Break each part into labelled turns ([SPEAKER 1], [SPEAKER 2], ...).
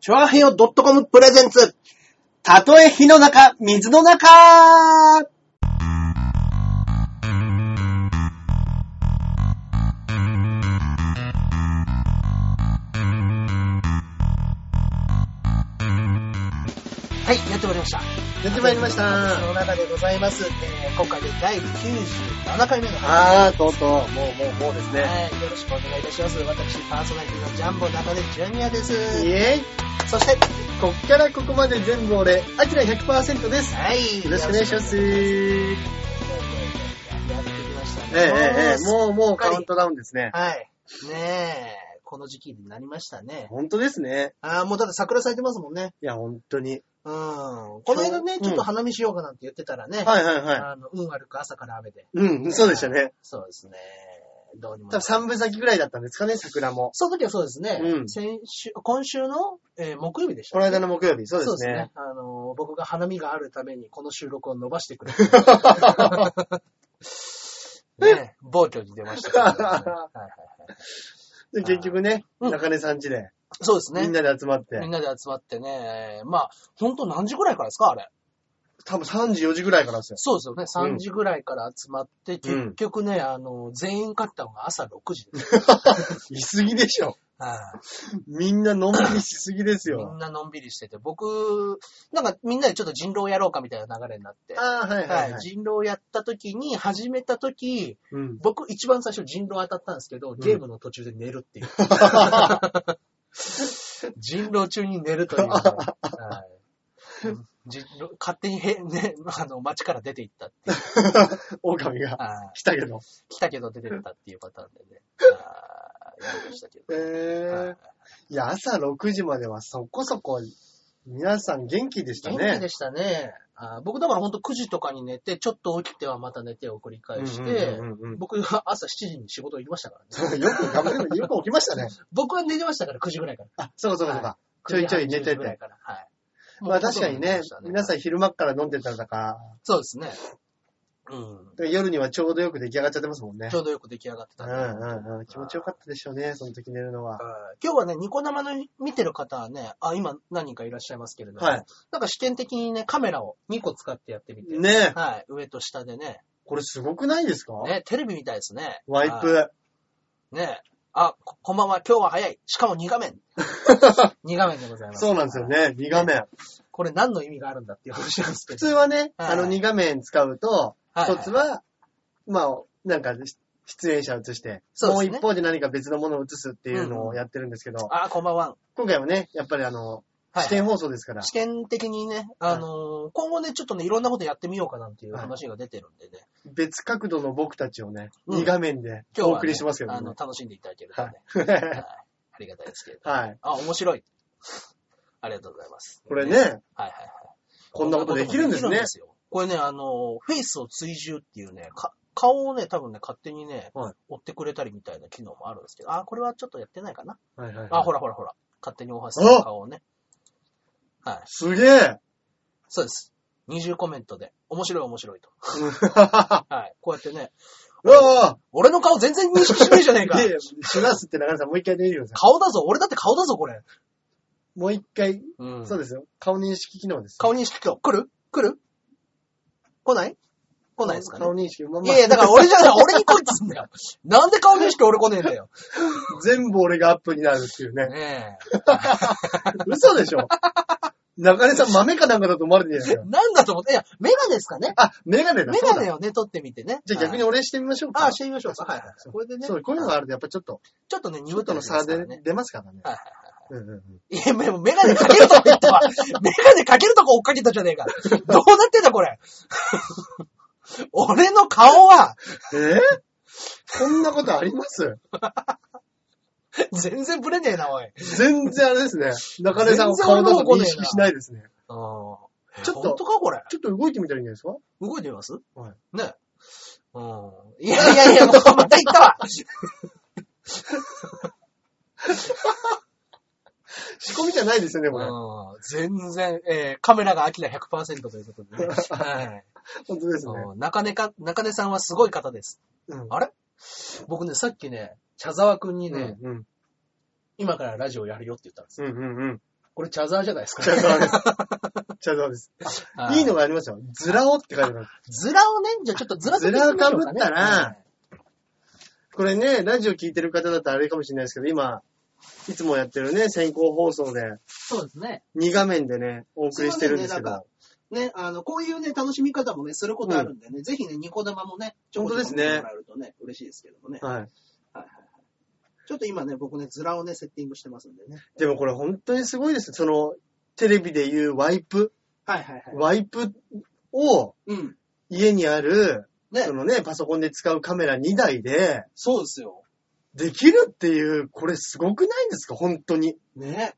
[SPEAKER 1] チョアヘヨ .com プレゼンツ。たとえ火の中、水の中
[SPEAKER 2] はい、やってまいりました。
[SPEAKER 1] やってまいりました
[SPEAKER 2] その中でございます。えー、今回で第97回目の配
[SPEAKER 1] あー、とうとう、もうもうもうです
[SPEAKER 2] 信。
[SPEAKER 1] ね。
[SPEAKER 2] はい、よろしくお願いいたします。私、パーソナリティのジャンボ中根ジュニアです。
[SPEAKER 1] イェイ
[SPEAKER 2] そして、
[SPEAKER 1] こっからここまで全部俺、アキラ100%です。
[SPEAKER 2] はい、
[SPEAKER 1] よろしくお願いします。
[SPEAKER 2] よろし
[SPEAKER 1] え
[SPEAKER 2] くお願いします。やってきましたね。
[SPEAKER 1] えええ
[SPEAKER 2] も
[SPEAKER 1] もうもうカウントダウンですね
[SPEAKER 2] う。はい。ねえ、この時期になりましたね。
[SPEAKER 1] 本当ですね。
[SPEAKER 2] ああ、もうだって桜咲いてますもんね。
[SPEAKER 1] いや、本当に。
[SPEAKER 2] うん。この間ね、
[SPEAKER 1] うん
[SPEAKER 2] ちょっと花見しようかなんて言ってたらね。
[SPEAKER 1] はいはいはい。
[SPEAKER 2] あの、運悪く朝から雨で。
[SPEAKER 1] うん、そうでしたね。
[SPEAKER 2] そうですね。どうにも
[SPEAKER 1] 多分。3分先ぐらいだったんですかね、桜も。
[SPEAKER 2] その時はそうですね。
[SPEAKER 1] うん
[SPEAKER 2] 先週、今週の、えー木曜日でした
[SPEAKER 1] こ
[SPEAKER 2] ね、
[SPEAKER 1] の間の木曜日、そうですね。
[SPEAKER 2] あのー僕が花見があるためにこの収録を伸ばしてくれ ね、暴挙に出ましたけどね、 はいはいはい
[SPEAKER 1] で結局ね、
[SPEAKER 2] うん
[SPEAKER 1] 中根さん家で、
[SPEAKER 2] そうですね。
[SPEAKER 1] みんなで集まって、
[SPEAKER 2] みんなで集まってね、まあ、ほんと何時ぐらいからですかあれ。
[SPEAKER 1] 多分3時、4時ぐらいからですよ。
[SPEAKER 2] そうですよ
[SPEAKER 1] う
[SPEAKER 2] ね。3
[SPEAKER 1] ん
[SPEAKER 2] 時ぐらいから集まって、結局ね、あの、全員勝ったのが朝6時です。
[SPEAKER 1] いすぎでしょ。
[SPEAKER 2] はい
[SPEAKER 1] みんなのんびりしすぎです
[SPEAKER 2] みん
[SPEAKER 1] よ。
[SPEAKER 2] なのんびりしてて、僕、なんかみんなでちょっと人狼やろうかみたいな流れになって。
[SPEAKER 1] ああ、はいはい、
[SPEAKER 2] は、
[SPEAKER 1] はいい。
[SPEAKER 2] 人狼やった時に、始めた時、
[SPEAKER 1] うん。
[SPEAKER 2] 僕一番最初人狼当たったんですけど、ゲームの途中で寝るって いう。人狼中に寝るというね、はいうん人狼勝手にへ、ね、あの、街から出て行った っていう。
[SPEAKER 1] 狼が
[SPEAKER 2] はい
[SPEAKER 1] 来たけど。
[SPEAKER 2] 来たけど出てったっていうパターンでね。あーやりましたけど。
[SPEAKER 1] え
[SPEAKER 2] は
[SPEAKER 1] ー
[SPEAKER 2] い。
[SPEAKER 1] いや、朝6時まではそこそこ、皆さん元気でしたね。
[SPEAKER 2] 元気でしたね。あー僕だからほんと9時とかに寝て、ちょっと起きてはまた寝てを繰り返して
[SPEAKER 1] う、んうんうんうん
[SPEAKER 2] 僕は朝7時に仕事行きましたからね。
[SPEAKER 1] よく頑張って、よく起きましたね。
[SPEAKER 2] 僕は寝てましたから9時ぐらいから。
[SPEAKER 1] あ、そうかそうかそうか。ちょ
[SPEAKER 2] 9
[SPEAKER 1] い
[SPEAKER 2] 時
[SPEAKER 1] ちょい寝てて
[SPEAKER 2] 10時ぐらいから。はい。
[SPEAKER 1] まあ確かにね、皆さ
[SPEAKER 2] ん。
[SPEAKER 1] ん昼間から飲んでたから、
[SPEAKER 2] そうですね。うん。
[SPEAKER 1] 夜にはちょうどよく出来上がっちゃってますもんね
[SPEAKER 2] ち。ょうどよく出来上がって
[SPEAKER 1] う
[SPEAKER 2] た
[SPEAKER 1] ん
[SPEAKER 2] んで。
[SPEAKER 1] うんうん。気持ちよかったでしょうね、その時寝るのは。
[SPEAKER 2] はい今日はね、ニコ生の見てる方はね、あ、今何人かいらっしゃいますけれども、
[SPEAKER 1] はい
[SPEAKER 2] なんか視点的にね、カメラを2個使ってやってみて、
[SPEAKER 1] ねえ、
[SPEAKER 2] はい、上と下でね、
[SPEAKER 1] これすごくないですか
[SPEAKER 2] ね、テレビみたいですね。
[SPEAKER 1] ワイ
[SPEAKER 2] はい。
[SPEAKER 1] プ。
[SPEAKER 2] ねあ、ここんばんは、今日は早い。しかも2画面。2画面でございます。
[SPEAKER 1] そうなんですよ。ね、2画面。
[SPEAKER 2] これ何の意味があるんだっていう話なんですけ
[SPEAKER 1] 普
[SPEAKER 2] ど。
[SPEAKER 1] 通はね、
[SPEAKER 2] はい
[SPEAKER 1] あの2画面使うと、
[SPEAKER 2] はいはい
[SPEAKER 1] 一つは、まあ、なんか、出演者映して、
[SPEAKER 2] そう
[SPEAKER 1] もう
[SPEAKER 2] ですね
[SPEAKER 1] 一方で何か別のものを映すっていうのをやってるんですけど、
[SPEAKER 2] あ、こんばんは。
[SPEAKER 1] 今回はね、やっぱりあの、
[SPEAKER 2] はい
[SPEAKER 1] 視点放送ですから、
[SPEAKER 2] 視点的にね、あのー今後ね、ちょっとね、いろんなことやってみようかなんていう話が出てるんでね。
[SPEAKER 1] 別角度の僕たちをね、
[SPEAKER 2] うん
[SPEAKER 1] 2画面で
[SPEAKER 2] 今日は、
[SPEAKER 1] お
[SPEAKER 2] ね、
[SPEAKER 1] 送りしますけど
[SPEAKER 2] あの、
[SPEAKER 1] ね。
[SPEAKER 2] 楽しんでいただけると
[SPEAKER 1] は。
[SPEAKER 2] ね。はいいありがたいですけれど。
[SPEAKER 1] はい。
[SPEAKER 2] あ、面白い。 ありがとうございます。
[SPEAKER 1] これ。ね、
[SPEAKER 2] はいはいはい。
[SPEAKER 1] こんなことできるんです
[SPEAKER 2] こなことも
[SPEAKER 1] ね
[SPEAKER 2] で。すよこれね、あのー、フェイスを追従っていうね、か顔をね、多分ね、勝手にね、
[SPEAKER 1] はい
[SPEAKER 2] 追ってくれたりみたいな機能もあるんですけど、あ、これはちょっとやってないかな。
[SPEAKER 1] はいはいはい
[SPEAKER 2] あ、ほらほらほら。勝手に大橋さんの顔をね。はい。
[SPEAKER 1] すげえ
[SPEAKER 2] そうです。二重コメントで、面白い面白いと。 はい。こうやってね、
[SPEAKER 1] うわ
[SPEAKER 2] 俺の顔全然認識しないじゃねえ
[SPEAKER 1] ぁ
[SPEAKER 2] か
[SPEAKER 1] い。やいやしますって中根さん、もう一回出てくださ
[SPEAKER 2] 顔だぞ。俺だって顔だぞ、これ。
[SPEAKER 1] い。もう一回、
[SPEAKER 2] うん
[SPEAKER 1] そうですよ。顔認識機能です。
[SPEAKER 2] 顔認識今日、来る来る来ない来ないですかね
[SPEAKER 1] 顔。認識、まあ
[SPEAKER 2] い
[SPEAKER 1] まあ
[SPEAKER 2] やいや、だから俺じゃ ない、俺に来いっつうんだよ。なんで顔認識俺来ねえんだよ。
[SPEAKER 1] 全部俺がアップになるっていうね。
[SPEAKER 2] ね
[SPEAKER 1] 嘘でしょ中根さん豆かなんかだと思われてるじゃ
[SPEAKER 2] え
[SPEAKER 1] ないですか。。
[SPEAKER 2] なんだと思って、いや、メガネですかね
[SPEAKER 1] あ、メガネだ。
[SPEAKER 2] メガネ
[SPEAKER 1] よ。
[SPEAKER 2] をね、撮ってみてね。
[SPEAKER 1] じゃあ逆に
[SPEAKER 2] はい
[SPEAKER 1] 俺してみましょうか。
[SPEAKER 2] あ、してみましょうか。はいはい。これでね。
[SPEAKER 1] そう、こういうのがあるとやっぱちょっと、
[SPEAKER 2] ちょっとね、二
[SPEAKER 1] ちょ
[SPEAKER 2] 分
[SPEAKER 1] っと
[SPEAKER 2] と
[SPEAKER 1] の
[SPEAKER 2] の
[SPEAKER 1] 差
[SPEAKER 2] 差で
[SPEAKER 1] で
[SPEAKER 2] ね。
[SPEAKER 1] 出ますからね。
[SPEAKER 2] はいはい
[SPEAKER 1] うんうんうん。
[SPEAKER 2] いや、でもメガネかけるとこ行ったわ。メガネかけるとこ追っかけたじゃねえか。どうなってんだ、これ。 俺の顔は、
[SPEAKER 1] えーこんなことあります
[SPEAKER 2] 全然ブレねえな、おい。
[SPEAKER 1] 全然あれですね。中根さんを顔だと認識しないですね。
[SPEAKER 2] ちょっ
[SPEAKER 1] ち
[SPEAKER 2] と。
[SPEAKER 1] ょっと
[SPEAKER 2] 本当か、これ。
[SPEAKER 1] ちょっと動いてみたらいいんじゃないですか
[SPEAKER 2] 動いてみます。
[SPEAKER 1] はい
[SPEAKER 2] ねえ。うん。いやいやいや、もうまた行ったわ。
[SPEAKER 1] 仕込みじゃないですよね、これ。
[SPEAKER 2] うん。全然、えー、カメラがアキラ100%ということでね。 はい。
[SPEAKER 1] 本当ですね。
[SPEAKER 2] うん中根か、中根さんはすごい方です。
[SPEAKER 1] うん
[SPEAKER 2] あれ僕ね、さっきね、茶沢くん
[SPEAKER 1] う
[SPEAKER 2] にね、
[SPEAKER 1] んうん
[SPEAKER 2] 今からラジオやるよって言ったんですよ。
[SPEAKER 1] うんうんうん。
[SPEAKER 2] これチャザーじゃないですか。
[SPEAKER 1] 茶沢です。茶沢です。
[SPEAKER 2] はい
[SPEAKER 1] いいのがありますよ。ズラをって書いてます。
[SPEAKER 2] ズラをね、じゃあちょっとズラ取ってみましょうかね
[SPEAKER 1] ズラを被ったら、これね、ラジオ聞いてる方だとあれかもしれないですけど、今、いつもやってるね、先行放送で、
[SPEAKER 2] そうですね。
[SPEAKER 1] 2画面でね、お送りしてるんですけ
[SPEAKER 2] そう
[SPEAKER 1] ど。
[SPEAKER 2] ね、あの、こういうね、楽しみ方もね、することあるんでね、ぜひね、ニコ玉もね、ちょこち
[SPEAKER 1] 本
[SPEAKER 2] ょこ
[SPEAKER 1] 当ですね
[SPEAKER 2] 見てもらえるとね、嬉しいですけどもね。
[SPEAKER 1] はい。
[SPEAKER 2] ちょっと今ね、僕ね、ズラをね、セッティングしてますんでね。
[SPEAKER 1] でもこれ本当にすごいです。その、テレビで言うワイプ、
[SPEAKER 2] はいはいはい。
[SPEAKER 1] ワイプを
[SPEAKER 2] うん。
[SPEAKER 1] 家にある、
[SPEAKER 2] ね
[SPEAKER 1] そ、のね、パソコンで使うカメラ2台で、
[SPEAKER 2] そうですよ。
[SPEAKER 1] できるっていう、これすごくないんですか本当に。
[SPEAKER 2] ね。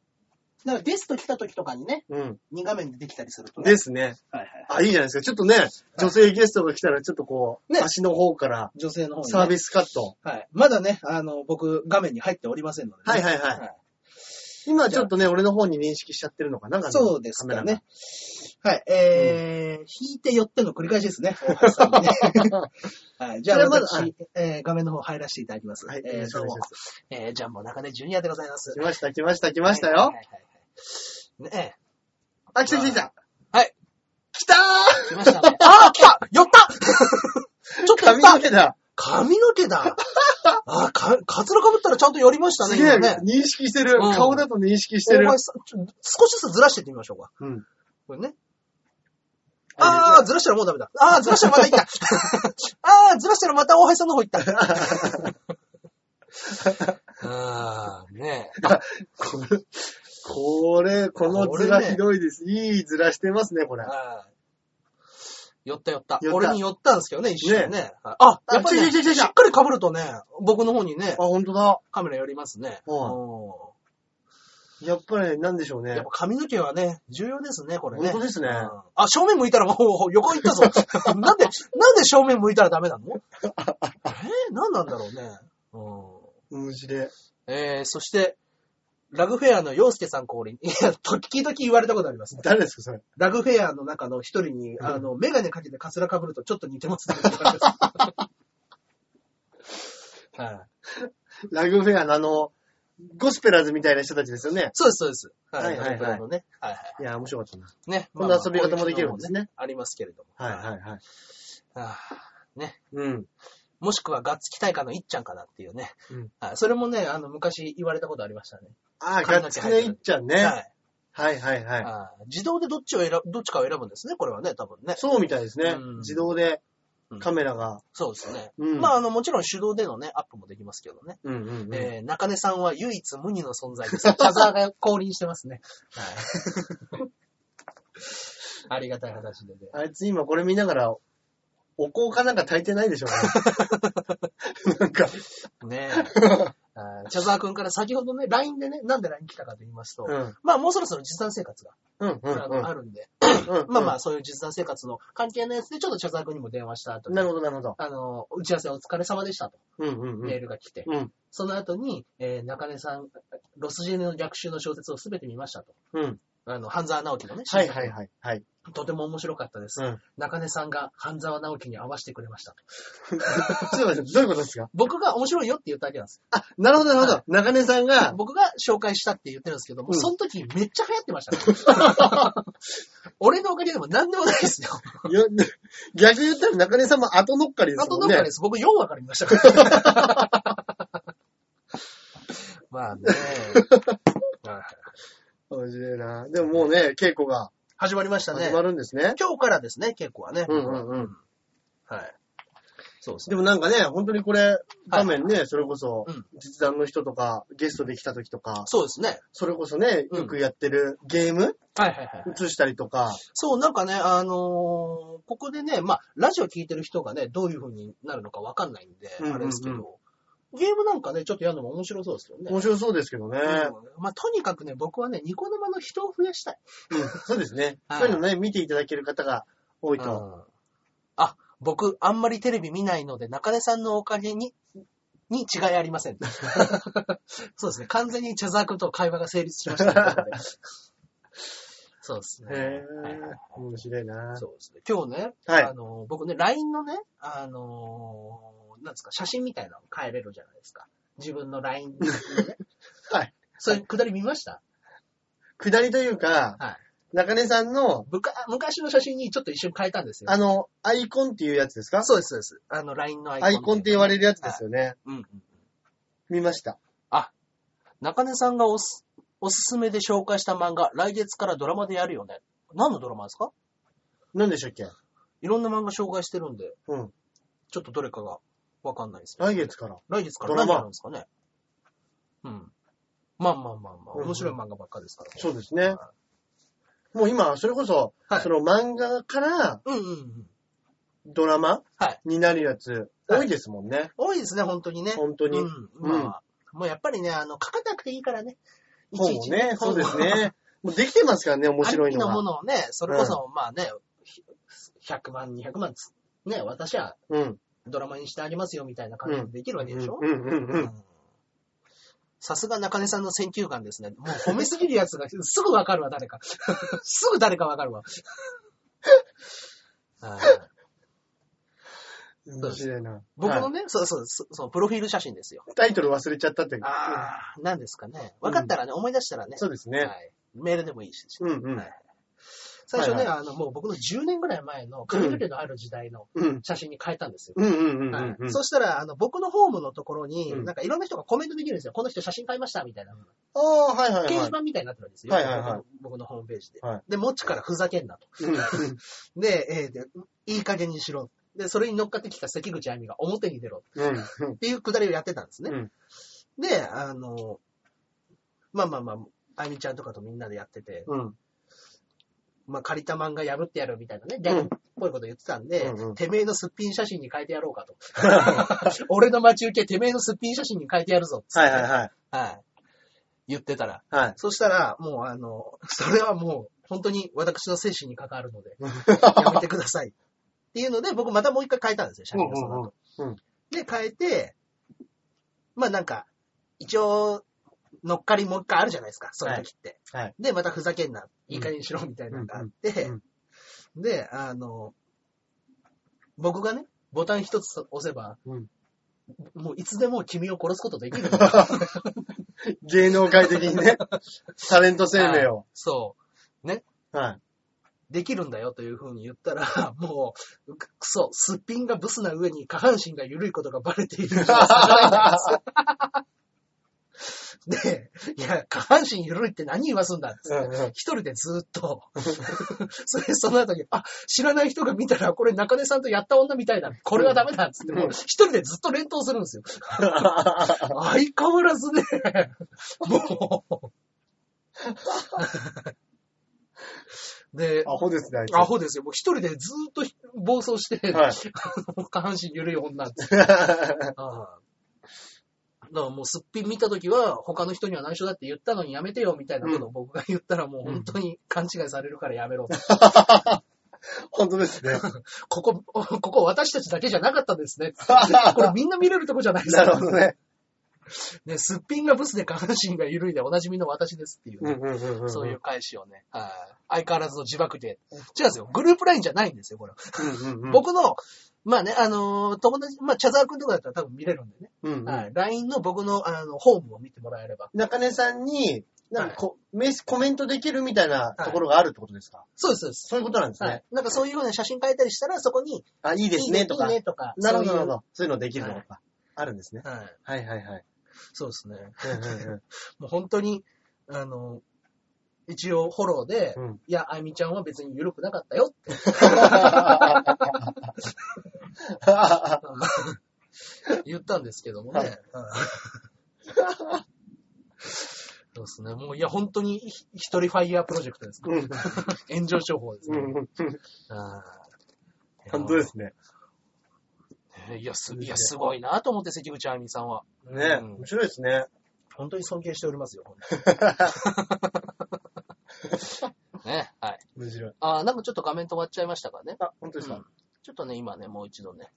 [SPEAKER 2] だからゲスト来た時とかにね、
[SPEAKER 1] うん。
[SPEAKER 2] 2画面でできたりするとね。
[SPEAKER 1] ですね。
[SPEAKER 2] はいはい。
[SPEAKER 1] あ、いいじゃないですか。ちょっとね、女性ゲストが来たら、ちょっとこう、
[SPEAKER 2] ね
[SPEAKER 1] 足の方から
[SPEAKER 2] 女性の方に、ね。
[SPEAKER 1] サービスカット。
[SPEAKER 2] はい。まだね、あの、僕、画面に入っておりませんので、ね。
[SPEAKER 1] はいはいはい。今ちょっとね、俺の方に認識しちゃってるのかな
[SPEAKER 2] そうですか。
[SPEAKER 1] 画面
[SPEAKER 2] ね。はい。えー、引いて寄っての繰り返しですね。大橋さ んにねはい。じゃあ、
[SPEAKER 1] それまだ
[SPEAKER 2] 私、えー画面の方入らせていただきます。
[SPEAKER 1] カメラがはい、よ
[SPEAKER 2] えー
[SPEAKER 1] ろしくお
[SPEAKER 2] どう
[SPEAKER 1] 願
[SPEAKER 2] も
[SPEAKER 1] いし。ます。
[SPEAKER 2] えー、ジャンボ中根ジュニアでございます。
[SPEAKER 1] 来ました、来ました、来
[SPEAKER 2] ま
[SPEAKER 1] ましたよ。。
[SPEAKER 2] ね
[SPEAKER 1] あ、来た来た来た。
[SPEAKER 2] はい。
[SPEAKER 1] 来た
[SPEAKER 2] え、来ましたね。あー、来た寄ったちょっ
[SPEAKER 1] ー
[SPEAKER 2] と寄っ
[SPEAKER 1] 髪
[SPEAKER 2] た
[SPEAKER 1] の毛だ。
[SPEAKER 2] 髪の毛だ。あー、か、カツラ被ったらちゃんと寄りました
[SPEAKER 1] す
[SPEAKER 2] ね、
[SPEAKER 1] げえ
[SPEAKER 2] 今ね、。
[SPEAKER 1] 認識してる。
[SPEAKER 2] うん
[SPEAKER 1] 顔だと認識してる
[SPEAKER 2] 大。橋さんちょ少しずつずらしていってみましょうか。
[SPEAKER 1] うん。
[SPEAKER 2] これね。あー、ずらしたらもうダメだ。あー、ずらしたらまた行 った。あー、ずらしたらまた大橋さんの方行った。 あー、ねえ。
[SPEAKER 1] これ、これ、このズ
[SPEAKER 2] こ
[SPEAKER 1] ラ
[SPEAKER 2] れね
[SPEAKER 1] ひどいです。いいズラしてますね、これ。
[SPEAKER 2] あー寄った寄った
[SPEAKER 1] 寄った
[SPEAKER 2] 俺に寄ったんですけどね、一瞬ね。あ、やっぱり、
[SPEAKER 1] あ違う違う違う違
[SPEAKER 2] ね、
[SPEAKER 1] う
[SPEAKER 2] しっかり被るとね、僕の方にね
[SPEAKER 1] あ、、ほんとだ。
[SPEAKER 2] カメラ寄りますね。
[SPEAKER 1] うん
[SPEAKER 2] お
[SPEAKER 1] やっぱり、なんでしょう
[SPEAKER 2] ーや
[SPEAKER 1] ね
[SPEAKER 2] っぱ。髪の毛はね、重要ですね、これね。
[SPEAKER 1] 本当ですね
[SPEAKER 2] うんあ、正面向いたらもう横行ったぞ。 なんで、なんで正面向いたらダメなの えー、なんなんだろうね。うん
[SPEAKER 1] 面白い。
[SPEAKER 2] えー、そして、ラグフェアの洋介さん降臨。いや、時々言われたことあります。
[SPEAKER 1] 誰ですか、それ。
[SPEAKER 2] ラグフェアの中の一人に、
[SPEAKER 1] ん
[SPEAKER 2] あの、メガネかけてカツラ被るとちょっと似てますねって言われます。はい、
[SPEAKER 1] ラグフェアのあの、ゴスペラーズみたいな人たちですよね。
[SPEAKER 2] そうです、そうです。は
[SPEAKER 1] は
[SPEAKER 2] い、
[SPEAKER 1] いはいはい
[SPEAKER 2] ラグフェアのね。はいはい
[SPEAKER 1] や、面白かったな。
[SPEAKER 2] い。ね。
[SPEAKER 1] こんな遊び方もできるんです
[SPEAKER 2] まあまあこういう機能
[SPEAKER 1] ね。
[SPEAKER 2] ありますけれども。
[SPEAKER 1] はいはいはい。
[SPEAKER 2] あーね。
[SPEAKER 1] うん。
[SPEAKER 2] もしくは、ガッツ期待感のいっちゃんかなっていうね。
[SPEAKER 1] うん
[SPEAKER 2] はい。それもね、あの、昔言われたことありましたね。
[SPEAKER 1] ああ、
[SPEAKER 2] 髪
[SPEAKER 1] ガ
[SPEAKER 2] の毛
[SPEAKER 1] ッツキのいっちゃんね。
[SPEAKER 2] は。
[SPEAKER 1] はいいはいはい。
[SPEAKER 2] あー自動でどっちを選ぶ、どっちかを選ぶんですね、これはね、多分ね。
[SPEAKER 1] そうみたいですね
[SPEAKER 2] うん。
[SPEAKER 1] 自動でカメラが。
[SPEAKER 2] そうですね。
[SPEAKER 1] うん。
[SPEAKER 2] まあ、あの、もちろん手動でのね、アップもできますけどね。
[SPEAKER 1] うんうんうん。
[SPEAKER 2] えー中根さんは唯一無二の存在です。キャザーが降臨してますね。はい。ありがたい話でね。
[SPEAKER 1] あいつ今これ見ながら、お香かなんか炊いてないでしょう ね。なんか、
[SPEAKER 2] ねえ。あー茶沢くんから先ほどね、LINE でね、なんで LINE 来たかと言いますと、
[SPEAKER 1] うん。
[SPEAKER 2] まあもうそろそろ実弾生活が、
[SPEAKER 1] うんうん
[SPEAKER 2] あ
[SPEAKER 1] う
[SPEAKER 2] の
[SPEAKER 1] ん
[SPEAKER 2] あるんで、
[SPEAKER 1] うん。
[SPEAKER 2] まあまあそういう実弾生活の関係のやつで、ちょっと茶沢くんにも電話した後に
[SPEAKER 1] なるほどなるほど。
[SPEAKER 2] あの、打ち合わせお疲れ様でしたと、
[SPEAKER 1] うんうんうん。
[SPEAKER 2] メールが来て、
[SPEAKER 1] うん
[SPEAKER 2] その後に、えー中根さん、ロスジェネの逆襲の小説をすべて見ましたと。
[SPEAKER 1] うん。
[SPEAKER 2] あの、半沢直樹のね、
[SPEAKER 1] はいはいはい。はい。
[SPEAKER 2] とても面白かったです。
[SPEAKER 1] うん
[SPEAKER 2] 中根さんが半沢直樹に合わせてくれました
[SPEAKER 1] ちょ
[SPEAKER 2] と。
[SPEAKER 1] っと待って、どういうことですか
[SPEAKER 2] 僕が面白いよって言ったわけなんです。
[SPEAKER 1] あ、なるほどなるほ
[SPEAKER 2] は
[SPEAKER 1] ど。中根さんが、
[SPEAKER 2] 僕が紹介したって言ってるんですけども、
[SPEAKER 1] うん
[SPEAKER 2] その時めっちゃ流行ってました から。俺のおかげでも何でもないですよ。
[SPEAKER 1] よ逆言ったら中根さんも後乗っかりです
[SPEAKER 2] あと
[SPEAKER 1] も
[SPEAKER 2] ど
[SPEAKER 1] ん
[SPEAKER 2] っ
[SPEAKER 1] ね。
[SPEAKER 2] かです。僕4話から見ましたから。 まあね。はい
[SPEAKER 1] 面白いな。でももうね、稽古が
[SPEAKER 2] 始まりましたね
[SPEAKER 1] 始。まるんですね。
[SPEAKER 2] 今日からですね、結構はね。
[SPEAKER 1] うんうんうん。
[SPEAKER 2] はい。そうです
[SPEAKER 1] で
[SPEAKER 2] ね。
[SPEAKER 1] もなんかね、本当にこれ、画面ね、それこそ
[SPEAKER 2] うん、
[SPEAKER 1] 実弾の人とか、ゲストで来た時とか、
[SPEAKER 2] そうですね。
[SPEAKER 1] それこそね、
[SPEAKER 2] うん
[SPEAKER 1] よくやってるゲーム
[SPEAKER 2] はいはいはい。
[SPEAKER 1] 映したりとか、
[SPEAKER 2] そう、なんかね、あのーここでね、まあ、ラジオ聞いてる人がね、どういう風になるのかわかんないんで、
[SPEAKER 1] うんうんうん
[SPEAKER 2] あれですけど、ゲームなんかね、ちょっとやるのも面白そうですよね。
[SPEAKER 1] 面白そうですけどね。
[SPEAKER 2] うんまあ、とにかくね、僕はね、ニコ生の人を増やしたい。
[SPEAKER 1] うんそうですね。
[SPEAKER 2] はい
[SPEAKER 1] そういうのね、見ていただける方が多いと。
[SPEAKER 2] うんあ、僕、あんまりテレビ見ないので、中根さんのおかげに、に違いありませ ん。そうですね。完全に茶沢君と会話が成立しましたね、そうですね。
[SPEAKER 1] へぇ
[SPEAKER 2] はいはいはい
[SPEAKER 1] ー、面白いな。
[SPEAKER 2] そうですね。今日ね、
[SPEAKER 1] はい。
[SPEAKER 2] あの、僕ね、LINE のね、あの、なんですか、写真みたいなの変えれ るじゃないですか。自分の LINE のね
[SPEAKER 1] はい。
[SPEAKER 2] それ、くだり見ました
[SPEAKER 1] 下りというか、
[SPEAKER 2] はい
[SPEAKER 1] 中根さんの、
[SPEAKER 2] むか昔の写真にちょっと一瞬変えたんですよ。
[SPEAKER 1] あの、アイコンっていうやつですか
[SPEAKER 2] そうです、そうです。あの、LINE のアイコン。
[SPEAKER 1] アイコンって言われるやつですよね。
[SPEAKER 2] うんうん。
[SPEAKER 1] 見ました。
[SPEAKER 2] 中根さんがおす、おすすめで紹介した漫画、来月からドラマでやるよね。何のドラマですか
[SPEAKER 1] 何でしたっけ
[SPEAKER 2] いろんな漫画紹介してるんで、
[SPEAKER 1] うん。
[SPEAKER 2] ちょっとどれかがわかんないですけど
[SPEAKER 1] 来月から。
[SPEAKER 2] 来月か
[SPEAKER 1] ド
[SPEAKER 2] ら
[SPEAKER 1] ラ
[SPEAKER 2] 何
[SPEAKER 1] マ
[SPEAKER 2] やるんですかね。うん。まあまあまあまあ、
[SPEAKER 1] うんうん
[SPEAKER 2] 面白い漫画ばっかですからね。
[SPEAKER 1] そうですね。もう今、それこそ、
[SPEAKER 2] はい
[SPEAKER 1] その漫画から
[SPEAKER 2] うんうんうん。
[SPEAKER 1] ドラマ
[SPEAKER 2] はい
[SPEAKER 1] になるやつ、
[SPEAKER 2] はい
[SPEAKER 1] 多いですもんね。
[SPEAKER 2] 多いですね、本当にね。
[SPEAKER 1] 本当に。
[SPEAKER 2] うん。まあ、もうやっぱりね、あの、書かなくていいからね。い
[SPEAKER 1] 本
[SPEAKER 2] ちい
[SPEAKER 1] も
[SPEAKER 2] ち
[SPEAKER 1] ね、そうです。
[SPEAKER 2] 本を
[SPEAKER 1] ね。もうできてますからね、面白い
[SPEAKER 2] ありき
[SPEAKER 1] の
[SPEAKER 2] のも
[SPEAKER 1] は。
[SPEAKER 2] のをね、それこそ、まあね、ひ100万、200万つ、ね、私は
[SPEAKER 1] うん。
[SPEAKER 2] ドラマにしてあげますよみたいな感じでできるわけ
[SPEAKER 1] う
[SPEAKER 2] で
[SPEAKER 1] ん
[SPEAKER 2] しょ、
[SPEAKER 1] うんう。
[SPEAKER 2] うんさすが中根さんの選球眼ですね。もう褒めすぎるやつがすぐわかるわ、誰か。 すぐ誰かわかるわ。 はい
[SPEAKER 1] うん。面白いな。
[SPEAKER 2] 僕の
[SPEAKER 1] はい
[SPEAKER 2] ね、そうそうそうそう、プロフィール写真ですよ。
[SPEAKER 1] タイトル忘れちゃったって。
[SPEAKER 2] ああ、何ですかね。分かったらね、思い出したらね。
[SPEAKER 1] そうですね
[SPEAKER 2] は。い。メールでもいいし。
[SPEAKER 1] うんうん
[SPEAKER 2] はい。最初
[SPEAKER 1] は
[SPEAKER 2] ね、
[SPEAKER 1] い
[SPEAKER 2] あの、もう僕の10年ぐらい前の髪の毛のある時代の
[SPEAKER 1] うん。
[SPEAKER 2] 写真に変えたんですよ。
[SPEAKER 1] うんうんうんう
[SPEAKER 2] はい
[SPEAKER 1] んうん。
[SPEAKER 2] そしたら、あの、僕のホームのところに、
[SPEAKER 1] うん
[SPEAKER 2] なんかいろんな人がコメントできるんですよ。この人写真買いましたみたいな。
[SPEAKER 1] ああ、はいはい
[SPEAKER 2] 掲
[SPEAKER 1] は
[SPEAKER 2] 示
[SPEAKER 1] い。
[SPEAKER 2] 板みたいになってるんですよ。
[SPEAKER 1] はいはいはい
[SPEAKER 2] 僕のホームページで。
[SPEAKER 1] はい
[SPEAKER 2] で、もっちからふざけんなと。
[SPEAKER 1] うんうん
[SPEAKER 2] で、えーで、いい加減にしろ。で、それに乗っかってきた関口あゆみが表に出ろ
[SPEAKER 1] うん
[SPEAKER 2] っていうくだりをやってたんですね。
[SPEAKER 1] うん
[SPEAKER 2] で、あの、まあまあまあ、あゆみちゃんとかとみんなでやってて、
[SPEAKER 1] うん。うん。
[SPEAKER 2] まあ、借りた漫画破ってやるみたいなね、ギャグっぽいこと言ってたんで、
[SPEAKER 1] うんうん
[SPEAKER 2] てめえのすっぴん写真に変えてやろう かと。俺の待ち受け、てめえのすっぴん写真に変えてやるぞっつっ
[SPEAKER 1] は
[SPEAKER 2] て
[SPEAKER 1] いはいはい。
[SPEAKER 2] はい。言ってたら。
[SPEAKER 1] はい。
[SPEAKER 2] そしたら、もうあの、それはもう、本当に私の精神に関わる ので、やめてください。っていうので、僕またもう一回変えたんですよ、写真をその後。
[SPEAKER 1] うんうんうん
[SPEAKER 2] で、変えて、まあなんか、一応、乗っかりもう一回あるじゃないですか、そういう時って。
[SPEAKER 1] はいはい
[SPEAKER 2] で、またふざけんな、いい加減にしろ、みたいなのがあって、
[SPEAKER 1] うんうん
[SPEAKER 2] で、あの、僕がね、ボタン一つ押せば、
[SPEAKER 1] うん
[SPEAKER 2] もういつでも君を殺すことできるんだ
[SPEAKER 1] 芸能界的に ね、タレント生命を。
[SPEAKER 2] そう。
[SPEAKER 1] は
[SPEAKER 2] できるんだよというふうに言ったら、 もう、くくそ、すっぴんがブスな上に下半身が緩いことがバレ ている気がするで、いや、下半身緩いって何言わすんだっつって
[SPEAKER 1] うんうん
[SPEAKER 2] 一人でずーっと。 それ、その後に、あ、知らない人が見たら、これ中根さんとやった女みたいだ。これはダメだっつって、もう一人でずっと連投するんですよ。
[SPEAKER 1] い。
[SPEAKER 2] 相変わら ずね、もう。 で、
[SPEAKER 1] アホですね、あいつ。
[SPEAKER 2] アホですよ。もう一人でずーっとひ暴走して、
[SPEAKER 1] はい。
[SPEAKER 2] 下半身緩い 女って。ああだからもうすっぴん見たときは、他の人には内緒だって言ったのにやめてよみたいなことを僕が言ったら、もう本当に勘違いされるからやめろ。
[SPEAKER 1] 本当ですね。
[SPEAKER 2] ここ、ここ私たちだけじゃなかったで すね。これみんな見れるとこじゃないです
[SPEAKER 1] なる
[SPEAKER 2] か
[SPEAKER 1] ほ。どね。
[SPEAKER 2] ね、すっぴんがブスで下半身が緩いでおなじみの私ですっていうね、
[SPEAKER 1] うんうんうんん
[SPEAKER 2] そういう。返しをね、はい相変わらずの自爆で。違うんですよ。グループラインじゃないんですよ、これ。
[SPEAKER 1] うんうんうん、
[SPEAKER 2] 僕の、まあね、あのー友達、まあ、茶沢くんとかだったら多分見れるんでね。
[SPEAKER 1] うんうん
[SPEAKER 2] はい。LINE の僕の、あの、ホームを見てもらえれば。
[SPEAKER 1] 中根さんに、なんかこ、メスコメントできるみたいなところがあるってことですか、
[SPEAKER 2] そうです、そうです。
[SPEAKER 1] そういうことなんですね。
[SPEAKER 2] はい。なんかそういうような写真変えたりしたら、そこに、
[SPEAKER 1] あ、いいですね、とか。
[SPEAKER 2] いいねとか。
[SPEAKER 1] なるほど、なるほ
[SPEAKER 2] そういう
[SPEAKER 1] ど。そういうのできるのか。あるんですね。
[SPEAKER 2] はい。
[SPEAKER 1] はいはいはい。
[SPEAKER 2] そうですね。
[SPEAKER 1] うん
[SPEAKER 2] もう本当に、あの、一応フォローで、
[SPEAKER 1] うんうん
[SPEAKER 2] いや、あゆみちゃんは別に緩くなかった よって。言ったんですけどもね。
[SPEAKER 1] はい
[SPEAKER 2] うん そうですね。もう、いや、本当にひ一人ファイヤープロジェクトです。
[SPEAKER 1] うん
[SPEAKER 2] 炎上商法です
[SPEAKER 1] う
[SPEAKER 2] ね。
[SPEAKER 1] んうん
[SPEAKER 2] あー
[SPEAKER 1] 本当で。すね。
[SPEAKER 2] いや、す、いや、すごいなと思って、関口あゆみさんは。
[SPEAKER 1] ね、
[SPEAKER 2] うん
[SPEAKER 1] 面白いですね。
[SPEAKER 2] 本当に尊敬しておりますよ、本 当にね、はい。
[SPEAKER 1] 面白い。
[SPEAKER 2] あーなんかちょっと画面止まっちゃいましたからね。
[SPEAKER 1] あ、本当です
[SPEAKER 2] う
[SPEAKER 1] か
[SPEAKER 2] ん。ちょっとね、今ね、もう一度ね。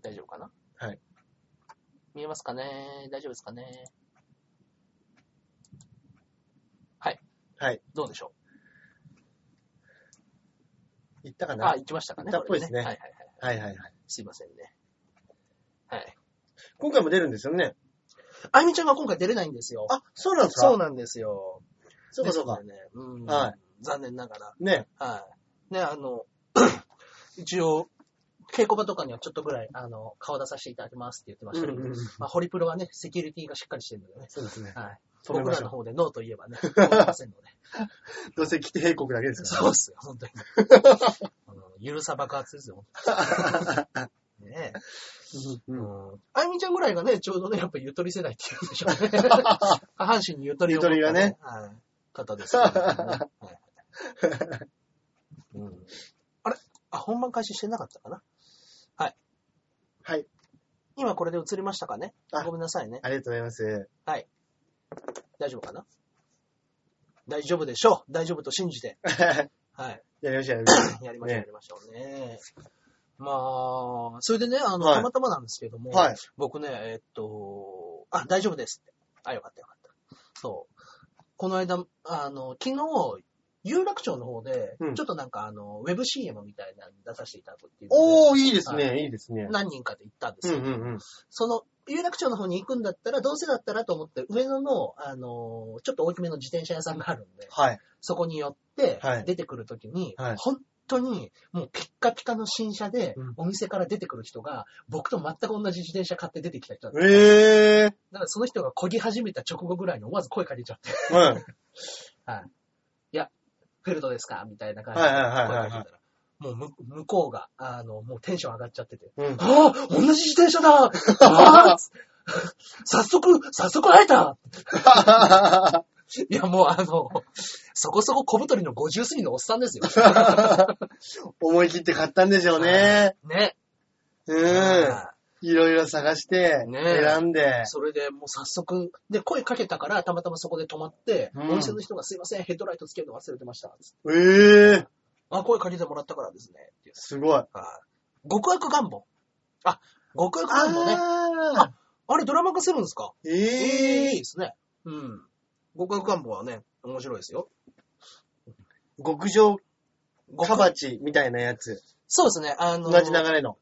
[SPEAKER 2] 大丈夫かな
[SPEAKER 1] はい。
[SPEAKER 2] 見えますかね大丈夫ですかねはい。
[SPEAKER 1] はい。
[SPEAKER 2] どうでしょ
[SPEAKER 1] 言ったか
[SPEAKER 2] うあ
[SPEAKER 1] な
[SPEAKER 2] ー、行きましたかね
[SPEAKER 1] 行ったっぽいですね
[SPEAKER 2] これはいはいはい。
[SPEAKER 1] はいはいはい。
[SPEAKER 2] すいませんね。はい。
[SPEAKER 1] 今回も出るんですよね。
[SPEAKER 2] あゆみちゃんが今回出れないんですよ。
[SPEAKER 1] あ、そうなんですか
[SPEAKER 2] そうなんですよ。
[SPEAKER 1] そうかそうか
[SPEAKER 2] で。すのでね、うん。
[SPEAKER 1] は
[SPEAKER 2] 残念ながら。
[SPEAKER 1] ね。
[SPEAKER 2] はい。ね、あの、 一応、稽古場とかにはちょっとぐらい、あの、顔出させていただきますって言ってましたけど、
[SPEAKER 1] うんうんうん
[SPEAKER 2] まあ、ホリプロはね、セキュリティがしっかりしてるのでね、
[SPEAKER 1] そうですね。
[SPEAKER 2] はい。
[SPEAKER 1] 止め
[SPEAKER 2] 僕
[SPEAKER 1] ま
[SPEAKER 2] ら
[SPEAKER 1] し
[SPEAKER 2] の
[SPEAKER 1] ょ
[SPEAKER 2] 方でノーと言 えばね、止まりませんので。
[SPEAKER 1] う。どうせ来て閉国だけですから。
[SPEAKER 2] そうっすよ、 本当に。あのゆるさ爆発ですよ、 本当にねえ。
[SPEAKER 1] うん うん
[SPEAKER 2] うんあゆみちゃんぐらいがね、ちょうどね、やっぱゆとり世代っていうんでしょうね。 下半身にゆとりを持った
[SPEAKER 1] ゆとりがね
[SPEAKER 2] はい、方ですからね、はいうんあれあ、本番開始してなかったかな
[SPEAKER 1] はい。
[SPEAKER 2] 今これで映りましたかね
[SPEAKER 1] あ
[SPEAKER 2] ごめんなさいね。
[SPEAKER 1] ありがとうござい ます。
[SPEAKER 2] 大丈夫かな大丈夫でしょう。大丈夫と信じて。はい。
[SPEAKER 1] やりましょう、やりましょ
[SPEAKER 2] やりましょう、
[SPEAKER 1] ね
[SPEAKER 2] やりましょうね。まあ、それでね、あの、
[SPEAKER 1] はい
[SPEAKER 2] たまたまなんですけども、
[SPEAKER 1] う。はい。
[SPEAKER 2] 僕ね、えっと、あ、大丈夫ですって。あ、よかったよかった。そう。この間、あの、昨日、有楽町の方で、
[SPEAKER 1] うん
[SPEAKER 2] ちょっとなんかあの、ウェブ CM みたいなのに出させていただくっていうので、
[SPEAKER 1] おー、いいですね、いいですね。
[SPEAKER 2] 何人かで行ったんです
[SPEAKER 1] うん
[SPEAKER 2] よ。
[SPEAKER 1] うんうん。
[SPEAKER 2] その、有楽町の方に行くんだったら、どうせだったらと思って、上野の、あの、ちょっと大きめの自転車屋さんがあるんで、
[SPEAKER 1] はい。
[SPEAKER 2] そこに寄って
[SPEAKER 1] はい、
[SPEAKER 2] 出てくるときに、
[SPEAKER 1] はい
[SPEAKER 2] 本当に、もうピッカピカの新車で
[SPEAKER 1] うん、
[SPEAKER 2] お店から出てくる人が、僕と全く同じ自転車買って出てきた人だったんですよ
[SPEAKER 1] ええ
[SPEAKER 2] だからその人が漕ぎ始めた直後ぐらいに思わず声かけちゃって、
[SPEAKER 1] ー。はい。
[SPEAKER 2] フェルトですかみたいな感じで
[SPEAKER 1] はい
[SPEAKER 2] 声
[SPEAKER 1] はいはい はい
[SPEAKER 2] かけたら、もうむ向こうが、あの、もうテンション上がっちゃってて、
[SPEAKER 1] うん。
[SPEAKER 2] ああ同じ自転車 だああ早速、早速会えたいや、もうあの、そこそこ小太りの50過ぎのおっさんですよ。
[SPEAKER 1] 思い切って買ったんでしょうね。
[SPEAKER 2] ね。
[SPEAKER 1] うん。いろいろ探して、
[SPEAKER 2] ねえ
[SPEAKER 1] 選んで。
[SPEAKER 2] それでもう早速、で、声かけたから、たまたまそこで止まって、
[SPEAKER 1] うん
[SPEAKER 2] お店の人がすいません、ヘッドライトつけるの忘れてました。つって
[SPEAKER 1] ええー。
[SPEAKER 2] あ、声かけてもらったからですね。って
[SPEAKER 1] すごい。
[SPEAKER 2] あ極悪願望。あ、極悪願望ね。あ
[SPEAKER 1] あ
[SPEAKER 2] れ、ドラマ化するんですか
[SPEAKER 1] ー。え
[SPEAKER 2] いい
[SPEAKER 1] え
[SPEAKER 2] ですね。うん。極悪願望はね、面白いですよ。
[SPEAKER 1] ー。極上
[SPEAKER 2] 極
[SPEAKER 1] カバチみたいなやつ。
[SPEAKER 2] そうですね。あの、
[SPEAKER 1] 同じ流れの。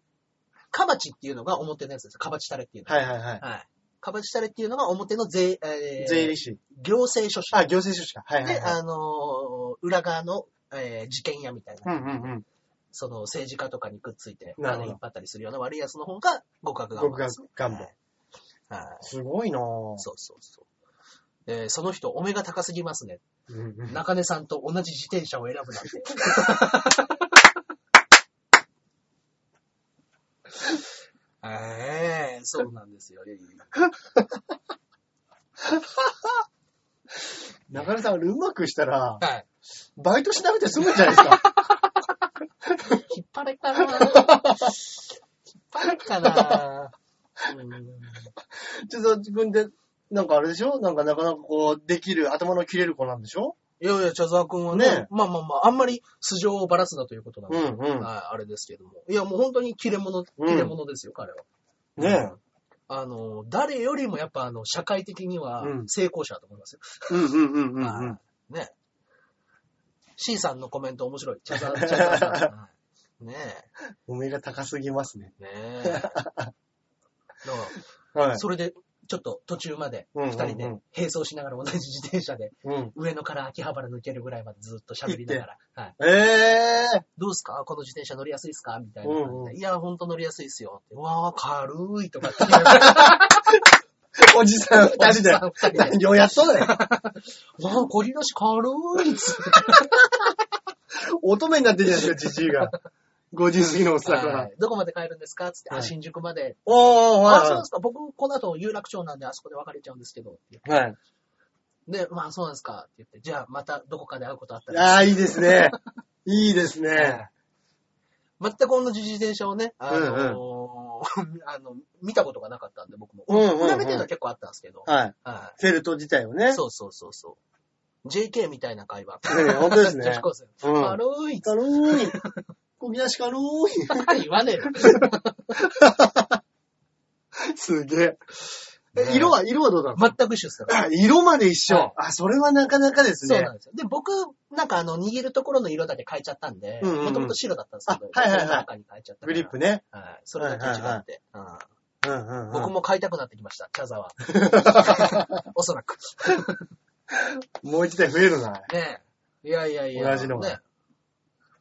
[SPEAKER 2] カバチっていうのが表のやつです。カバチタレっていうの。
[SPEAKER 1] はいはいはい。
[SPEAKER 2] はい。カバチタレっていうのが表の税、えー
[SPEAKER 1] 税理士。
[SPEAKER 2] 行政書士。
[SPEAKER 1] あ、行政書士か。はいはい
[SPEAKER 2] で、
[SPEAKER 1] はい。
[SPEAKER 2] あのー裏側の、えー事件屋みたいな。
[SPEAKER 1] うんうんうん。
[SPEAKER 2] その政治家とかにくっついて、
[SPEAKER 1] なるほ
[SPEAKER 2] 金
[SPEAKER 1] ど
[SPEAKER 2] 引っ張ったりするような悪いやつの方が極悪願望
[SPEAKER 1] 極
[SPEAKER 2] ですね。
[SPEAKER 1] 願望。
[SPEAKER 2] はい。
[SPEAKER 1] すごいなぁ。
[SPEAKER 2] そうそうそう。えーその人、お目が高すぎますね。
[SPEAKER 1] うんうん
[SPEAKER 2] 中根さんと同じ自転車を選ぶなんて。 ええそうなんですよ。いやいやいや
[SPEAKER 1] 中根さん、あれうまくしたら、
[SPEAKER 2] はい。
[SPEAKER 1] バイトしなくて済むんじゃないです か。
[SPEAKER 2] 引っ張れっかな引っ張れっかなうん
[SPEAKER 1] ちょっと自分で、なんかあれでしょなんかなかなかこう、できる、頭の切れる子なんでしょ
[SPEAKER 2] いやいや、茶沢くんはね、
[SPEAKER 1] ね
[SPEAKER 2] まあまあまあ、あんまり素性をばらすなということなん
[SPEAKER 1] う
[SPEAKER 2] で、
[SPEAKER 1] んうん。
[SPEAKER 2] はいあれですけども。いや、もう本当に切れ者、切れ者ですよ、彼は。
[SPEAKER 1] ね
[SPEAKER 2] え。あの、誰よりもやっぱあの、社会的には
[SPEAKER 1] うん
[SPEAKER 2] 成功者だと思いますよ。
[SPEAKER 1] え。うんうんうんうんうん
[SPEAKER 2] は。いねえ。C さんのコメント面白い。チャザ チャザさん。はいね
[SPEAKER 1] お目が高すぎますね。
[SPEAKER 2] え。ねえ。だから
[SPEAKER 1] はい。
[SPEAKER 2] それで、ちょっと途中まで、
[SPEAKER 1] うんうんう
[SPEAKER 2] 二
[SPEAKER 1] ん
[SPEAKER 2] 人で並走しながら同じ自転車で、
[SPEAKER 1] うん。
[SPEAKER 2] 上野から秋葉原抜けるぐらいまでずっと喋りながら、はい。
[SPEAKER 1] ええ
[SPEAKER 2] どうですかこの自転車乗りやすいですかみたいな
[SPEAKER 1] うん
[SPEAKER 2] 感
[SPEAKER 1] うん
[SPEAKER 2] じで。いや、ほんと乗りやすいですよ。ってうわー、軽いと かって。
[SPEAKER 1] ー。おじさん二人で。
[SPEAKER 2] おじさん二人で
[SPEAKER 1] 何をやっとんねん。
[SPEAKER 2] わあ、こり出し軽いっつって。
[SPEAKER 1] 乙女になってんじゃないですか、じじいが。50過ぎのおっさんから。
[SPEAKER 2] どこまで帰るんですかつって、
[SPEAKER 1] は
[SPEAKER 2] あ、
[SPEAKER 1] い
[SPEAKER 2] 新宿まで。
[SPEAKER 1] おー、
[SPEAKER 2] あ、そうなん
[SPEAKER 1] は
[SPEAKER 2] ですか。僕、この後、有楽町なんで、あそこで別れちゃうんですけど。
[SPEAKER 1] い。はい。
[SPEAKER 2] で、まあ、そうなんですか。って言って、じゃあ、またどこかで会うことあったら。
[SPEAKER 1] ああ、いいですね。いいですね。
[SPEAKER 2] 全く同じ自転車をね、あのー あの、見たことがなかったんで、僕も。
[SPEAKER 1] うんうんうん
[SPEAKER 2] 比べてるのは結構あったんですけど。
[SPEAKER 1] はい。
[SPEAKER 2] は
[SPEAKER 1] フェルト自体を
[SPEAKER 2] い。
[SPEAKER 1] ね。
[SPEAKER 2] そうそうそうそう。JK みたいな会話。
[SPEAKER 1] ね本当ですね
[SPEAKER 2] 女子高生。
[SPEAKER 1] うん。
[SPEAKER 2] 軽いっつっ
[SPEAKER 1] 軽い。こぎ出し軽い。
[SPEAKER 2] てばっかり言わね えよ。
[SPEAKER 1] すげえ。
[SPEAKER 2] ね
[SPEAKER 1] え色は、色はどうだろう
[SPEAKER 2] 全く一緒ですから。
[SPEAKER 1] あ色まで一緒、
[SPEAKER 2] はい
[SPEAKER 1] あ、それはなかなかです
[SPEAKER 2] そう
[SPEAKER 1] ね
[SPEAKER 2] な。んですよ。で、僕、なんかあの、握るところの色だけ変えちゃったんで、
[SPEAKER 1] うんうんうん
[SPEAKER 2] もともと白だったんですけど、
[SPEAKER 1] あはいはいはい
[SPEAKER 2] それが赤に変えちゃったから
[SPEAKER 1] グリップね。
[SPEAKER 2] はい。それだけ違って。うん
[SPEAKER 1] うんうんうん
[SPEAKER 2] 僕も買いたくなってきました、茶沢。 おそらく。
[SPEAKER 1] もう一台増えるな。
[SPEAKER 2] ねえ。いやいやいや。
[SPEAKER 1] 同じのが
[SPEAKER 2] ね。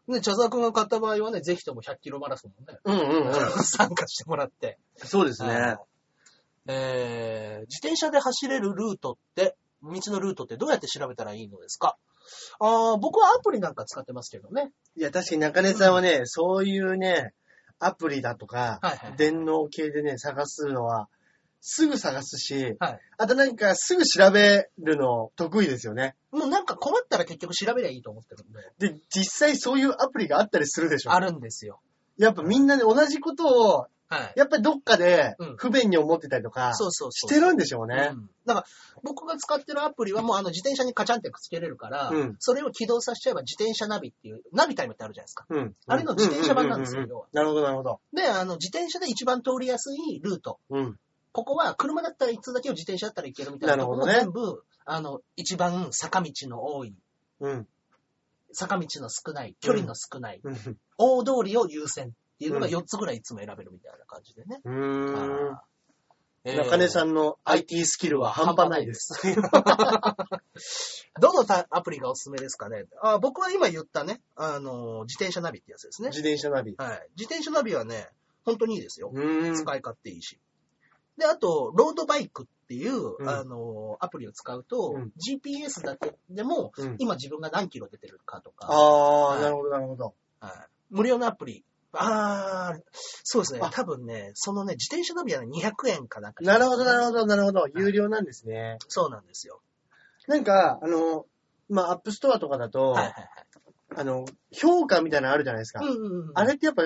[SPEAKER 2] ね、茶沢くんが買った場合はね、ぜひとも100キロマラソンもね、
[SPEAKER 1] うんうんうん。
[SPEAKER 2] 参加してもらって。
[SPEAKER 1] そうです
[SPEAKER 2] は
[SPEAKER 1] ね
[SPEAKER 2] い。えー、自転車で走れるルートって、道のルートってどうやって調べたらいいのですかあー僕はアプリなんか使ってますけどね。
[SPEAKER 1] いや、確かに中根さんはね、そういうね、アプリだとか、
[SPEAKER 2] はいはい
[SPEAKER 1] 電脳系でね、探すのは、すぐ探すし、
[SPEAKER 2] はい。
[SPEAKER 1] あとなんかすぐ調べるの得意ですよね。
[SPEAKER 2] もうなんか困ったら結局調べりゃいいと思ってるんで。
[SPEAKER 1] で、実際そういうアプリがあったりするでしょ
[SPEAKER 2] あ。るんですよ。
[SPEAKER 1] やっぱみんなで同じことを、
[SPEAKER 2] はい。
[SPEAKER 1] やっぱりどっかで
[SPEAKER 2] うん
[SPEAKER 1] 不便に思ってたりとか、
[SPEAKER 2] そうそうそ
[SPEAKER 1] し
[SPEAKER 2] う。
[SPEAKER 1] てるんでしょうね
[SPEAKER 2] う。んだから、僕が使ってるアプリはもうあの自転車にカチャンってくっつけれるから、
[SPEAKER 1] うん
[SPEAKER 2] それを起動させちゃえば自転車ナビっていう、ナビタイムってあるじゃないですか。
[SPEAKER 1] うん。
[SPEAKER 2] あれの自転車版なんです
[SPEAKER 1] う
[SPEAKER 2] よ
[SPEAKER 1] ううう
[SPEAKER 2] 要は
[SPEAKER 1] なるほど、なるほど。
[SPEAKER 2] で、あの、自転車で一番通りやすいルート。
[SPEAKER 1] うん。
[SPEAKER 2] ここは車だったら一通だけを自転車だったらいけるみたいな
[SPEAKER 1] な
[SPEAKER 2] と
[SPEAKER 1] る
[SPEAKER 2] こ
[SPEAKER 1] ほど
[SPEAKER 2] ろ
[SPEAKER 1] ね
[SPEAKER 2] も全部、あの、一番坂道の多い、
[SPEAKER 1] うん。
[SPEAKER 2] 坂道の少ない、距離の少ない、
[SPEAKER 1] うん。
[SPEAKER 2] 大通りを優先っていうのが
[SPEAKER 1] うん
[SPEAKER 2] 4つぐらいいつも選べるみたいな感じでね。
[SPEAKER 1] うーん。
[SPEAKER 2] えー
[SPEAKER 1] 中根さんの IT スキルは半端ないです。
[SPEAKER 2] どのたアプリがおすすめですかねあ僕は今言ったね、あの、自転車ナビってやつですね。
[SPEAKER 1] 自転車ナビ。
[SPEAKER 2] はい。自転車ナビはね、本当にいいですよ。
[SPEAKER 1] うーん。
[SPEAKER 2] 使い勝手いいし。で、あと、ロードバイクっていう、
[SPEAKER 1] うん
[SPEAKER 2] あの、アプリを使うと、
[SPEAKER 1] うん
[SPEAKER 2] GPS だけでも、
[SPEAKER 1] うん
[SPEAKER 2] 今自分が何キロ出てるかとか、
[SPEAKER 1] あ
[SPEAKER 2] は
[SPEAKER 1] あ、
[SPEAKER 2] い
[SPEAKER 1] なるほど、なるほど。
[SPEAKER 2] はい無料のアプリ。あー、そうですね
[SPEAKER 1] あ。
[SPEAKER 2] 多分ね、そのね、自転車ナビはね、200円かなんか。
[SPEAKER 1] なるほど、なるほど、なるほど。有料なんですね。
[SPEAKER 2] そうなんですよ。
[SPEAKER 1] なんか、あの、まあ、アップストアとかだと、
[SPEAKER 2] はいはいはい。
[SPEAKER 1] あの、評価みたいなのあるじゃないですか。
[SPEAKER 2] うんうんうん、
[SPEAKER 1] あれってやっぱ、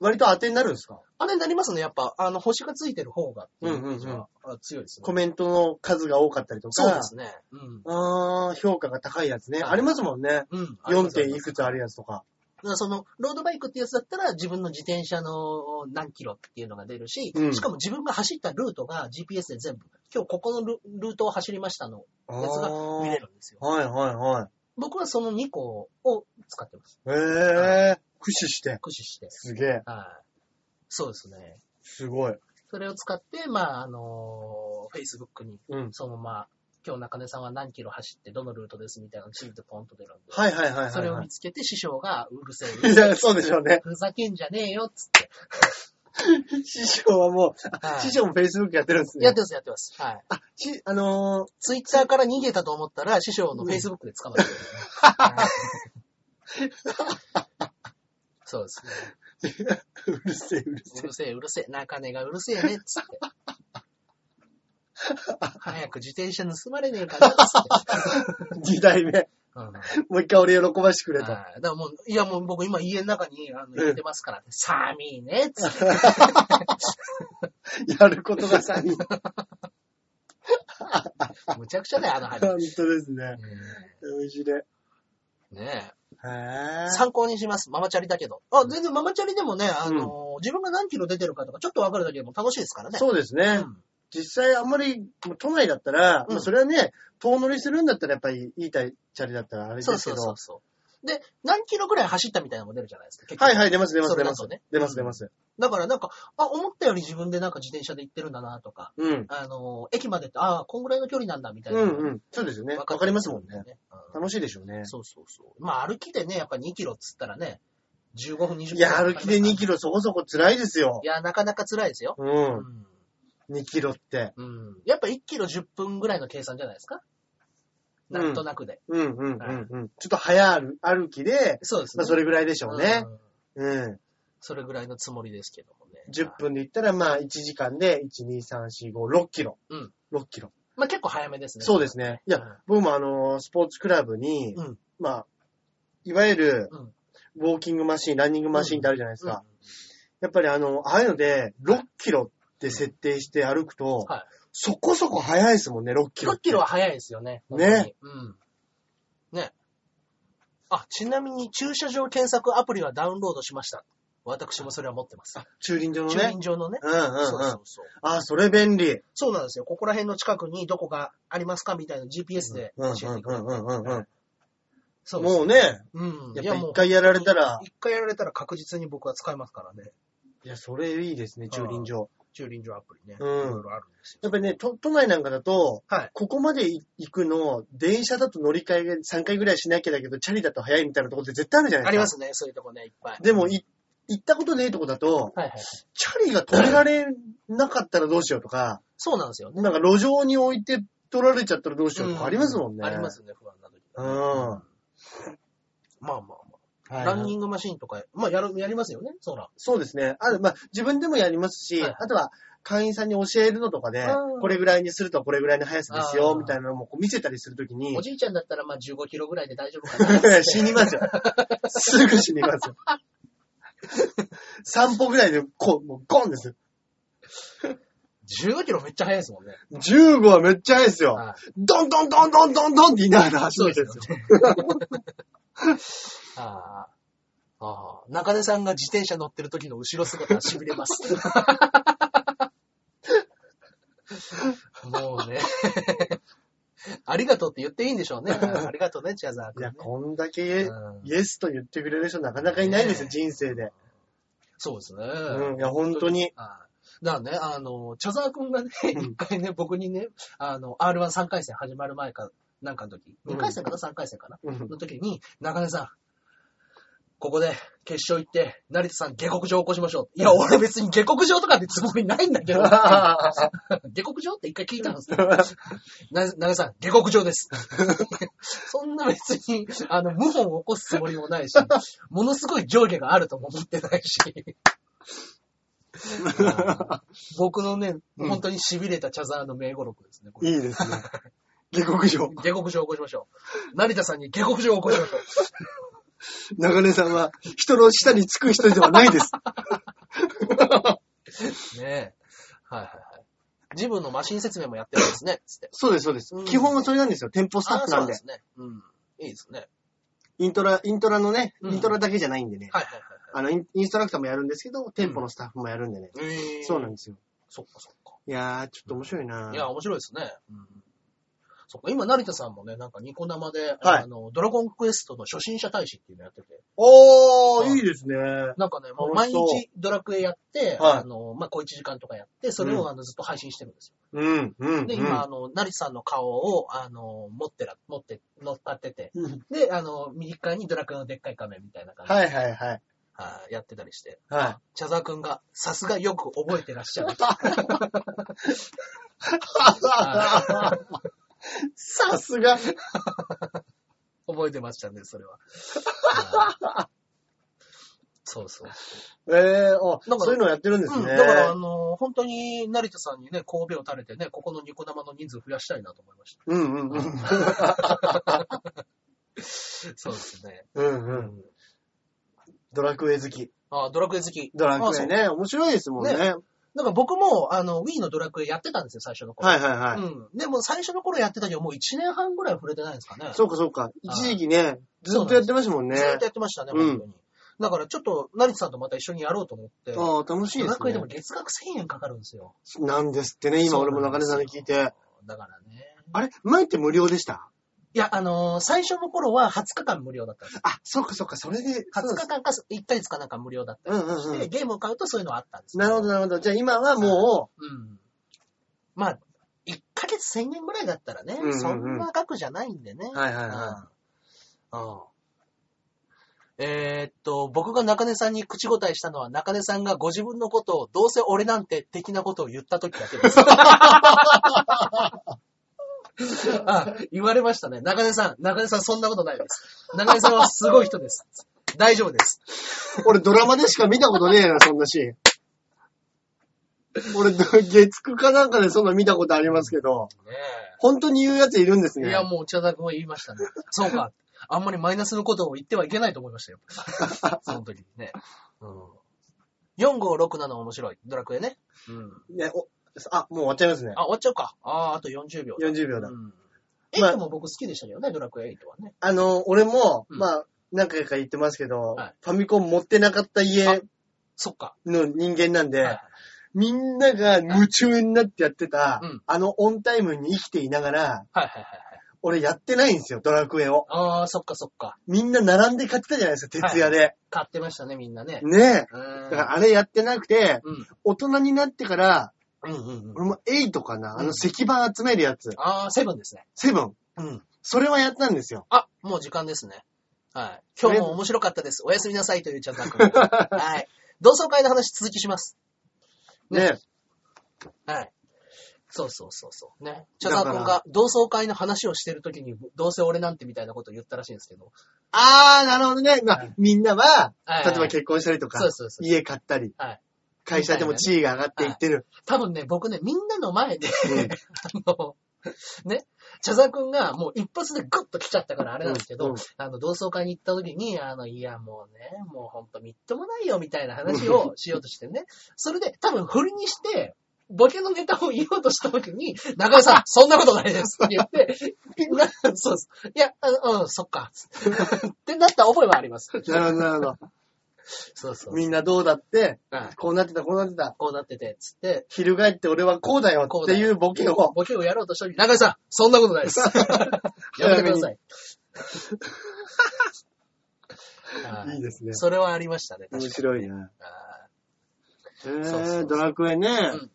[SPEAKER 1] 割と当てになるんですか
[SPEAKER 2] あれになりますね。やっぱ、あの、星がついてる方がっていうイメージ
[SPEAKER 1] うんうん
[SPEAKER 2] はあ強いですね。
[SPEAKER 1] コメントの数が多かったりとか。
[SPEAKER 2] そうですね。うん。
[SPEAKER 1] あー評価が高いやつね。
[SPEAKER 2] はい
[SPEAKER 1] ありますもんね。
[SPEAKER 2] うん。
[SPEAKER 1] 4. 点いくつあるやつとか。
[SPEAKER 2] だからその、ロードバイクってやつだったら、自分の自転車の何キロっていうのが出るし、
[SPEAKER 1] うん
[SPEAKER 2] しかも自分が走ったルートが GPS で全部、今日ここのルルートを走りましたの
[SPEAKER 1] あ
[SPEAKER 2] やつが見れ
[SPEAKER 1] ー
[SPEAKER 2] るんですよ。
[SPEAKER 1] はいはいは
[SPEAKER 2] 僕はその2個を使ってます。
[SPEAKER 1] い。ええー、駆使して。
[SPEAKER 2] 駆使して。
[SPEAKER 1] すげえ。
[SPEAKER 2] はい。そうですね。
[SPEAKER 1] すごい。
[SPEAKER 2] それを使って、まあ、あのー Facebook に、
[SPEAKER 1] うん。
[SPEAKER 2] そのまあ、今日中根さんは何キロ走ってどのルートですみたいなの地図でポンと出るんで、
[SPEAKER 1] はいはいはいはい、はい。
[SPEAKER 2] それを見つけて師匠がうるせえ
[SPEAKER 1] いや、そうでしょうね。
[SPEAKER 2] ふざけんじゃねえよっつって。
[SPEAKER 1] 師匠はもう、あ
[SPEAKER 2] はい
[SPEAKER 1] 師匠も Facebook やってるんですね。
[SPEAKER 2] やってます、やってます。はい。
[SPEAKER 1] あ、し、あの
[SPEAKER 2] ツイッターから逃げたと思ったら、師匠のフェイスブックで捕まえてる、そうですね。
[SPEAKER 1] ー、うるせえ、うる
[SPEAKER 2] うるせえ、うるせえ、中根がうるせえね、つって。早く自転車盗まれねえかな、つって。
[SPEAKER 1] せえ。2代目。
[SPEAKER 2] うん
[SPEAKER 1] もう一回俺喜ばしてくれと。
[SPEAKER 2] はいだからもう、いやもう僕今家の中にあの入れてますから、ね、寒いね、つって。
[SPEAKER 1] やることがさ、本
[SPEAKER 2] むちゃくちゃだ よ、あの針。
[SPEAKER 1] 当ですね。美味しいね。
[SPEAKER 2] ねえ。
[SPEAKER 1] へぇー。
[SPEAKER 2] 参考にします。ママチャリだけど。あ、全然ママチャリでもね、あのー自分が何キロ出てるかとか、ちょっとわかるだけでも楽しいですからね。
[SPEAKER 1] そうです
[SPEAKER 2] う
[SPEAKER 1] ね。
[SPEAKER 2] ん
[SPEAKER 1] 実際あんまり、もう都内だったら、
[SPEAKER 2] うん
[SPEAKER 1] まあそれはね、遠乗りするんだったらやっぱりいいタイチャリだったらあれですけ
[SPEAKER 2] そう
[SPEAKER 1] ど。
[SPEAKER 2] そうそうそう。で、何キロぐらい走ったみたいなのも出るじゃないですか。結局
[SPEAKER 1] はいはい、出ます出ま
[SPEAKER 2] そ
[SPEAKER 1] す出
[SPEAKER 2] れだ
[SPEAKER 1] ます
[SPEAKER 2] と。ね。
[SPEAKER 1] 出ます出ます。
[SPEAKER 2] だからなんか、あ、思ったより自分でなんか自転車で行ってるんだなとか、
[SPEAKER 1] うん。
[SPEAKER 2] あのー駅までって、ああ、こんぐらいの距離なんだみたいうな。
[SPEAKER 1] んうん。そうですよね。わかりますもんね。。
[SPEAKER 2] うん
[SPEAKER 1] 楽しいでしょうね。
[SPEAKER 2] そうそうそう。まあ歩きでね、やっぱ2キロっつったらね、15分、20分。
[SPEAKER 1] いや、歩きで2キ
[SPEAKER 2] ロ。
[SPEAKER 1] ロそこそこ辛いですよ
[SPEAKER 2] い。や、なかなか辛いですよ。
[SPEAKER 1] う。
[SPEAKER 2] うんん。
[SPEAKER 1] 2キロって。
[SPEAKER 2] うん。やっぱ1キロ10分ぐらいの計算じゃないですか。なんとなくで。
[SPEAKER 1] うんうんうんうん。ちょっと早歩歩きで、
[SPEAKER 2] そうですね。
[SPEAKER 1] まあそれぐらいでしょうね。
[SPEAKER 2] ん
[SPEAKER 1] うん。
[SPEAKER 2] それぐらいのつもりですけどもね。
[SPEAKER 1] 10分で言ったら、まあ、1時間で、1、2、3、4、5、6キロ。
[SPEAKER 2] うん。
[SPEAKER 1] 6キロ。
[SPEAKER 2] まあ結構早めですね。
[SPEAKER 1] そうですね。いや、僕もあのー、スポーツクラブに、
[SPEAKER 2] うん
[SPEAKER 1] まあ、いわゆる
[SPEAKER 2] うん、
[SPEAKER 1] ウォーキングマシン、ランニングマシンってあるじゃないですか。
[SPEAKER 2] うん
[SPEAKER 1] やっぱりあの、ああいうので、6キロって設定して歩くと、
[SPEAKER 2] はい
[SPEAKER 1] そこそこ速いですもんね、6キロ。
[SPEAKER 2] 100キロは早いですよね。
[SPEAKER 1] ね
[SPEAKER 2] 本当に。うん。ね。あ、ちなみに駐車場検索アプリはダウンロードしました。私もそれは持ってます。
[SPEAKER 1] 駐輪場の
[SPEAKER 2] 駐
[SPEAKER 1] ね
[SPEAKER 2] 輪。場のね。
[SPEAKER 1] うんうん
[SPEAKER 2] そう
[SPEAKER 1] う
[SPEAKER 2] そ
[SPEAKER 1] ん
[SPEAKER 2] う。そう。
[SPEAKER 1] ああ、それ便利。
[SPEAKER 2] そうなんですよ。ここら辺の近くにどこがありますかみたいな GPS で
[SPEAKER 1] うんうん
[SPEAKER 2] 教えていく
[SPEAKER 1] う。んうんうんうん。
[SPEAKER 2] そ
[SPEAKER 1] もう。ね、
[SPEAKER 2] うん。
[SPEAKER 1] やっ
[SPEAKER 2] いや
[SPEAKER 1] ぱ
[SPEAKER 2] もう
[SPEAKER 1] 一回やられたら、
[SPEAKER 2] 一回やられたら確実に僕は使いますからね。
[SPEAKER 1] いや、それいいですね、駐輪場。
[SPEAKER 2] 駐輪場アプリね。
[SPEAKER 1] うん
[SPEAKER 2] いろいろあるんですよ。
[SPEAKER 1] やっぱりね、都都内なんかだと、
[SPEAKER 2] はい。
[SPEAKER 1] ここまで行くの、電車だと乗り換えが3回ぐらいしなきゃだけど、チャリだと早いみたいなとこって絶対あるじゃない
[SPEAKER 2] あり
[SPEAKER 1] ですか。
[SPEAKER 2] ますね、そういうとこね、いっぱい。
[SPEAKER 1] でも、い行ったことねえとこだと、
[SPEAKER 2] はいはい。
[SPEAKER 1] チャリが止められなかったらどうしようとか、
[SPEAKER 2] そうなんですよね。
[SPEAKER 1] なんか路上に置いて取られちゃったらどうしようと
[SPEAKER 2] うん
[SPEAKER 1] かありますもんね。
[SPEAKER 2] ありま。すね、不安な時。
[SPEAKER 1] うん。は
[SPEAKER 2] まあまあま
[SPEAKER 1] い
[SPEAKER 2] あ。
[SPEAKER 1] はい
[SPEAKER 2] ランニングマシンとか、まあやる、やりますよね、そら。
[SPEAKER 1] そうですね。あまあ、自分でもやりますし、
[SPEAKER 2] はい
[SPEAKER 1] あとは会員さんに教えるのとかで
[SPEAKER 2] あ、ー
[SPEAKER 1] これぐらいにするとこれぐらいの速さですよ
[SPEAKER 2] あ、ー
[SPEAKER 1] みたいなのもこう見せたりするときに
[SPEAKER 2] お、じいちゃんだったらまあ15キロぐらいで大丈夫 かな。
[SPEAKER 1] 死にますよ。すぐ死にますよ。散歩ぐらいで、こう、もうゴンです。
[SPEAKER 2] 15キロめっちゃ速いですもんね。
[SPEAKER 1] 15はめっちゃ速いですよ。
[SPEAKER 2] はい
[SPEAKER 1] ドンドンドンドンドンドンって言いながら走るんですよ。
[SPEAKER 2] ね。 ああ。ああ。中根さんが自転車乗ってる時の後ろ姿は痺れ ます。もうね。 ありがとうって言っていいんでしょ うね。ありがとうね、チアザー
[SPEAKER 1] い
[SPEAKER 2] 君
[SPEAKER 1] や、
[SPEAKER 2] ね、
[SPEAKER 1] こんだけ
[SPEAKER 2] うん
[SPEAKER 1] イエスと言ってくれる人なかなかいないですよ、人生で。
[SPEAKER 2] そうですね。
[SPEAKER 1] うん、いや、本当に。
[SPEAKER 2] はいだからね、あの、茶沢くんがね、
[SPEAKER 1] うん
[SPEAKER 2] 一回ね、僕にね、あの、R13 回戦始まる前か、なんかの時、
[SPEAKER 1] うん
[SPEAKER 2] 2回戦かな、3回戦かな、
[SPEAKER 1] うん
[SPEAKER 2] の時に、中根さん、ここで決勝行って、成田さん下克上起こしましょう。いや、俺別に下克上とかってつもりないんだ けど、 下克上って一回聞いたんですけど、な中根さん、下克上です。 そんな別に、あの、謀反を起こすつもりもないし、ものすごい上下があるとも思ってないし。 あー僕のね、
[SPEAKER 1] うん
[SPEAKER 2] 本当に痺れた茶沢の名語録ですね。これ
[SPEAKER 1] いいですね。下克上。
[SPEAKER 2] 下克上を起こしましょう。成田さんに下克上を起こしましょう。
[SPEAKER 1] 長根さんは人の下につく人ではないです。
[SPEAKER 2] ねえ。はいはいはい。ジムのマシン説明もやってるんですね。つって。
[SPEAKER 1] そうです、そうです
[SPEAKER 2] うん。
[SPEAKER 1] 基本はそれなんですよ。店舗スタッフ
[SPEAKER 2] あー
[SPEAKER 1] な
[SPEAKER 2] そうん
[SPEAKER 1] で
[SPEAKER 2] で。すね。うん。いいですね。
[SPEAKER 1] イントラ、イントラのね、
[SPEAKER 2] うん
[SPEAKER 1] イントラだけじゃないんでね。
[SPEAKER 2] はいはいは
[SPEAKER 1] あの、インインストラクターもやるんですけど、店舗のスタッフもやるんでね。
[SPEAKER 2] いはい。
[SPEAKER 1] そうなん
[SPEAKER 2] で
[SPEAKER 1] ですよ。
[SPEAKER 2] す。そっかそっか。
[SPEAKER 1] いやー、ちょっと面白いない
[SPEAKER 2] や、面白いですね。うん。そっか、今、成田さんもね、なんかニコ生で、
[SPEAKER 1] はい
[SPEAKER 2] あの、ドラゴンクエストの初心者大使っていうのやってて、
[SPEAKER 1] お
[SPEAKER 2] はい
[SPEAKER 1] いですね。
[SPEAKER 2] なんかね、もう
[SPEAKER 1] 楽
[SPEAKER 2] 毎
[SPEAKER 1] しそう
[SPEAKER 2] 日ドラクエやって、
[SPEAKER 1] はい
[SPEAKER 2] あの、まあ、小1時間とかやって、それ
[SPEAKER 1] う
[SPEAKER 2] をあのずっと配信してるんです
[SPEAKER 1] うん、うん。
[SPEAKER 2] よ。で、今、あの、成田さんの顔を、あの、持ってら、持って、乗っかってて、
[SPEAKER 1] うん、うん
[SPEAKER 2] で、あの、右側にドラクエのでっかい画面みたいな感じで、
[SPEAKER 1] はいはいはい。
[SPEAKER 2] はいやってたりして、
[SPEAKER 1] は
[SPEAKER 2] 茶沢くんが、さすがよく覚えてらっしゃる。
[SPEAKER 1] い。さすが。
[SPEAKER 2] 覚えてましたね、それ は。はいそうそう。
[SPEAKER 1] ええー、あ、
[SPEAKER 2] なんか
[SPEAKER 1] そういうのやってるんです
[SPEAKER 2] うん、
[SPEAKER 1] ね。
[SPEAKER 2] だから、あの、本当に、成田さんにね、神戸を垂れてね、ここのニコ生の人数増やしたいなと思いまし
[SPEAKER 1] うんうんうん。
[SPEAKER 2] た。 そうですね。
[SPEAKER 1] うんうん。ドラクエ好き。
[SPEAKER 2] あドラクエ好き。
[SPEAKER 1] ドラクエね。面白いですもんね。
[SPEAKER 2] ねなんか僕も、あの、Wii のドラクエやってたんですよ、最初の頃。
[SPEAKER 1] はいはいはい。
[SPEAKER 2] うん。でも最初の頃やってたにはもう1年半ぐらい触れてないんですかね。
[SPEAKER 1] そうかそうか。一時期ね、ずっとやってましたもんね。
[SPEAKER 2] ずっとやってましたね、
[SPEAKER 1] うん
[SPEAKER 2] 本当に。だからちょっと、成田さんとまた一緒にやろうと思って。
[SPEAKER 1] ああ、楽しいで
[SPEAKER 2] ドラ
[SPEAKER 1] す
[SPEAKER 2] クエでも
[SPEAKER 1] ね。
[SPEAKER 2] 月額1000円かかるんですよ。
[SPEAKER 1] なんですってね、今
[SPEAKER 2] そう
[SPEAKER 1] 俺
[SPEAKER 2] な
[SPEAKER 1] も中
[SPEAKER 2] んで
[SPEAKER 1] 根
[SPEAKER 2] す
[SPEAKER 1] さ
[SPEAKER 2] よ
[SPEAKER 1] んに聞いて。。
[SPEAKER 2] だからね。
[SPEAKER 1] あれ前って無料でした
[SPEAKER 2] いや、あのー最初の頃は20日間無料だったんですよ。
[SPEAKER 1] あ、そうかそうか、それで。そうで
[SPEAKER 2] 20
[SPEAKER 1] す
[SPEAKER 2] 日間か1ヶ月かなんか無料だったりして、
[SPEAKER 1] うんうんうん
[SPEAKER 2] ゲームを買うとそういうのはあったんですけ
[SPEAKER 1] なるほど、なるほど。じゃあ今はも
[SPEAKER 2] うん。まあ、1ヶ月1000円ぐらいだったらね、
[SPEAKER 1] うんうんうん
[SPEAKER 2] そんな額じゃないんでね。
[SPEAKER 1] う。はいはいは
[SPEAKER 2] うんうんえーっと、僕が中根さんに口答えしたのは、中根さんがご自分のことを、どうせ俺なんて的なことを言った時だけ です。あ言われましたね。中根さん、中根さんそんなことないです。中根さんはすごい人です。大丈夫です。
[SPEAKER 1] い。俺ドラマでしか見たことねえな、そんなシーン。俺、ど月9かなんかでそんな見たことありますけど、本当に言うやついるんです
[SPEAKER 2] い
[SPEAKER 1] ね。
[SPEAKER 2] や、もう、茶田君は言いましたね。そうか。あんまりマイナスのことを言ってはいけないと思いましたよ。その時にね。うん、4567面白い。ドラクエね。うん
[SPEAKER 1] ねおあ、もう終わっちゃいますね。
[SPEAKER 2] あ、終わっちゃうか。あーあと40秒だ。
[SPEAKER 1] 40秒だ。
[SPEAKER 2] うん。
[SPEAKER 1] まあ
[SPEAKER 2] 8も僕好きでしたけどね、ドラクエ8はね。
[SPEAKER 1] あの、俺も、
[SPEAKER 2] うん
[SPEAKER 1] まあ、何回か言ってますけど、
[SPEAKER 2] はい
[SPEAKER 1] ファミコン持ってなかった家
[SPEAKER 2] そっか。
[SPEAKER 1] の人間なんで、
[SPEAKER 2] はい
[SPEAKER 1] みんなが夢中になってやってた、
[SPEAKER 2] うん
[SPEAKER 1] あのオンタイムに生きていながら、
[SPEAKER 2] はいはいはいはい。
[SPEAKER 1] 俺やってないんですよ、ドラクエを。
[SPEAKER 2] ああ、そっかそっか。
[SPEAKER 1] みんな並んで買ってたじゃないですか、徹夜で。
[SPEAKER 2] 買ってましたね、みんなね。
[SPEAKER 1] ね
[SPEAKER 2] う
[SPEAKER 1] え。
[SPEAKER 2] ん
[SPEAKER 1] だからあれやってなくて、
[SPEAKER 2] うん。
[SPEAKER 1] 大人になってから、
[SPEAKER 2] うんうんうん。
[SPEAKER 1] 俺も8かな、あ
[SPEAKER 2] うん
[SPEAKER 1] の石板集めるやつ、
[SPEAKER 2] ああ、セブンですね。
[SPEAKER 1] セブン。
[SPEAKER 2] うん。
[SPEAKER 1] それはやったんですよ。
[SPEAKER 2] あ、もう時間ですね。はい。今日も面白かったです。おやすみなさいというチャンザク。 はい。同窓会の話続きします。
[SPEAKER 1] ね
[SPEAKER 2] はい。そうそうそうそう。ね。チャザー君が同窓会の話をしてるときに、どうせ俺なんてみたいなことを言ったらしいんですけど。
[SPEAKER 1] あー、なるほどね。まあ、
[SPEAKER 2] はい
[SPEAKER 1] みんなは、
[SPEAKER 2] はい
[SPEAKER 1] 例えば結婚したりとか、
[SPEAKER 2] そうですそうです
[SPEAKER 1] 家買ったり、
[SPEAKER 2] はい
[SPEAKER 1] 会社でも地位が上がっていってる。
[SPEAKER 2] 多分ね、僕ね、みんなの前で、
[SPEAKER 1] うん
[SPEAKER 2] あの、 ね、茶沢くんがもう一発でグッと来ちゃったからあれなんですけど、
[SPEAKER 1] うんうん
[SPEAKER 2] あの、同窓会に行った時に、あの、いや、もうね、もうほんとみっともないよ、みたいな話をしようとしてね。それで、多分振りにして、ボケのネタを言おうとした時に、中井さん、そんなことないですって 言って、なそうです。いや、うん、うんそっか。ってなった覚えはあります。
[SPEAKER 1] なるほど、な るほ
[SPEAKER 2] そうそ
[SPEAKER 1] ど。
[SPEAKER 2] う。
[SPEAKER 1] みんなどうだって、
[SPEAKER 2] はい
[SPEAKER 1] こうなってた、こうなってた。
[SPEAKER 2] こうなってて、つって、
[SPEAKER 1] 翻って俺はこうだよっていうボケを、
[SPEAKER 2] ボケをやろうとした時に、中井さん、そんなことない です。やめてください。はい
[SPEAKER 1] いですね。
[SPEAKER 2] それはありましたね、
[SPEAKER 1] 面
[SPEAKER 2] 確か
[SPEAKER 1] 白いな。え
[SPEAKER 2] うそうそう
[SPEAKER 1] ー、ドラクエね。
[SPEAKER 2] に。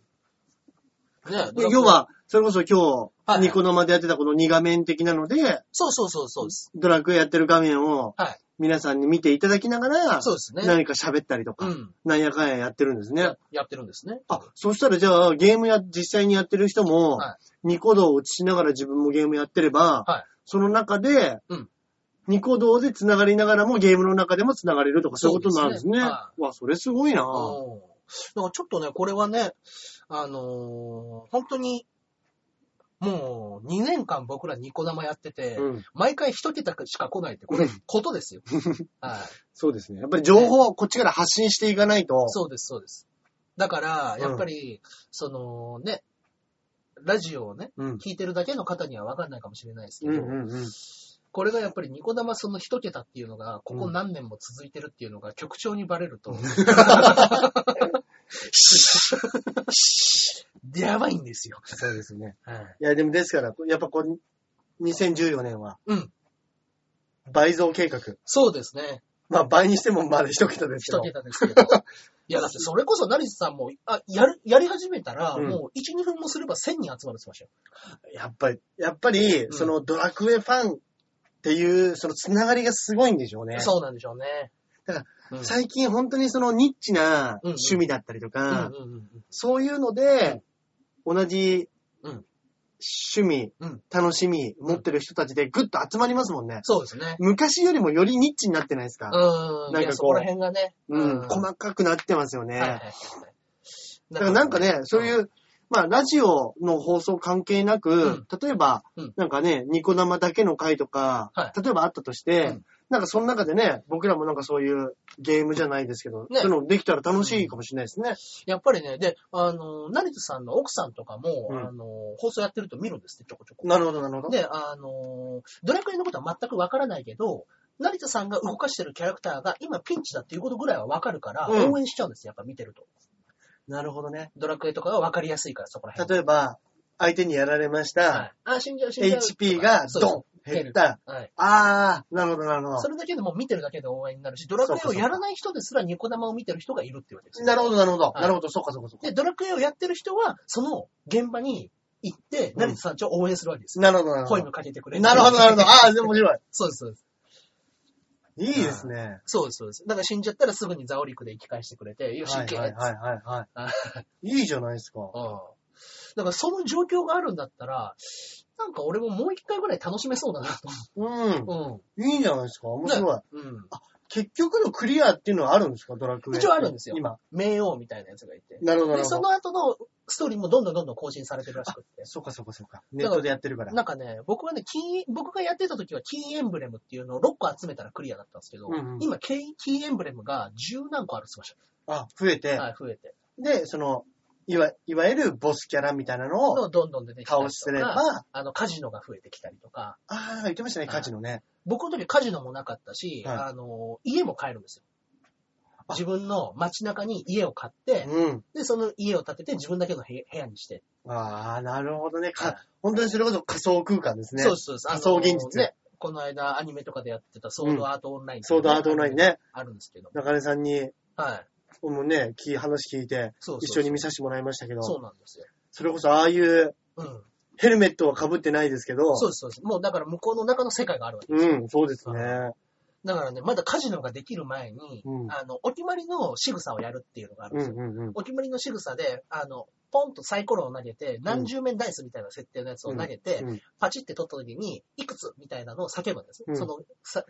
[SPEAKER 2] ね
[SPEAKER 1] で要、は、それこそ今
[SPEAKER 2] はい
[SPEAKER 1] 日、ニコ生でやってたこの2画面的なので、
[SPEAKER 2] そうそうそうそうです。
[SPEAKER 1] ドラクエやってる画面を
[SPEAKER 2] はい。
[SPEAKER 1] 皆さんに見ていただきながら、
[SPEAKER 2] そうですね。
[SPEAKER 1] 何か喋ったりと
[SPEAKER 2] う
[SPEAKER 1] か、
[SPEAKER 2] ん。
[SPEAKER 1] なんやかんややってるんですね
[SPEAKER 2] や。やってるんですね。
[SPEAKER 1] あ、そしたらじゃあ、ゲームや、実際にやってる人も
[SPEAKER 2] は、
[SPEAKER 1] ニコ動をしながら自分もゲームやってれば
[SPEAKER 2] はい、
[SPEAKER 1] その中で
[SPEAKER 2] うん、
[SPEAKER 1] ニコ動で繋がりながらもゲームの中でも繋がれるとかそういうことなんですね。
[SPEAKER 2] そうですねは
[SPEAKER 1] わ、それすごいな
[SPEAKER 2] うん。だからちょっとね、これはね、あのー本当に、もう、2年間僕らニコ生やってて、
[SPEAKER 1] うん。
[SPEAKER 2] 毎回一桁しか来ないって、これ、こ とですよ。はい。
[SPEAKER 1] そうですね。やっぱり情報をこっちから発信していかないと、
[SPEAKER 2] そうです、そうです。だから、
[SPEAKER 1] うん
[SPEAKER 2] やっぱり、そのね、ラジオをね、
[SPEAKER 1] うん。
[SPEAKER 2] 聞いてるだけの方には分かんないかもしれないですけ
[SPEAKER 1] う
[SPEAKER 2] ど、
[SPEAKER 1] んうんうん。
[SPEAKER 2] これがやっぱりニコ生その一桁っていうのが、ここ何年も続いてるっていうのが局長にバレると、 やばいんですよ。
[SPEAKER 1] そうですね。
[SPEAKER 2] はい
[SPEAKER 1] いや、でもですから、やっぱこう、2014年は、
[SPEAKER 2] うん。
[SPEAKER 1] 倍増計画。
[SPEAKER 2] そうですね。
[SPEAKER 1] まあ、倍にしてもまだ一桁ですけ
[SPEAKER 2] 一
[SPEAKER 1] ど。
[SPEAKER 2] 桁です けど。いや、だってそれこそ成瀬さんも、あ、やる、やり始めたら、
[SPEAKER 1] うん
[SPEAKER 2] もう1、2分もすれば1000人集まるって言ってましたよ。
[SPEAKER 1] やっぱり、やっぱり、
[SPEAKER 2] ん
[SPEAKER 1] そのドラクエファンっていう、そのつながりがすごいんでしょうね。
[SPEAKER 2] そうなんでしょうね。
[SPEAKER 1] だから
[SPEAKER 2] うん、
[SPEAKER 1] 最近本当にそのニッチな
[SPEAKER 2] うんうん
[SPEAKER 1] 趣味だったりとか、
[SPEAKER 2] うんうんうんうん
[SPEAKER 1] そういうので、同じ
[SPEAKER 2] うん
[SPEAKER 1] 趣味、
[SPEAKER 2] うん
[SPEAKER 1] 楽しみ持ってる人たちでぐっと集まりますもんね。
[SPEAKER 2] そうですね。
[SPEAKER 1] 昔よりもよりニッチになってないですか、
[SPEAKER 2] うん。
[SPEAKER 1] なんかこう
[SPEAKER 2] いやそこら辺がね。
[SPEAKER 1] うん、
[SPEAKER 2] 細
[SPEAKER 1] 細かくなってますよね。
[SPEAKER 2] はいはいはいはい。。
[SPEAKER 1] だからなんかね、そういうう、まあ、ラジオの放送関係なく、
[SPEAKER 2] うん
[SPEAKER 1] 例えば、
[SPEAKER 2] うん
[SPEAKER 1] なんかね、ニコ生だけの回とか、
[SPEAKER 2] は
[SPEAKER 1] 例えばあったとして、
[SPEAKER 2] うん
[SPEAKER 1] なんかその中でね、僕らもなんかそういうゲームじゃないですけど、
[SPEAKER 2] ね
[SPEAKER 1] そういうのできたら楽しいかもしれないですね。
[SPEAKER 2] やっぱりね、で、あの、成田さんの奥さんとかも、
[SPEAKER 1] うん
[SPEAKER 2] あの、放送やってると見るんですって、ちょこちょこ。
[SPEAKER 1] なるほど、なるほど。
[SPEAKER 2] で、あの、ドラクエのことは全くわからないけど、成田さんが動かしてるキャラクターが今ピンチだっていうことぐらいはわかるから、
[SPEAKER 1] うん
[SPEAKER 2] 応援しちゃうんですよ、やっぱ見てると。
[SPEAKER 1] なるほどね。
[SPEAKER 2] ドラクエとかがわかりやすいから、そこら辺。
[SPEAKER 1] 例えば、相手にやられまし
[SPEAKER 2] は
[SPEAKER 1] た、
[SPEAKER 2] い、あ、死んじゃう、死んじゃう。
[SPEAKER 1] HP が
[SPEAKER 2] そう
[SPEAKER 1] ドン減った。
[SPEAKER 2] そうはい。
[SPEAKER 1] あー、なるほど、なるほ
[SPEAKER 2] それだけでもう見てるだけで応援になるし、ドラクエをやらない人ですらニコ生を見てる人がいるってわけです
[SPEAKER 1] ど。
[SPEAKER 2] よ。
[SPEAKER 1] なるほど、なるほど。
[SPEAKER 2] はい
[SPEAKER 1] なるほど、そっかそっかそっか
[SPEAKER 2] で、。ドラクエをやってる人は、その現場に行って、
[SPEAKER 1] うん
[SPEAKER 2] 成田さんちを応援するわけですよ。
[SPEAKER 1] なるほど、なるほ
[SPEAKER 2] 声
[SPEAKER 1] ど
[SPEAKER 2] も。かけてくれて
[SPEAKER 1] なるほど、なるほど。あー、でも面白い。
[SPEAKER 2] そうです、そうです。
[SPEAKER 1] いいですね。
[SPEAKER 2] そうです、そうです。だから死んじゃったらすぐにザオリクで生き返してくれて、よし、
[SPEAKER 1] は
[SPEAKER 2] 行
[SPEAKER 1] い
[SPEAKER 2] け。
[SPEAKER 1] はいはいはいはい。いいじゃないですか。
[SPEAKER 2] うんだからその状況があるんだったら、なんか俺ももう一回ぐらい楽しめそうだなと
[SPEAKER 1] うん。
[SPEAKER 2] 思う。
[SPEAKER 1] いいんじゃないですか。面白い。
[SPEAKER 2] うん。うん。
[SPEAKER 1] 結局のクリアっていうのはあるんですかドラクエ。
[SPEAKER 2] 一応あるんですよ
[SPEAKER 1] 今。
[SPEAKER 2] 冥王みたいなやつがいて。
[SPEAKER 1] なるほど、なる
[SPEAKER 2] で、
[SPEAKER 1] ほ
[SPEAKER 2] そ
[SPEAKER 1] ど。
[SPEAKER 2] の後のストーリーもどんどんどんどん更新されてるらしくって。
[SPEAKER 1] そうか、そうか、そうか。ネットでやってるから。
[SPEAKER 2] なんかね、僕はね、キー、僕がやってた時はキーエンブレムっていうのを6個集めたらクリアだったんですけど、
[SPEAKER 1] うんうん
[SPEAKER 2] 今キー、キーエンブレムが10何個あるって言って
[SPEAKER 1] あ、増えて
[SPEAKER 2] ました。。はい、増えて。
[SPEAKER 1] で、その、いわ、いわゆるボスキャラみたいなのを
[SPEAKER 2] のどんどん出てきたり
[SPEAKER 1] 倒
[SPEAKER 2] と
[SPEAKER 1] してれ
[SPEAKER 2] か、
[SPEAKER 1] ば、
[SPEAKER 2] あの、カジノが増えてきたりとか、
[SPEAKER 1] あー、言ってましたね、
[SPEAKER 2] はい
[SPEAKER 1] カジノね。
[SPEAKER 2] 僕の時カジノもなかったし、
[SPEAKER 1] はい
[SPEAKER 2] あの、家も買えるんですよ。自分の街中に家を買って、
[SPEAKER 1] うん。
[SPEAKER 2] で、その家を建てて自分だけの部屋部屋にして。
[SPEAKER 1] ああ、なるほどね。
[SPEAKER 2] はい
[SPEAKER 1] か、本当にそれこそ仮想空間ですね。
[SPEAKER 2] そうですそうです。あの
[SPEAKER 1] 仮想現実
[SPEAKER 2] ね。この間アニメとかでやってたソードアートオンライン、
[SPEAKER 1] ソードアートオンライン。ね。
[SPEAKER 2] あるんですけど。
[SPEAKER 1] 中根さんに、
[SPEAKER 2] はい。
[SPEAKER 1] もうね、聞い話聞いて、
[SPEAKER 2] そうそう
[SPEAKER 1] 一緒に見させてもらいましたけど、
[SPEAKER 2] そうなんですよ。
[SPEAKER 1] それこそああいう
[SPEAKER 2] うん。
[SPEAKER 1] ヘルメットは被ってないですけど、
[SPEAKER 2] そうです、そうです。もうだから向こうの中の世界があるわけ。
[SPEAKER 1] うん、そうですね。
[SPEAKER 2] だからね、まだカジノができる前に、
[SPEAKER 1] うん
[SPEAKER 2] あの、お決まりの仕草をやるっていうのがあるん
[SPEAKER 1] う
[SPEAKER 2] で
[SPEAKER 1] ん
[SPEAKER 2] すよ。
[SPEAKER 1] うんうん。
[SPEAKER 2] お決まりの仕草で、あの、ポンとサイコロを投げて、何十面ダイスみたいな設定のやつを投げて、
[SPEAKER 1] うんうん
[SPEAKER 2] パチって取った時に、いくつみたいなのを叫ぶんです。
[SPEAKER 1] うん
[SPEAKER 2] その、さ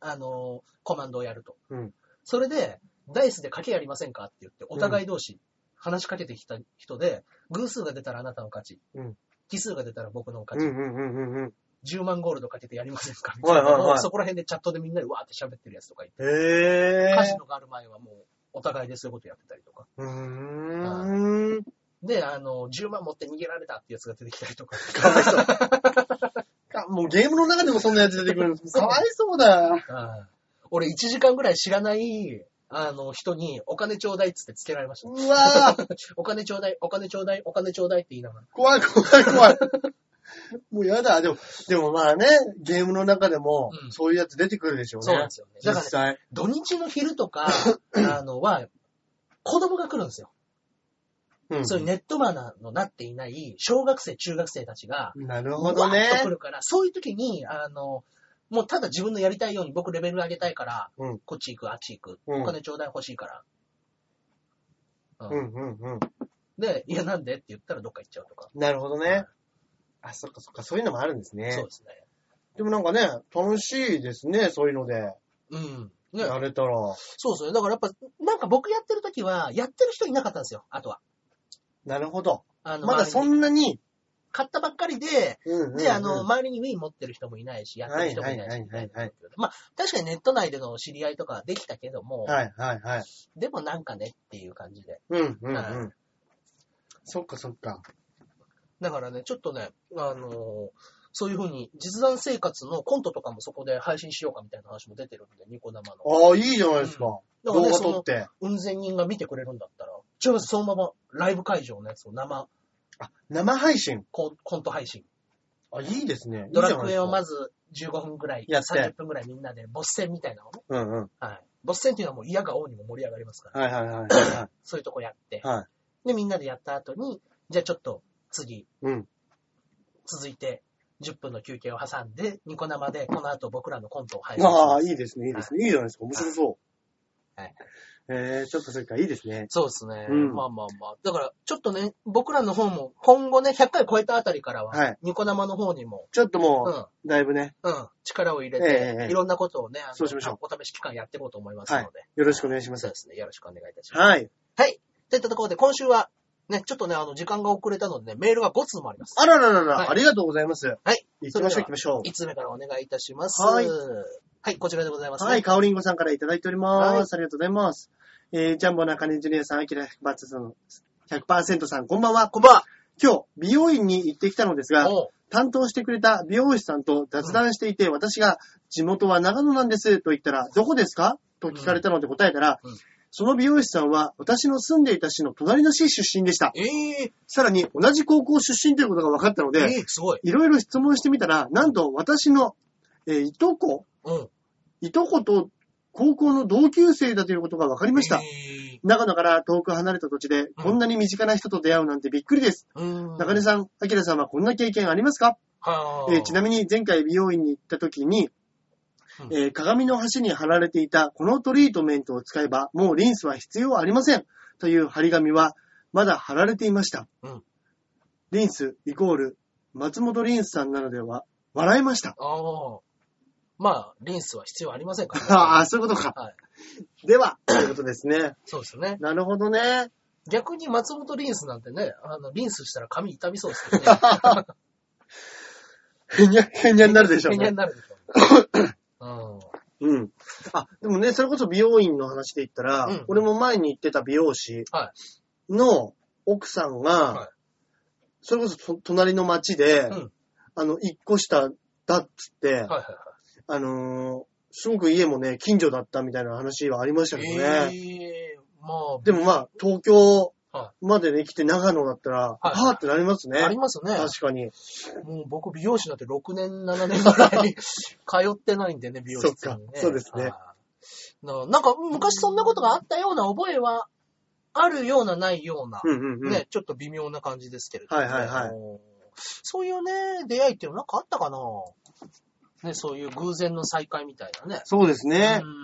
[SPEAKER 2] あのー、コマンドをやると。
[SPEAKER 1] うん
[SPEAKER 2] それで、ダイスで賭けやりませんかって言って、お互い同士話しかけてきた人で、偶数が出たらあなたの勝ち。
[SPEAKER 1] うん
[SPEAKER 2] 奇数が出たら僕の勝
[SPEAKER 1] うん
[SPEAKER 2] ち。
[SPEAKER 1] うんうんうんうん。
[SPEAKER 2] 10万ゴールドかけてやりませんかみ
[SPEAKER 1] は
[SPEAKER 2] た
[SPEAKER 1] い
[SPEAKER 2] い
[SPEAKER 1] はい
[SPEAKER 2] な
[SPEAKER 1] はい
[SPEAKER 2] のをそこら辺でチャットでみんなでわーって喋ってるやつとかいて、
[SPEAKER 1] へえ。
[SPEAKER 2] カジノがある前はもうお互いでそういうことやってたりとか。
[SPEAKER 1] うーん。
[SPEAKER 2] で、あの、10万持って逃げられたってやつが出てきたり とか。
[SPEAKER 1] かわいそう。かもうゲームの中でもそんなやつ出てくるんです。かわいそうだ。
[SPEAKER 2] うん俺1時間ぐらい知らない、あの、人にお金ちょうだいっつってつけられました。
[SPEAKER 1] うわー
[SPEAKER 2] お金ちょうだい、お金ちょうだい、お金ちょうだいって言いながら。
[SPEAKER 1] 怖い怖い怖い。もうやだ。でも、でもまあね、ゲームの中でも
[SPEAKER 2] う、ん
[SPEAKER 1] そういうやつ出てくるでしょうね。
[SPEAKER 2] そうなんですよね。だ
[SPEAKER 1] 実
[SPEAKER 2] からね、
[SPEAKER 1] 際。
[SPEAKER 2] 土日の昼 とか、あの、は、子供が来るんですよ。
[SPEAKER 1] うん
[SPEAKER 2] そういうネットマナーのなっていない、小学生、中学生たちが、
[SPEAKER 1] なるほどね
[SPEAKER 2] わーっと来。るから、そういう時に、あの、もうただ自分のやりたいように僕レベル上げたいから、
[SPEAKER 1] うん
[SPEAKER 2] こっち行く、あっち行く、
[SPEAKER 1] うん
[SPEAKER 2] お金ちょうだい欲しいか
[SPEAKER 1] う
[SPEAKER 2] ら。
[SPEAKER 1] んうんうん。
[SPEAKER 2] で、いや、なんでって言ったらどっか行っちゃうとか。
[SPEAKER 1] なるほどね。あ、そっかそっか、そういうのもあるんです
[SPEAKER 2] そ
[SPEAKER 1] ね
[SPEAKER 2] う。ですね。
[SPEAKER 1] でもなんかね、楽しいですね、そういうので。
[SPEAKER 2] うん。ね、
[SPEAKER 1] やれたら。
[SPEAKER 2] そうそう。だからやっぱ、なんか僕やってる時は、やってる人いなかったんですよ、あとは。
[SPEAKER 1] なるほど。
[SPEAKER 2] あの、
[SPEAKER 1] まだそ
[SPEAKER 2] 周りに
[SPEAKER 1] んなに。
[SPEAKER 2] 買ったばっかりで、
[SPEAKER 1] うん
[SPEAKER 2] で、あの、
[SPEAKER 1] うん
[SPEAKER 2] 周りに Wii 持ってる人もいないし、やってる人もいない
[SPEAKER 1] はいは
[SPEAKER 2] し、
[SPEAKER 1] い
[SPEAKER 2] みた
[SPEAKER 1] はい
[SPEAKER 2] い
[SPEAKER 1] はい
[SPEAKER 2] な。まあ、確かにネット内での知り合いとかはできたけども、
[SPEAKER 1] はいはいはい。
[SPEAKER 2] でもなんかねっていう感じで。
[SPEAKER 1] うんうんう
[SPEAKER 2] は
[SPEAKER 1] ん。そっかそっか。
[SPEAKER 2] だからね、ちょっとね、あのーそういうふうに、実弾生活のコントとかもそこで配信しようかみたいな話も出てるんで、ニコ生の。
[SPEAKER 1] ああ、いいじゃないですか。
[SPEAKER 2] だか
[SPEAKER 1] 動
[SPEAKER 2] らね、
[SPEAKER 1] 画
[SPEAKER 2] そ
[SPEAKER 1] 撮っ
[SPEAKER 2] の、
[SPEAKER 1] て。
[SPEAKER 2] 運善人が見てくれるんだったら、ちょ、そのままライブ会場のやつを生
[SPEAKER 1] 生配信。
[SPEAKER 2] コンコント配信。
[SPEAKER 1] あ、いいですね。
[SPEAKER 2] ドラクエをま
[SPEAKER 1] ず。
[SPEAKER 2] ず15分ぐらい、
[SPEAKER 1] やって
[SPEAKER 2] 30分ぐらいみんなでボス戦みたいなのね。
[SPEAKER 1] うんうん。
[SPEAKER 2] はい。ボス戦っていうのはもう嫌が王にも盛り上がりますから、
[SPEAKER 1] はいはいはいは
[SPEAKER 2] そういうとこやって
[SPEAKER 1] い。、はい。
[SPEAKER 2] で、みんなでやった後に、じゃあちょっと次、
[SPEAKER 1] うん。
[SPEAKER 2] 続いて10分の休憩を挟んで、ニコ生でこの後僕らのコントを配信し
[SPEAKER 1] あ
[SPEAKER 2] ま
[SPEAKER 1] あ、
[SPEAKER 2] す。
[SPEAKER 1] いいですね、いいですね。いいじゃないですか。面白そう。
[SPEAKER 2] はい。
[SPEAKER 1] えー、そっかそっか、いいですね。
[SPEAKER 2] そうですね、
[SPEAKER 1] うん
[SPEAKER 2] まあまあまあ。だから、ちょっとね、僕らの方も、今後ね、100回超えたあたりからは、
[SPEAKER 1] はい
[SPEAKER 2] ニコ生の方にも、
[SPEAKER 1] ちょっと
[SPEAKER 2] う
[SPEAKER 1] も
[SPEAKER 2] ん、
[SPEAKER 1] う、だいぶね、
[SPEAKER 2] うん、力を入れ
[SPEAKER 1] え
[SPEAKER 2] て、
[SPEAKER 1] えええ
[SPEAKER 2] いろんなことをね、あの
[SPEAKER 1] そうしましょう
[SPEAKER 2] お試し期間やっていこうと思いますので、
[SPEAKER 1] よろしくお願いしま
[SPEAKER 2] そう
[SPEAKER 1] す
[SPEAKER 2] で。すね、よろしくお願いいたします。
[SPEAKER 1] はい。
[SPEAKER 2] はい。といったところで、今週は、ね、ちょっとね、あの、時間が遅れたのでね、メールが5通もあります。
[SPEAKER 1] あららら
[SPEAKER 2] はい
[SPEAKER 1] ら、ありがとうございます。
[SPEAKER 2] はい。
[SPEAKER 1] 行きましょう行
[SPEAKER 2] それでは
[SPEAKER 1] きましょ
[SPEAKER 2] 5つ目からお願いいたします。
[SPEAKER 1] はい
[SPEAKER 2] はい、こちらでございます、
[SPEAKER 1] う。
[SPEAKER 2] ね。
[SPEAKER 1] はい、。かおりんごさんからいただいております。ありがとうございます。えー、ジャンボ中根ジュニアさん、アキラ100%さん、100%さん、こんばんは。
[SPEAKER 2] こんばんは。
[SPEAKER 1] 今日、美容院に行ってきたのですが、
[SPEAKER 2] おう
[SPEAKER 1] 担当してくれた美容師さんと雑談していて、私が地元は長野なんですと言ったら、どこですかと聞かれたので答えたら、
[SPEAKER 2] うんうん
[SPEAKER 1] その美容師さんは私の住んでいた市の隣の市出身でした。
[SPEAKER 2] ええ
[SPEAKER 1] さらに同じ高校出身ということが分かったの
[SPEAKER 2] え
[SPEAKER 1] で、
[SPEAKER 2] えすごい。
[SPEAKER 1] いろいろ質問してみたら、なんと私の、えーいとこ、
[SPEAKER 2] うん。
[SPEAKER 1] いとこと高校の同級生だということが分かりました。
[SPEAKER 2] ええ
[SPEAKER 1] 長野から遠く離れた土地で、こんなに身近な人と出会うなんてびっくりです。
[SPEAKER 2] うん。
[SPEAKER 1] 中根さん、明さんはこんな経験ありますか
[SPEAKER 2] はあ
[SPEAKER 1] えーちなみに前回美容院に行った時に、
[SPEAKER 2] うん
[SPEAKER 1] えー鏡の端に貼られていたこのトリートメントを使えばもうリンスは必要ありませんという貼り紙はまだ貼られていました。
[SPEAKER 2] うん
[SPEAKER 1] リンスイコール松本リンスさんなのでは笑いました。
[SPEAKER 2] ああ。まあ、リンスは必要ありませんから、
[SPEAKER 1] ああ、そういうことか。
[SPEAKER 2] はい。
[SPEAKER 1] では、ということですね。
[SPEAKER 2] そうですよね。
[SPEAKER 1] なるほどね。
[SPEAKER 2] 逆に松本リンスなんてね、あの、リンスしたら髪痛みそうですけどね。
[SPEAKER 1] へにゃ、へにゃに なるでしょう
[SPEAKER 2] ペニャ
[SPEAKER 1] ね
[SPEAKER 2] に。なるでし ょうね。
[SPEAKER 1] うん。あ、でもね、それこそ美容院の話で言ったら、
[SPEAKER 2] うん
[SPEAKER 1] 俺も前に行ってた美容師
[SPEAKER 2] は
[SPEAKER 1] の奥さんが、
[SPEAKER 2] はい
[SPEAKER 1] それこそと隣の町で、
[SPEAKER 2] うん
[SPEAKER 1] あの、一個下だっつって、
[SPEAKER 2] うん。はいはいはい。
[SPEAKER 1] あのーすごく家もね、近所だったみたいな話はありましたけどね。
[SPEAKER 2] ええまあ、
[SPEAKER 1] でもまあ、東京
[SPEAKER 2] は
[SPEAKER 1] までね、来て長野だったら、
[SPEAKER 2] い
[SPEAKER 1] はぁってなりますね。
[SPEAKER 2] ありますね。
[SPEAKER 1] 確かに。
[SPEAKER 2] もう僕、美容師だって6年、7年ぐらい 通ってないんでね、美容室に、ね。
[SPEAKER 1] そっかそうですね
[SPEAKER 2] はい。ななんか、昔そんなことがあったような覚えは、あるような、ないような、
[SPEAKER 1] うんうんうん。
[SPEAKER 2] ね、ちょっと微妙な感じですけれども、ね。
[SPEAKER 1] はいはいはい
[SPEAKER 2] あのそういうね、出会いっていうのなんかあったかなね、そういう偶然の再会みたいなね。
[SPEAKER 1] そうですね。
[SPEAKER 2] うん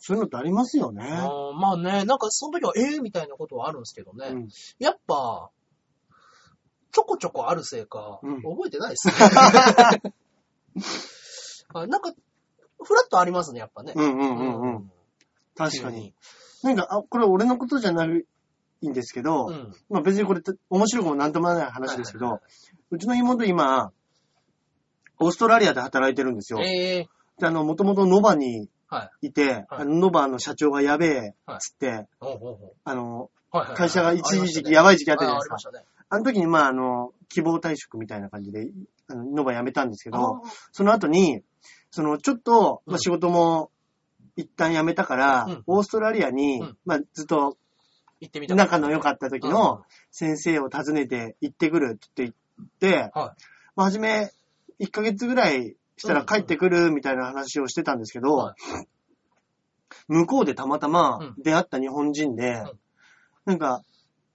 [SPEAKER 1] そういうのってありますよね。
[SPEAKER 2] あーまあね、なんかその時は、ええみたいなことはあるんですけどね。
[SPEAKER 1] うん
[SPEAKER 2] やっぱ、ちょこちょこあるせいか、
[SPEAKER 1] うん
[SPEAKER 2] 覚えてないですね。 あなんか、フラッとありますね、やっぱね。
[SPEAKER 1] うんうんうんうん。確かに。。なんか、あ、これ俺のことじゃないんですけど、
[SPEAKER 2] うん。
[SPEAKER 1] まあ別にこれって面白くもなんともない話ですけ
[SPEAKER 2] はい
[SPEAKER 1] ど、うちの妹今、オーストラリアで働いてるんですよ。
[SPEAKER 2] ええ
[SPEAKER 1] で、あの、もともとノバに
[SPEAKER 2] はい
[SPEAKER 1] て、あのノバの社長がやべえ、
[SPEAKER 2] はい
[SPEAKER 1] つって、
[SPEAKER 2] ほうほうほ
[SPEAKER 1] あの、
[SPEAKER 2] うはいはいはい。
[SPEAKER 1] 会社が一時期
[SPEAKER 2] っ
[SPEAKER 1] やばい時期
[SPEAKER 2] て
[SPEAKER 1] あったじゃないです
[SPEAKER 2] あり
[SPEAKER 1] か
[SPEAKER 2] まし。たね。
[SPEAKER 1] あの時に、まあ、あの、希望退職みたいな感じで、あの、ノバ辞めたんですけ
[SPEAKER 2] あ
[SPEAKER 1] ど、その後に、その、ちょっと、
[SPEAKER 2] う
[SPEAKER 1] まあ、
[SPEAKER 2] ん
[SPEAKER 1] 仕事も、一旦辞めたから、
[SPEAKER 2] うん
[SPEAKER 1] オーストラリアに、
[SPEAKER 2] うん
[SPEAKER 1] まあ、ずっと
[SPEAKER 2] 行ってみたかった。
[SPEAKER 1] 仲の良かった時の先生を訪ねて行ってくるって言って、
[SPEAKER 2] うん。は
[SPEAKER 1] まあ、初め、1ヶ月ぐらいしたら
[SPEAKER 2] うん
[SPEAKER 1] 帰ってくるみたいな話をしてたんですけど、
[SPEAKER 2] は
[SPEAKER 1] 向こうでたまたま
[SPEAKER 2] う
[SPEAKER 1] 出会った日本人で、
[SPEAKER 2] ん。
[SPEAKER 1] なんか、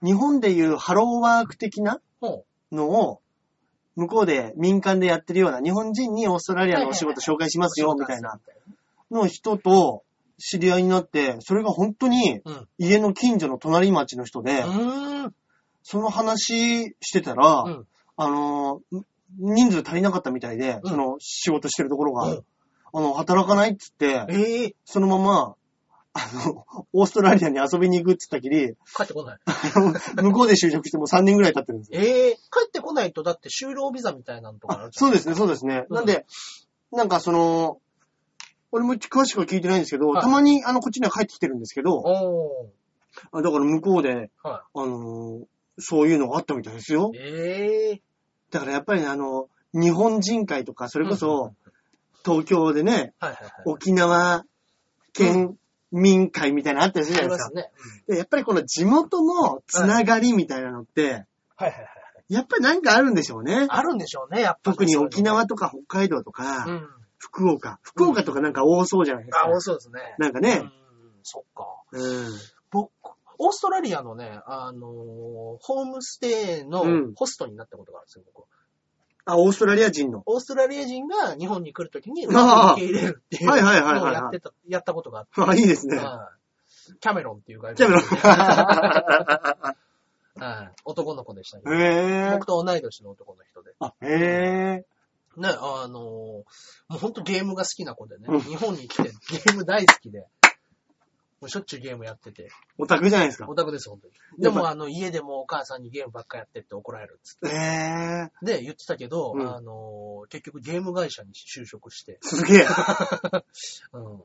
[SPEAKER 1] 日本でいうハローワーク的ない
[SPEAKER 2] ほ
[SPEAKER 1] のを、向こうで民間でやってるような、日本人にオーストラリアのお仕事紹介し
[SPEAKER 2] う。
[SPEAKER 1] ますよ、みたいな、の人と知り合いになって、それが本当に
[SPEAKER 2] うん。
[SPEAKER 1] 家の近所の隣町の人で
[SPEAKER 2] う、ーん。
[SPEAKER 1] その話してたら、
[SPEAKER 2] うん
[SPEAKER 1] あのー、人数足りなかったみたいで、
[SPEAKER 2] うん
[SPEAKER 1] その仕事してるところが、
[SPEAKER 2] うん
[SPEAKER 1] あの、働かないっつって、
[SPEAKER 2] ええ
[SPEAKER 1] そのまま、あの、オーストラリアに遊びに行くっつったきり、
[SPEAKER 2] 帰ってこない。
[SPEAKER 1] あの向こうで就職してもう3年ぐらい経ってるんですよ。
[SPEAKER 2] ええ帰ってこないと、だって就労ビザみたいなのとかあ
[SPEAKER 1] あ
[SPEAKER 2] るじゃん。
[SPEAKER 1] そうですね、そうですね。
[SPEAKER 2] うん
[SPEAKER 1] なんで、なんかその、俺も詳しくは聞いてないんですけど、
[SPEAKER 2] はい
[SPEAKER 1] たまにあの、こっちには帰ってきてるんですけど、
[SPEAKER 2] お
[SPEAKER 1] あだから向こうで、
[SPEAKER 2] ー。は
[SPEAKER 1] あのーそういうのがあったみたいですよ
[SPEAKER 2] い。。ええ
[SPEAKER 1] だからやっぱりね、あの、日本人会とか、それこ
[SPEAKER 2] うんうんう
[SPEAKER 1] そ、東京でね、
[SPEAKER 2] はいはいはい。
[SPEAKER 1] 沖縄県民会みたいなのあったりするじ
[SPEAKER 2] あ
[SPEAKER 1] ゃ
[SPEAKER 2] り
[SPEAKER 1] ないで
[SPEAKER 2] ま
[SPEAKER 1] す
[SPEAKER 2] す
[SPEAKER 1] か。
[SPEAKER 2] ね。
[SPEAKER 1] でやっぱりこの地元のつながりみたいなのって、
[SPEAKER 2] はいはいはい。
[SPEAKER 1] やっぱりなんかあるんでしょうね。
[SPEAKER 2] あるんでしょうね、やっぱり。
[SPEAKER 1] 特に沖縄
[SPEAKER 2] と
[SPEAKER 1] とか北海道と
[SPEAKER 2] か。う
[SPEAKER 1] か、
[SPEAKER 2] ん。
[SPEAKER 1] 福岡。福岡とかなんか多そうじゃないです
[SPEAKER 2] あ、多
[SPEAKER 1] か。
[SPEAKER 2] そうですね。
[SPEAKER 1] なんか
[SPEAKER 2] う
[SPEAKER 1] ね
[SPEAKER 2] ん。。そっか。
[SPEAKER 1] うん。
[SPEAKER 2] 僕、オーストラリアのね、あのーホームステイの
[SPEAKER 1] うん
[SPEAKER 2] ホストになったことがあるんですよ、僕。
[SPEAKER 1] あ、オーストラリア人の。
[SPEAKER 2] オーストラリア人が日本に来るときに、受
[SPEAKER 1] あー
[SPEAKER 2] け入れるっていう
[SPEAKER 1] はいはいはい
[SPEAKER 2] のを
[SPEAKER 1] はい
[SPEAKER 2] やっ
[SPEAKER 1] は
[SPEAKER 2] てた、やったことがあって。
[SPEAKER 1] い。あ、いいですね。
[SPEAKER 2] はいキャメロンっていう外
[SPEAKER 1] キャメ
[SPEAKER 2] 国
[SPEAKER 1] ロン
[SPEAKER 2] 人。 はい男の子でしたけど。
[SPEAKER 1] へぇ
[SPEAKER 2] 僕と同い年の男の人で。
[SPEAKER 1] ー。へぇー。
[SPEAKER 2] ね、あのーもうほんとゲームが好きな子でね、
[SPEAKER 1] うん
[SPEAKER 2] 日本に来てゲーム大好きで、もうしょっちゅうゲームやってて、
[SPEAKER 1] オタクじゃないですか。
[SPEAKER 2] オタクです、本当に。で
[SPEAKER 1] やっぱ
[SPEAKER 2] も、あの、家でもお母さんにゲームばっかやってって怒られるっつっ
[SPEAKER 1] へぇー。
[SPEAKER 2] て。で、言ってたけど、
[SPEAKER 1] うん
[SPEAKER 2] あのー結局ゲーム会社に就職して、
[SPEAKER 1] すげえ。
[SPEAKER 2] うん。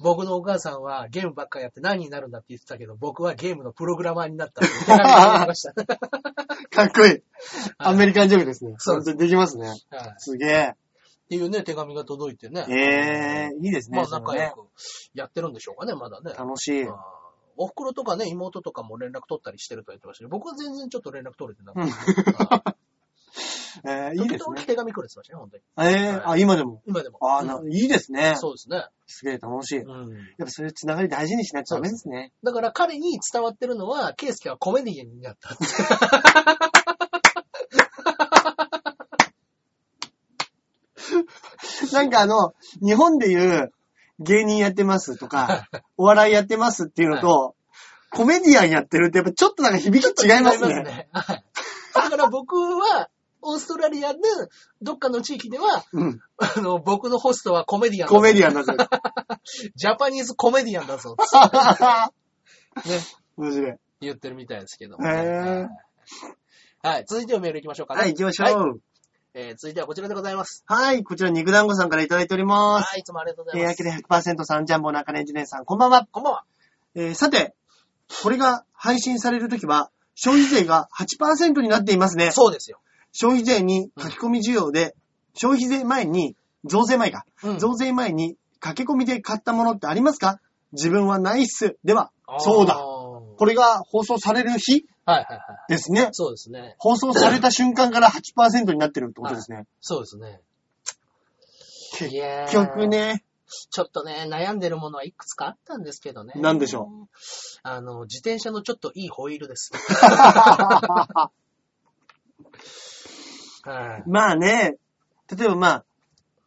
[SPEAKER 2] 僕のお母さんはゲームばっかやって何になるんだって言ってたけど、僕はゲームのプログラマーになったって手紙が入りました。
[SPEAKER 1] かっこいい。アメリカンジョブですね。
[SPEAKER 2] そう
[SPEAKER 1] そうできますね。
[SPEAKER 2] はいっ
[SPEAKER 1] すげ
[SPEAKER 2] ていうね、手紙が届いてね。
[SPEAKER 1] え。ええいいですね。
[SPEAKER 2] まあ
[SPEAKER 1] それ
[SPEAKER 2] 仲
[SPEAKER 1] ね
[SPEAKER 2] 良くやってるんでしょうかね、まだね。
[SPEAKER 1] 楽しい。
[SPEAKER 2] まあお袋とかね、妹とかも連絡取ったりしてると言ってましたけど、僕は全然ちょっと連絡取れてなくて、 あ
[SPEAKER 1] ええ
[SPEAKER 2] ー
[SPEAKER 1] いい
[SPEAKER 2] 時
[SPEAKER 1] です
[SPEAKER 2] 々
[SPEAKER 1] ね。
[SPEAKER 2] 手紙くれてましたね、本当に。
[SPEAKER 1] ええあ、今でも。
[SPEAKER 2] 今でも。
[SPEAKER 1] ああ、ないういですね
[SPEAKER 2] ん。そうですね。
[SPEAKER 1] すげえ楽しい。やっ
[SPEAKER 2] うん
[SPEAKER 1] ぱそういうつながり大事にしないとダメですね。
[SPEAKER 2] だから彼に伝わってるのは、ケイスケはコメディアンになったって。
[SPEAKER 1] なんかあの、日本でいう芸人やってますと か、お笑いやってますっていうのと、コメディアンやってるってやっぱちょっとなんか響き違いますね。
[SPEAKER 2] はいだから僕は、オーストラリアのどっかの地域では、
[SPEAKER 1] うん。
[SPEAKER 2] あの、僕のホストはコメディアンだぞ
[SPEAKER 1] コメディアンだ ぜ。
[SPEAKER 2] ジャパニーズコメディアンだぞ。ね。
[SPEAKER 1] 面白い。
[SPEAKER 2] 言ってるみたいですけども、
[SPEAKER 1] へー
[SPEAKER 2] はい。続いてのメール行きましょうかね。
[SPEAKER 1] はい、行きましょう。
[SPEAKER 2] はいえー続いてはこちらでございます。
[SPEAKER 1] はい、こちら肉団子さんからいただいておりま
[SPEAKER 2] は
[SPEAKER 1] す。
[SPEAKER 2] い、いつもありがとうござ
[SPEAKER 1] えー、
[SPEAKER 2] いま
[SPEAKER 1] や
[SPEAKER 2] す。
[SPEAKER 1] けで100%さんジャンボ中根ジュネさん、こんばんは。
[SPEAKER 2] こんばんは。
[SPEAKER 1] えー、さて、これが配信されるときは、消費税が8%になっていますね。
[SPEAKER 2] そうですよ。
[SPEAKER 1] 消費税に書き込み需要で、消費税前に、増税前か、
[SPEAKER 2] うん
[SPEAKER 1] 増税前に駆け込みで買ったものってありますか自分はないっす。では
[SPEAKER 2] あー、
[SPEAKER 1] そうだ。
[SPEAKER 2] は
[SPEAKER 1] これが放送される日
[SPEAKER 2] いはいはい。
[SPEAKER 1] ですね。
[SPEAKER 2] そうですね。
[SPEAKER 1] 放送された瞬間から8%になってるってことですね。
[SPEAKER 2] そうですね。
[SPEAKER 1] 結
[SPEAKER 2] いやー
[SPEAKER 1] 結局。 ね、
[SPEAKER 2] ちょっとね、悩んでるものはいくつかあったんですけどね。
[SPEAKER 1] 何でしょ
[SPEAKER 2] うあの、自転車のちょっといいホイール です。はい。
[SPEAKER 1] まあね、例えばまあ、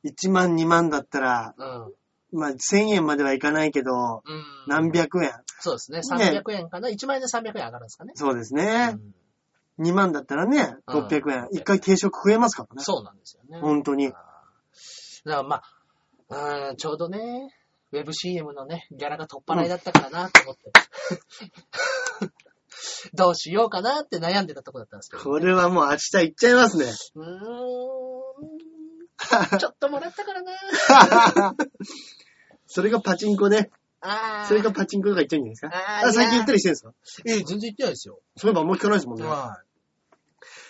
[SPEAKER 1] 1万2万だったら、
[SPEAKER 2] うん。
[SPEAKER 1] まあ1000円まではいかないけど、
[SPEAKER 2] うん。
[SPEAKER 1] 何百円。
[SPEAKER 2] そうですね。
[SPEAKER 1] ね
[SPEAKER 2] 300円かな。1万円で300円上がるんですかね。
[SPEAKER 1] そうです
[SPEAKER 2] う
[SPEAKER 1] ね。
[SPEAKER 2] ん
[SPEAKER 1] 2万だったらね、
[SPEAKER 2] うん
[SPEAKER 1] 600円。一回軽食食えますからね。
[SPEAKER 2] そうなんですよね。
[SPEAKER 1] 本当に
[SPEAKER 2] あー。だからまあ、うん、ちょうどね、ウェブ CM のね、ギャラが取っ払いだったからなと思って。 どうしようかなって悩んでたとこだったんですけど、
[SPEAKER 1] これはもう明日行っちゃい ますね。
[SPEAKER 2] うーん、ちょっともらった からな
[SPEAKER 1] それがパチンコで、
[SPEAKER 2] あー
[SPEAKER 1] それがパチンコとか言っちゃうんじゃないですか
[SPEAKER 2] あー
[SPEAKER 1] あ最近言
[SPEAKER 2] いや
[SPEAKER 1] ったりしてるんですか
[SPEAKER 2] ええ全然言ってないですよ。
[SPEAKER 1] そういえばあんま聞かないですもんね。
[SPEAKER 2] は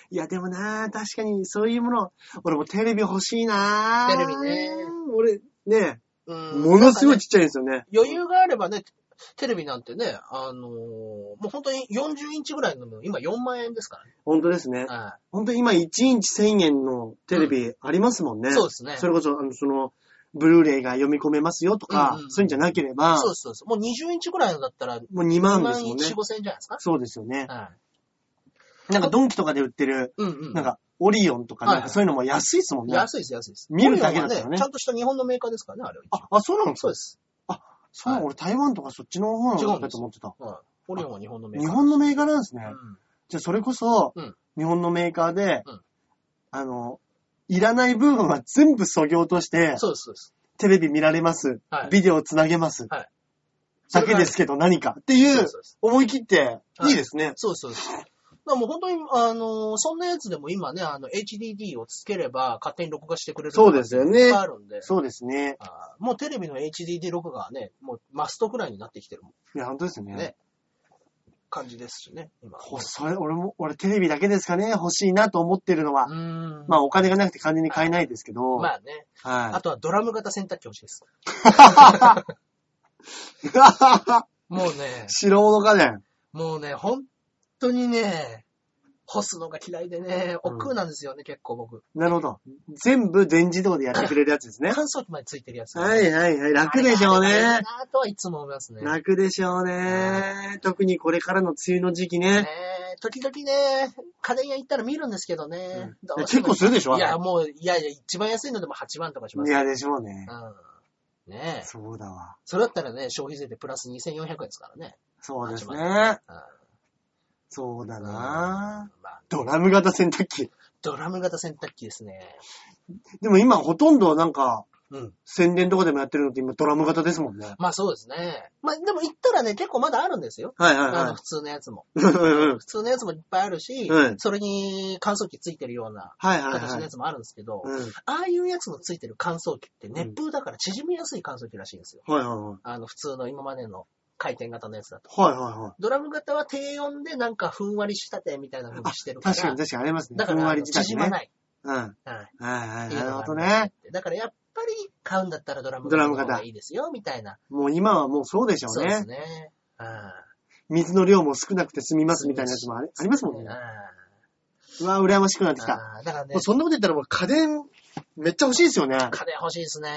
[SPEAKER 2] い
[SPEAKER 1] や、でもな確かにそういうもの、俺もテレビ欲しいな
[SPEAKER 2] テレビね。
[SPEAKER 1] 俺、ね、
[SPEAKER 2] い。うん
[SPEAKER 1] ものすご
[SPEAKER 2] ないんかね
[SPEAKER 1] ちっちゃいんですよね。
[SPEAKER 2] 余裕があればね、テレビなんてね、あのーもう本当に40インチぐらいのもの、今4万円ですからね。
[SPEAKER 1] 本当ですね。
[SPEAKER 2] は
[SPEAKER 1] 本当に今1インチ1000円のテレビありますもんね。
[SPEAKER 2] い。そうですね。
[SPEAKER 1] それこそ、あの、その、ブルーレイが読み込めますよとか、
[SPEAKER 2] うんうん
[SPEAKER 1] そういうんじゃなければ、
[SPEAKER 2] そうですそうです。もう20インチぐらいのだったら、
[SPEAKER 1] もう2
[SPEAKER 2] 2
[SPEAKER 1] 万で
[SPEAKER 2] 万
[SPEAKER 1] すもんね
[SPEAKER 2] 1、。5千円じゃないですか。
[SPEAKER 1] そうですよね。
[SPEAKER 2] はい。
[SPEAKER 1] なんかドンキとかで売ってる、
[SPEAKER 2] うんうん。
[SPEAKER 1] なんか、オリオンとか、
[SPEAKER 2] はい
[SPEAKER 1] なんかそういうのも安いですもんね。
[SPEAKER 2] 安いです、安いです。
[SPEAKER 1] 見るだけだったらね
[SPEAKER 2] コリアンはちゃんとした日本のメーカーですからね、あれは一応。
[SPEAKER 1] あ、あ、そうなんですか
[SPEAKER 2] そうです。
[SPEAKER 1] そうなの、俺台湾とかそっちの方なのかと思ってた。
[SPEAKER 2] はい。コリアンは日本のメーカー。
[SPEAKER 1] 日本のメーカーなんですね。
[SPEAKER 2] うん
[SPEAKER 1] じゃあそれこそ、
[SPEAKER 2] うん
[SPEAKER 1] 日本のメーカーで、
[SPEAKER 2] うん
[SPEAKER 1] あの、いらない部分は全部削ぎ落として、
[SPEAKER 2] そうです、そうです。
[SPEAKER 1] テレビ見られます、
[SPEAKER 2] はい
[SPEAKER 1] ビデオつなげます、
[SPEAKER 2] はい
[SPEAKER 1] だけですけど何かってい
[SPEAKER 2] そう
[SPEAKER 1] う
[SPEAKER 2] ですそうです。
[SPEAKER 1] 思い切って
[SPEAKER 2] はい
[SPEAKER 1] いいですね。
[SPEAKER 2] そうです、そうです。だからもう本当に、あのーそんなやつでも今ね、あの、HDD をつければ勝手に録画してくれる
[SPEAKER 1] そうですよね
[SPEAKER 2] いっぱいあるんで。
[SPEAKER 1] そうですね。
[SPEAKER 2] あーもうテレビの HDD 録画はね、もうマストくらいになってきてる
[SPEAKER 1] いや、本当ですね。
[SPEAKER 2] ね感じですしね、今。
[SPEAKER 1] こそれ、俺も、俺テレビだけですかね、欲しいなと思ってるのは。
[SPEAKER 2] うーん。
[SPEAKER 1] まあお金がなくて完全に買えないですけど。
[SPEAKER 2] まあね。あ
[SPEAKER 1] は
[SPEAKER 2] とはドラム型洗濯機欲しいです。
[SPEAKER 1] い。、
[SPEAKER 2] もうね
[SPEAKER 1] 素人家電。
[SPEAKER 2] もうね、本当にね、干すのが嫌いでね、億劫なんですよね、結構僕。
[SPEAKER 1] なるほど。全部全自動でやってくれるやつですね。
[SPEAKER 2] 乾燥機までついてるやつ。
[SPEAKER 1] はいはいはい。楽でしょう
[SPEAKER 2] あれがいい
[SPEAKER 1] ね。
[SPEAKER 2] なとはいつも思いますね。ね
[SPEAKER 1] 楽でしょうね。特にこれからの梅雨の時期ね。
[SPEAKER 2] 時々ね、家電屋行ったら見るんですけどね。どうして
[SPEAKER 1] 結
[SPEAKER 2] も
[SPEAKER 1] 構するでしょ
[SPEAKER 2] いや、もう、いやいや、一番安いのでも8万とかしま
[SPEAKER 1] い
[SPEAKER 2] すよ。
[SPEAKER 1] やでしょうね。
[SPEAKER 2] うん。ねえ。
[SPEAKER 1] そうだわ。
[SPEAKER 2] それだったらね、消費税でプラス2400円ですからね。
[SPEAKER 1] そうです
[SPEAKER 2] 始
[SPEAKER 1] ね。
[SPEAKER 2] うん
[SPEAKER 1] そうだな。
[SPEAKER 2] まあ、
[SPEAKER 1] ドラム型洗濯機。
[SPEAKER 2] ドラム型洗濯機ですね。
[SPEAKER 1] でも今ほとんどなんか、
[SPEAKER 2] うん。
[SPEAKER 1] 宣伝とかでもやってるのって今ドラム型ですもんね。
[SPEAKER 2] まあそうですね。まあでも行ったらね、結構まだあるんですよ。
[SPEAKER 1] はいは
[SPEAKER 2] あ
[SPEAKER 1] い
[SPEAKER 2] の
[SPEAKER 1] は
[SPEAKER 2] 普通のやつも。
[SPEAKER 1] い。うんうんうん
[SPEAKER 2] 普通のやつもいっぱいあるし、
[SPEAKER 1] うん
[SPEAKER 2] それに乾燥機ついてるような
[SPEAKER 1] はいはい
[SPEAKER 2] 形
[SPEAKER 1] は
[SPEAKER 2] のや
[SPEAKER 1] い。
[SPEAKER 2] つもあるんですけど、
[SPEAKER 1] うん
[SPEAKER 2] ああいうやつのついてる乾燥機って熱風だから縮みやすい乾燥機らしいんですよ。
[SPEAKER 1] はいはいはい。
[SPEAKER 2] あの普通の今までの回転型のやつだと。
[SPEAKER 1] はいはいはい。
[SPEAKER 2] ドラム型は低温でなんかふんわり仕立てみたいな風にしてるから。
[SPEAKER 1] 確かに確かにありますね。
[SPEAKER 2] だか
[SPEAKER 1] ふん
[SPEAKER 2] ら
[SPEAKER 1] わ
[SPEAKER 2] あ
[SPEAKER 1] り
[SPEAKER 2] の
[SPEAKER 1] 自体
[SPEAKER 2] 縮ま
[SPEAKER 1] ね。
[SPEAKER 2] ない。
[SPEAKER 1] うん。はい
[SPEAKER 2] はい
[SPEAKER 1] はい。なるほど
[SPEAKER 2] っていうのがあ
[SPEAKER 1] ね
[SPEAKER 2] っ。てだからやっぱり買うんだったらドラム
[SPEAKER 1] ド
[SPEAKER 2] 型
[SPEAKER 1] ラ
[SPEAKER 2] の
[SPEAKER 1] ム
[SPEAKER 2] 方
[SPEAKER 1] 型
[SPEAKER 2] がいいですよ、みたいな。
[SPEAKER 1] もう今はもうそうでしょ
[SPEAKER 2] そううです
[SPEAKER 1] ね。
[SPEAKER 2] ね。ああ
[SPEAKER 1] 水の量も少なくて済みますみたいなやつもありありますもんね
[SPEAKER 2] あ。
[SPEAKER 1] うわ、羨ましくなってきた。
[SPEAKER 2] あだからね
[SPEAKER 1] もう、そんなこと言ったらもう家電めっちゃ欲しいですよね。
[SPEAKER 2] 金欲しいですね。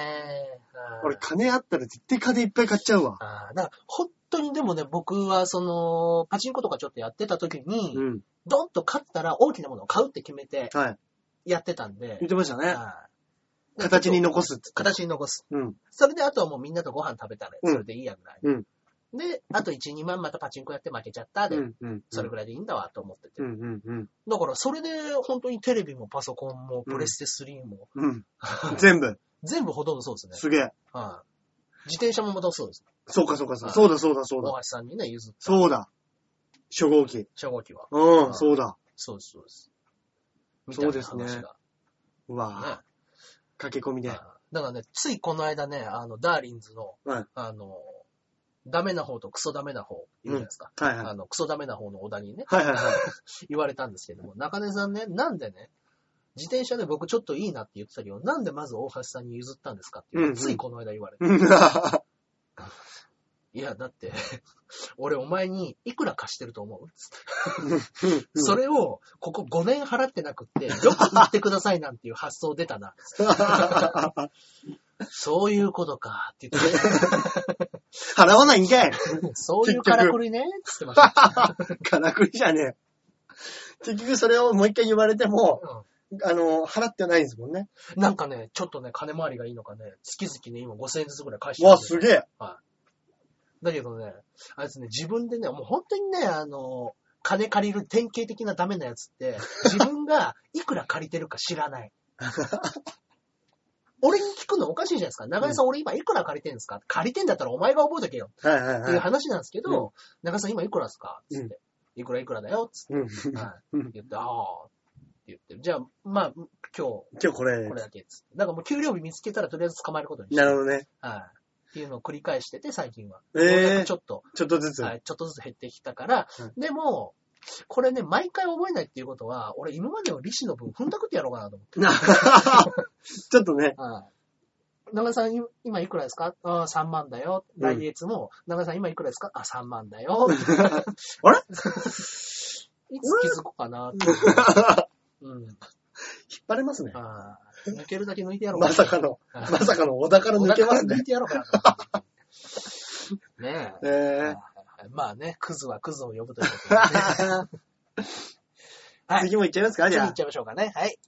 [SPEAKER 2] あー
[SPEAKER 1] 俺金あったら絶対家電いっぱい買っちゃうわ。
[SPEAKER 2] あーだから、本当にでもね、僕はその、パチンコとかちょっとやってた時に、
[SPEAKER 1] うん。
[SPEAKER 2] ドンと勝ったら大きなものを買うって決めて
[SPEAKER 1] はい。
[SPEAKER 2] やってたんで、
[SPEAKER 1] 言ってましたね。
[SPEAKER 2] あー
[SPEAKER 1] 形に残すっつって。
[SPEAKER 2] 形に残す。
[SPEAKER 1] うん。
[SPEAKER 2] それであとはもうみんなとご飯食べたら、
[SPEAKER 1] うん
[SPEAKER 2] それでいいやぐらい。
[SPEAKER 1] うん
[SPEAKER 2] で、あと1、2万またパチンコやって負けちゃったで、
[SPEAKER 1] うん。うん。
[SPEAKER 2] それぐらいでいいんだわと思ってて。
[SPEAKER 1] うん。うん。うん。
[SPEAKER 2] だからそれで本当にテレビもパソコンもプレステ3も、
[SPEAKER 1] うん。全部。
[SPEAKER 2] 全部ほとんどそうですね。
[SPEAKER 1] すげえ。
[SPEAKER 2] はい。自転車もまたそうです。
[SPEAKER 1] そうかそうかそう
[SPEAKER 2] はい
[SPEAKER 1] そうだそうだそう
[SPEAKER 2] 大
[SPEAKER 1] だ。
[SPEAKER 2] 橋さんにね、譲った
[SPEAKER 1] そうだ。初号機。
[SPEAKER 2] 初号機は。
[SPEAKER 1] うん、そうだ。
[SPEAKER 2] そうです、そうです。
[SPEAKER 1] そうですね
[SPEAKER 2] みたいな話が
[SPEAKER 1] う
[SPEAKER 2] ね
[SPEAKER 1] わぁ。駆け込みで。
[SPEAKER 2] はいだからね、ついこの間ね、あの、ダーリンズの、
[SPEAKER 1] はい
[SPEAKER 2] あの、ダメな方とクソダメな方、言うじゃないですか。
[SPEAKER 1] はいはい。
[SPEAKER 2] あの、クソダメな方の小田にね、
[SPEAKER 1] はいはいはい。
[SPEAKER 2] 言われたんですけども、中根さんね、なんでね、自転車で僕ちょっといいなって言ってたけど、なんでまず大橋さんに譲ったんですかっていうの
[SPEAKER 1] う
[SPEAKER 2] を
[SPEAKER 1] んうん
[SPEAKER 2] ついこの間言われて。
[SPEAKER 1] うん
[SPEAKER 2] いや、だって、 俺お前にいくら貸してると思うつってそ
[SPEAKER 1] それ、
[SPEAKER 2] れを、ここ5年払ってなくって、よく売ってくださいなんていう発想出 たな。そういうことか、って言って、
[SPEAKER 1] 払わないんかい。
[SPEAKER 2] そういうからくりね、つってました。
[SPEAKER 1] からくりじゃねえ。結局それをもう一回言われても、
[SPEAKER 2] うん
[SPEAKER 1] あの、払ってないんですもんね。
[SPEAKER 2] なんかね、ちょっとね、金回りがいいのかね、月々ね、今5000円ずつぐらい返して
[SPEAKER 1] わ、
[SPEAKER 2] る。
[SPEAKER 1] すげえ。
[SPEAKER 2] だけどね、あいつね、自分でね、もう本当にね、あの、金借りる典型的なダメなや つって、自分がいくら借りてるか知らない。俺に聞くのおかしいじゃないですか。長井さん、俺今いくら借りてるんですか借りてんだったらお前が覚えとけよ。
[SPEAKER 1] はいはい
[SPEAKER 2] っていう
[SPEAKER 1] はい。
[SPEAKER 2] 話なんですけど、
[SPEAKER 1] う
[SPEAKER 2] 長井さん今いくらですかつって、いくらいくらだよつ
[SPEAKER 1] うん
[SPEAKER 2] って、はい言って、ああ、って言って、じゃあ、まあ、今日、こ
[SPEAKER 1] 今日これ、
[SPEAKER 2] れだけっつって。だからもう給料日見つけたらとりあえず捕まえることにして。
[SPEAKER 1] なるほどね。
[SPEAKER 2] はい。っていうのを繰り返してて、最近は。
[SPEAKER 1] えー
[SPEAKER 2] ようやくちょっと、
[SPEAKER 1] ちょっとずつ。
[SPEAKER 2] はい、ちょっとずつ減ってきたから、
[SPEAKER 1] う
[SPEAKER 2] でも、これね、毎回覚えないっていうことは、俺今までの利子の分踏んだくってやろうかなと思って。
[SPEAKER 1] なちょっとね。
[SPEAKER 2] はい。長井さん、い今いくらですかああ、3万だよ。
[SPEAKER 1] うん
[SPEAKER 2] 来月も、長井さん今いくらですかあ、3万だ よ。
[SPEAKER 1] あれ
[SPEAKER 2] いつ気づこうかなって。
[SPEAKER 1] 引っ
[SPEAKER 2] うん。
[SPEAKER 1] 張れますね。
[SPEAKER 2] ああ、抜けるだけ抜いてやろう
[SPEAKER 1] まさか
[SPEAKER 2] の。
[SPEAKER 1] の、
[SPEAKER 2] ま
[SPEAKER 1] まさかの小田から抜けますね
[SPEAKER 2] 抜い。てやろうかなと 思って。ねえ。
[SPEAKER 1] え
[SPEAKER 2] まあね、クズはクズを 呼ぶということで、ね。
[SPEAKER 1] ー
[SPEAKER 2] はい
[SPEAKER 1] 次もいっちゃいますかじ
[SPEAKER 2] 次
[SPEAKER 1] ゃ
[SPEAKER 2] 行
[SPEAKER 1] あ
[SPEAKER 2] っ。ちゃいましょうかね。はい。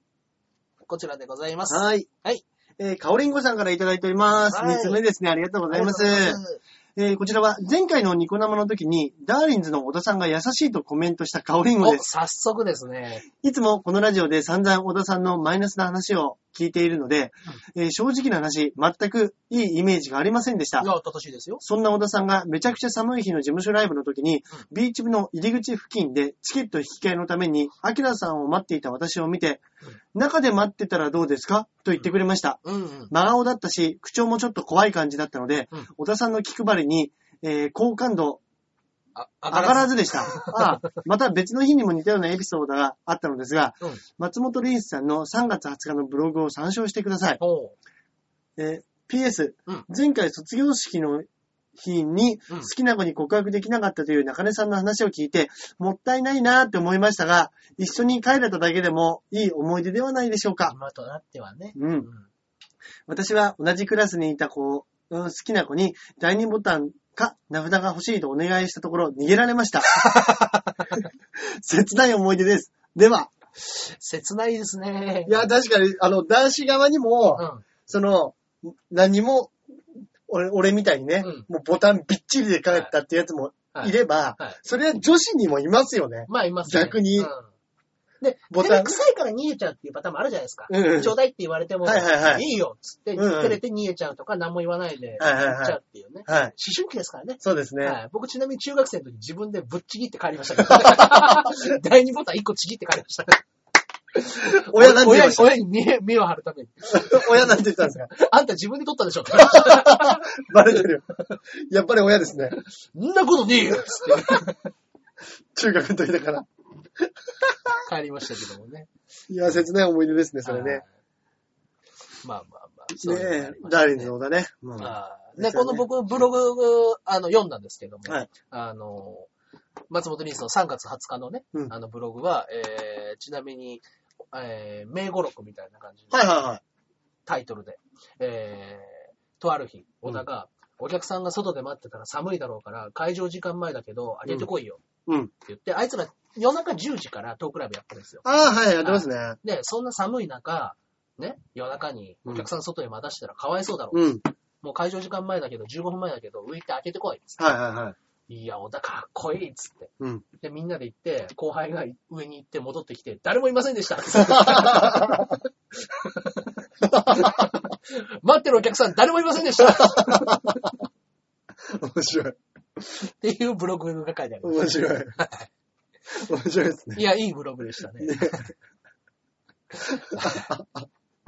[SPEAKER 2] こちらでございます。あ
[SPEAKER 1] はい。
[SPEAKER 2] はい。
[SPEAKER 1] えー、かおりんごさんからいただいております。
[SPEAKER 2] はい
[SPEAKER 1] 三つ目ですね。ありがとうございます。
[SPEAKER 2] りがとうござい
[SPEAKER 1] えー、こちらは前回のニコ生の時に、ダーリンズの小田さんが優しいとコメントしたかおりんご
[SPEAKER 2] ます
[SPEAKER 1] です。
[SPEAKER 2] お、早速ですね。
[SPEAKER 1] いつもこのラジオで散々小田さんのマイナスな話を聞いているので、えー正直な話、全くいいイメージがありませんでした
[SPEAKER 2] い。や、正しいですよ。
[SPEAKER 1] そんな小田さんがめちゃくちゃ寒い日の事務所ライブの時に、ビーチ部の入り口付近でチケット引き換えのために、アキラさんを待っていた私を見て、中で待ってたらどうですかと言ってくれました。
[SPEAKER 2] うんうん。
[SPEAKER 1] 真顔だったし、口調もちょっと怖い感じだったので、
[SPEAKER 2] うん
[SPEAKER 1] 小田さんの気配りに、えー好感度
[SPEAKER 2] あ、
[SPEAKER 1] 上がらず でした。ああまた別の日にも似たようなエピソードがあったのですが、
[SPEAKER 2] うん
[SPEAKER 1] 松本凛さんの3月20日のブログを参照してください。
[SPEAKER 2] ほ
[SPEAKER 1] えー PS、
[SPEAKER 2] うん
[SPEAKER 1] 前回卒業式の日に
[SPEAKER 2] うん
[SPEAKER 1] 好きな子に告白できなかったという中根さんの話を聞いて、もったいないなーって思いましたが、一緒に帰れただけでもいい思い出ではないでしょう
[SPEAKER 2] う。
[SPEAKER 1] か。
[SPEAKER 2] 今となってはね。
[SPEAKER 1] う。
[SPEAKER 2] うん
[SPEAKER 1] 私は同じクラスにいた子、うん好きな子に第2ボタンか名札が欲しいとお願いしたところ逃げられま した。切ない思い出です。では、
[SPEAKER 2] 切ないですね。
[SPEAKER 1] いや、確かに、あの、男子側にも、
[SPEAKER 2] うん。
[SPEAKER 1] その、何も、俺、俺みたいにね、
[SPEAKER 2] うん
[SPEAKER 1] もうボタンびっちりで帰ったってやつも
[SPEAKER 2] はい
[SPEAKER 1] れば、
[SPEAKER 2] はい
[SPEAKER 1] それは女子にもいますよね。
[SPEAKER 2] まあ、いますね。
[SPEAKER 1] 逆に
[SPEAKER 2] うんで、
[SPEAKER 1] ボ
[SPEAKER 2] ボ
[SPEAKER 1] タン
[SPEAKER 2] タン。臭いから逃げちゃうっていうパターンもあるじゃないですか。
[SPEAKER 1] うんうん
[SPEAKER 2] ちょうだいって言われても、
[SPEAKER 1] はいはいはい
[SPEAKER 2] いよっつって、
[SPEAKER 1] うんうん
[SPEAKER 2] 照れて逃げちゃうとか、何も言わないで、
[SPEAKER 1] はいはいはい
[SPEAKER 2] 行っちゃうっていうね。
[SPEAKER 1] はい。
[SPEAKER 2] 思春期ですからね。
[SPEAKER 1] そうですね。
[SPEAKER 2] はい、僕ちなみに中学生の時自分でぶっちぎって帰りましたけ ど、ね、第2ボタン1個ちぎって帰りました。
[SPEAKER 1] 親なんて言い
[SPEAKER 2] 親
[SPEAKER 1] ま
[SPEAKER 2] に
[SPEAKER 1] した
[SPEAKER 2] 親に目目を張るために。
[SPEAKER 1] 親なんて言ったんですか
[SPEAKER 2] あんた自分で取ったでしょ
[SPEAKER 1] バレてる。やっぱり親ですね。
[SPEAKER 2] そんなことねえよっつって
[SPEAKER 1] 中学の時だから。
[SPEAKER 2] 帰りましたけどもね。
[SPEAKER 1] いや、切ない思い出です ね、それ
[SPEAKER 2] はい
[SPEAKER 1] ね。。
[SPEAKER 2] まあまあまあ。そう
[SPEAKER 1] ね
[SPEAKER 2] い
[SPEAKER 1] え
[SPEAKER 2] うのがありま、した
[SPEAKER 1] ダー
[SPEAKER 2] ね
[SPEAKER 1] リンズの小田ね。うん
[SPEAKER 2] あー
[SPEAKER 1] で
[SPEAKER 2] です
[SPEAKER 1] よ
[SPEAKER 2] こ
[SPEAKER 1] ね
[SPEAKER 2] の僕、ブログ、あの、読んだんですけども、
[SPEAKER 1] はい
[SPEAKER 2] あの、松本リンスの3月20日のね、
[SPEAKER 1] うん
[SPEAKER 2] あのブログは、えー、ちなみに、えー、名語録みたいな感じの
[SPEAKER 1] はいはいはい。
[SPEAKER 2] タイトルで、えー、とある日、小田が、お客さんが外で待ってたら寒いだろうから、会場時間前だけど、開けてこいよ
[SPEAKER 1] うん。
[SPEAKER 2] って言って、あいつら夜中10時からトークライブやってるんですよ。
[SPEAKER 1] ああ、はい、やってますね。
[SPEAKER 2] で、そんな寒い中、ね、夜中にお客さん外で待たしてたらかわいそうだろう。
[SPEAKER 1] うん。
[SPEAKER 2] もう会場時間前だけど、15分前だけど、浮いて開けてこいっつっ
[SPEAKER 1] はいはいはい。
[SPEAKER 2] て。いや、小田かっこいいっつって。
[SPEAKER 1] うん。
[SPEAKER 2] で、みんなで行って、後輩が上に行って戻ってきて、誰もいません でした。待ってるお客さん、誰もいませんでした。
[SPEAKER 1] 面白い。
[SPEAKER 2] っていうブログが書いてあります。
[SPEAKER 1] 面白い。面白いですね。
[SPEAKER 2] いや、いいブログでし たね。
[SPEAKER 1] ね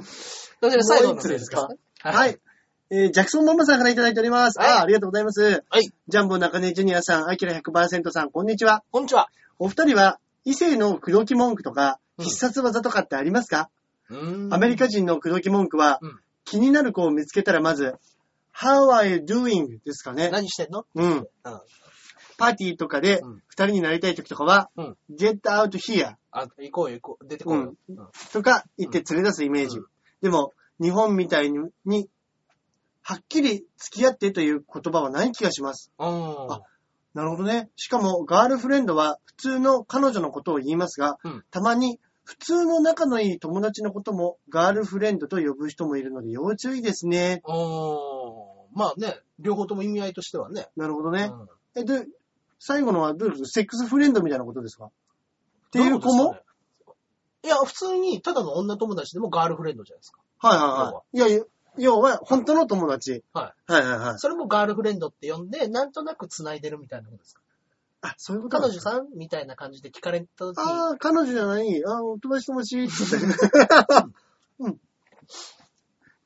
[SPEAKER 2] それで最後
[SPEAKER 1] もう
[SPEAKER 2] の
[SPEAKER 1] 一つですか
[SPEAKER 2] メールですかね。
[SPEAKER 1] は。い。えージャクソンママさんからいただいております。
[SPEAKER 2] はい
[SPEAKER 1] あーありがとうございます。
[SPEAKER 2] はい。
[SPEAKER 1] ジャンボ中根ジュニアさん、アキラ100%さん、こんにちは。
[SPEAKER 2] こんにちは。
[SPEAKER 1] お二人は、異性の口説き文句とか、
[SPEAKER 2] うん
[SPEAKER 1] 必殺技とかってありますか、アメリ
[SPEAKER 2] カ、
[SPEAKER 1] カ人の口説き文句は、
[SPEAKER 2] うん
[SPEAKER 1] 気になる子を見つけたらまず、How are you doing? ですかね。
[SPEAKER 2] 何してんの
[SPEAKER 1] うん。
[SPEAKER 2] うん。
[SPEAKER 1] パーティーとかで
[SPEAKER 2] うん
[SPEAKER 1] 二人になりたい時とかは、
[SPEAKER 2] うん
[SPEAKER 1] Get out here
[SPEAKER 2] あ、行こうよ行こう。出てこいよ。うん。
[SPEAKER 1] とか言って連れ出すイメージ。
[SPEAKER 2] うん
[SPEAKER 1] でも、日本みたいに、にはっきり付き合ってという言葉はない気がします。
[SPEAKER 2] あ
[SPEAKER 1] なるほどね。しかも、ガールフレンドは普通の彼女のことを言いますが、
[SPEAKER 2] うん
[SPEAKER 1] たまに普通の仲のいい友達のこともガールフレンドと呼ぶ人もいるので要注意ですね。
[SPEAKER 2] あーまあね、両方とも意味合いとしてはね。
[SPEAKER 1] なるほどね。
[SPEAKER 2] うん
[SPEAKER 1] え、で、最後のはどういうことセックスフレンドみたいなことですかっていう子
[SPEAKER 2] ど
[SPEAKER 1] も
[SPEAKER 2] うですかねいや、普通に、ただの女友達でもガールフレンドじゃないですか。
[SPEAKER 1] はいはいはい。いや、要は本当の友達。。
[SPEAKER 2] はい
[SPEAKER 1] はいはいはい。
[SPEAKER 2] それもガールフレンドって呼んで、なんとなく繋いでるみたいなことですか。
[SPEAKER 1] あ、そういうこと
[SPEAKER 2] 彼女
[SPEAKER 1] ん
[SPEAKER 2] さんみたいな感じで聞かれた時に、
[SPEAKER 1] ああ、彼女じゃない。ああ、お友達友達って言って。うん。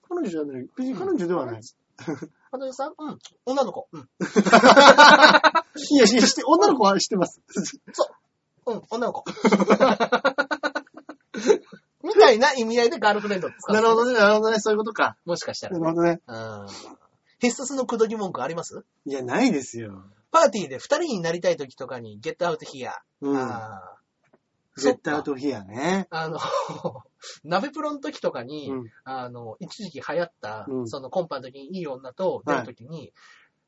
[SPEAKER 1] 彼女じゃない。別に彼女ではない。
[SPEAKER 2] 彼女さんうん。女の子。うん。
[SPEAKER 1] いや、いやして、女の子はしてます。
[SPEAKER 2] うん。女の子。みたいな意味合いでガールフレンドって 使
[SPEAKER 1] なるほど
[SPEAKER 2] ね。
[SPEAKER 1] ね、なるほどね、そういうことか。
[SPEAKER 2] もしかした
[SPEAKER 1] な
[SPEAKER 2] ら
[SPEAKER 1] る
[SPEAKER 2] ね。
[SPEAKER 1] ほどね。
[SPEAKER 2] うん。必殺の口説き文句あります
[SPEAKER 1] いや、ないですよ。
[SPEAKER 2] パーティーで二人になりたい時とかに、ゲットアウトヒア。
[SPEAKER 1] うん。
[SPEAKER 2] あー
[SPEAKER 1] 絶対アウトヒアね。
[SPEAKER 2] あの、 鍋プロの時とかに、
[SPEAKER 1] うん
[SPEAKER 2] あの、一時期流行った、
[SPEAKER 1] うん
[SPEAKER 2] そのコンパの時にいい女と出る時に、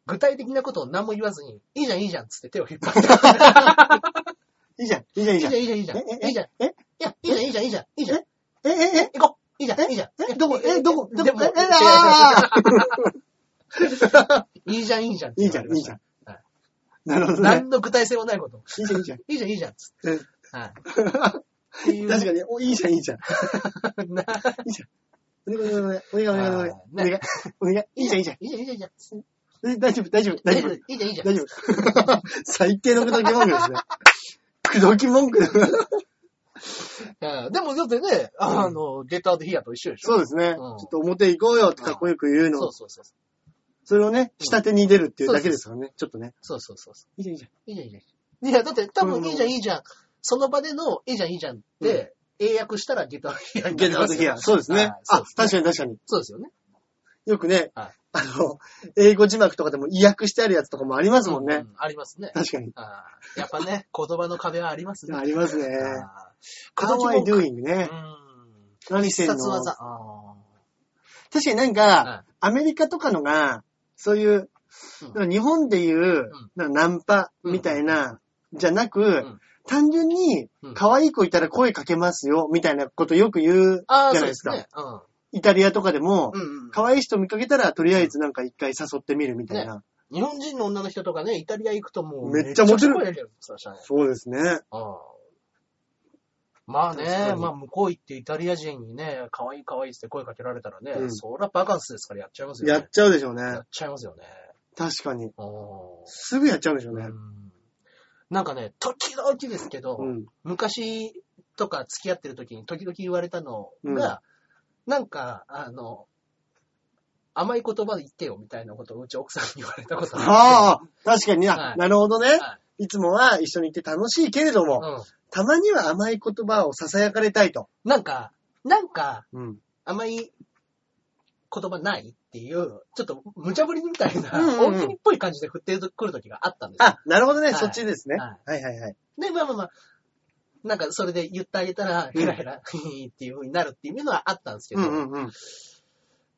[SPEAKER 2] 具体的なことを何も言わずに、いいじゃんいいじゃんっつって手を引っ張って、
[SPEAKER 1] いいじゃん、いいじゃん、いいじゃ
[SPEAKER 2] いい
[SPEAKER 1] ん。
[SPEAKER 2] じゃんいいじゃんいいじゃん
[SPEAKER 1] え、え、え、
[SPEAKER 2] い
[SPEAKER 1] え、え、
[SPEAKER 2] いじゃん、いや、い
[SPEAKER 1] え、え、え、
[SPEAKER 2] いじゃんいいじゃんいいじゃん、いいじゃん、行こういいじゃん、いいじゃん。い
[SPEAKER 1] え、
[SPEAKER 2] や
[SPEAKER 1] どこ、え、どこ、ど
[SPEAKER 2] で
[SPEAKER 1] こ、
[SPEAKER 2] も
[SPEAKER 1] え、え、
[SPEAKER 2] 違う
[SPEAKER 1] ああ
[SPEAKER 2] いいじゃんいいじゃんって
[SPEAKER 1] い
[SPEAKER 2] 言
[SPEAKER 1] いじゃ
[SPEAKER 2] われ
[SPEAKER 1] ん、
[SPEAKER 2] ま
[SPEAKER 1] いい
[SPEAKER 2] し
[SPEAKER 1] じ
[SPEAKER 2] た。
[SPEAKER 1] ゃん。なるほどね。
[SPEAKER 2] 何の具体性もないこと。
[SPEAKER 1] いいじゃん、いいじゃん。
[SPEAKER 2] いいじゃんいいじゃんっつ
[SPEAKER 1] うん
[SPEAKER 2] って。はい。っていう
[SPEAKER 1] 確かに、お、いいじゃん、いいじゃん。
[SPEAKER 2] な。
[SPEAKER 1] お願い、お願い、お願い、お願い、お願い、お願い、お願い、いいじゃん、いいじゃん。
[SPEAKER 2] いいじゃんいいじゃんいいじゃん。
[SPEAKER 1] え大丈夫、大丈夫、
[SPEAKER 2] 大
[SPEAKER 1] 大
[SPEAKER 2] 丈
[SPEAKER 1] 丈夫
[SPEAKER 2] 夫い。いじゃんいいじゃん。
[SPEAKER 1] 大丈夫。最低の口説き文句 ですね。口説き文句
[SPEAKER 2] うんでもだってね、あの、ゲットアウトヒアと一緒でしょ
[SPEAKER 1] そうですね。ちょっと表行こうよってかっこよく言うの
[SPEAKER 2] そうそうそう。
[SPEAKER 1] それをね、下手に出るっていうだけですからね。ちょっとね。
[SPEAKER 2] そうそうそうそ
[SPEAKER 1] いいじゃん、いいじゃん。
[SPEAKER 2] う。いいじゃん、いいじゃん。いや、だって多
[SPEAKER 1] う
[SPEAKER 2] 分
[SPEAKER 1] ん
[SPEAKER 2] いいじゃん、いいじゃん。その場での、いいじゃん、いいじゃんって、英訳したらゲットアウトヒアにな
[SPEAKER 1] ゲッ
[SPEAKER 2] り
[SPEAKER 1] トア
[SPEAKER 2] ま
[SPEAKER 1] ウト
[SPEAKER 2] すよ
[SPEAKER 1] ヒア。そうですね。あ、確かに確かに。
[SPEAKER 2] そうですよね。
[SPEAKER 1] よくね、
[SPEAKER 2] はい
[SPEAKER 1] あの、英語字幕とかでも意訳してあるやつとかもありますもんね。
[SPEAKER 2] うん。ありますね。
[SPEAKER 1] 確かに。
[SPEAKER 2] あーやっぱ ね、言葉の壁はありますね。
[SPEAKER 1] ありますね。
[SPEAKER 2] あー口
[SPEAKER 1] How
[SPEAKER 2] 説き
[SPEAKER 1] I
[SPEAKER 2] 文句
[SPEAKER 1] doing
[SPEAKER 2] う
[SPEAKER 1] ね。
[SPEAKER 2] ん。
[SPEAKER 1] 何して
[SPEAKER 2] 必
[SPEAKER 1] んの
[SPEAKER 2] 殺技。
[SPEAKER 1] 確
[SPEAKER 2] あー
[SPEAKER 1] かになんか、
[SPEAKER 2] はい
[SPEAKER 1] アメリカとかのが、そういう、
[SPEAKER 2] うん
[SPEAKER 1] なんか日本でいう、
[SPEAKER 2] ん
[SPEAKER 1] なんかナンパみたいな、じゃなく、
[SPEAKER 2] ん
[SPEAKER 1] 単純に
[SPEAKER 2] うん、
[SPEAKER 1] 可愛い子いたら声かけますよ、みたいなことよく言うじ
[SPEAKER 2] あ
[SPEAKER 1] ゃ
[SPEAKER 2] ー、
[SPEAKER 1] ない
[SPEAKER 2] そう
[SPEAKER 1] で
[SPEAKER 2] ですす
[SPEAKER 1] か。
[SPEAKER 2] ね。
[SPEAKER 1] イタリアとかでも
[SPEAKER 2] う、ん。うんうん
[SPEAKER 1] 可愛い人見かけたら、とりあえずなんか一回誘ってみるみたいな。
[SPEAKER 2] 日本人の女の人とかね、イタリア行くともう、
[SPEAKER 1] めっちゃモテる
[SPEAKER 2] めっちゃ声出るって言ってましたね
[SPEAKER 1] そうですね。
[SPEAKER 2] うんまあ
[SPEAKER 1] 確か
[SPEAKER 2] ね、
[SPEAKER 1] に
[SPEAKER 2] まあ向こう行ってイタリア人にね、可愛い可愛いって声かけられたらね、
[SPEAKER 1] うん
[SPEAKER 2] そりゃバカンスですからやっちゃいますよ
[SPEAKER 1] や
[SPEAKER 2] ね
[SPEAKER 1] っ。ちゃうでしょう
[SPEAKER 2] や
[SPEAKER 1] ね
[SPEAKER 2] っ。ちゃいますよね。
[SPEAKER 1] 確かに。
[SPEAKER 2] う
[SPEAKER 1] すぐやっちゃうでしょうね
[SPEAKER 2] ん。なんかね、時々ですけど、
[SPEAKER 1] うん。
[SPEAKER 2] 昔とか付き合ってる時に時々言われたのが、なんか、あの、甘い言葉で言ってよみたいなことをうち奥さんに言われたことがあっ
[SPEAKER 1] ああ、確かにな、
[SPEAKER 2] はい
[SPEAKER 1] なるほどね、。
[SPEAKER 2] はい
[SPEAKER 1] つもは一緒に行って楽しいけれど
[SPEAKER 2] て、
[SPEAKER 1] も、
[SPEAKER 2] うん
[SPEAKER 1] たまには甘い言葉を囁かれたいと。
[SPEAKER 2] なんか、なんか、
[SPEAKER 1] うん。
[SPEAKER 2] あまり言葉ないっていう、ちょっと無茶ぶりみたいな、
[SPEAKER 1] うんうんうん
[SPEAKER 2] 大喜利っぽい感じで振ってくる時があったんですよ。
[SPEAKER 1] あ、なるほどね、
[SPEAKER 2] はい
[SPEAKER 1] そっちですね。
[SPEAKER 2] は
[SPEAKER 1] はいはいはい。
[SPEAKER 2] で、まあまあまあ、なんかそれで言ってあげたら、
[SPEAKER 1] うん
[SPEAKER 2] ヘラヘラ、 いいっていう風になるっていうのはあったんですけ
[SPEAKER 1] う
[SPEAKER 2] ど、
[SPEAKER 1] んうんうん。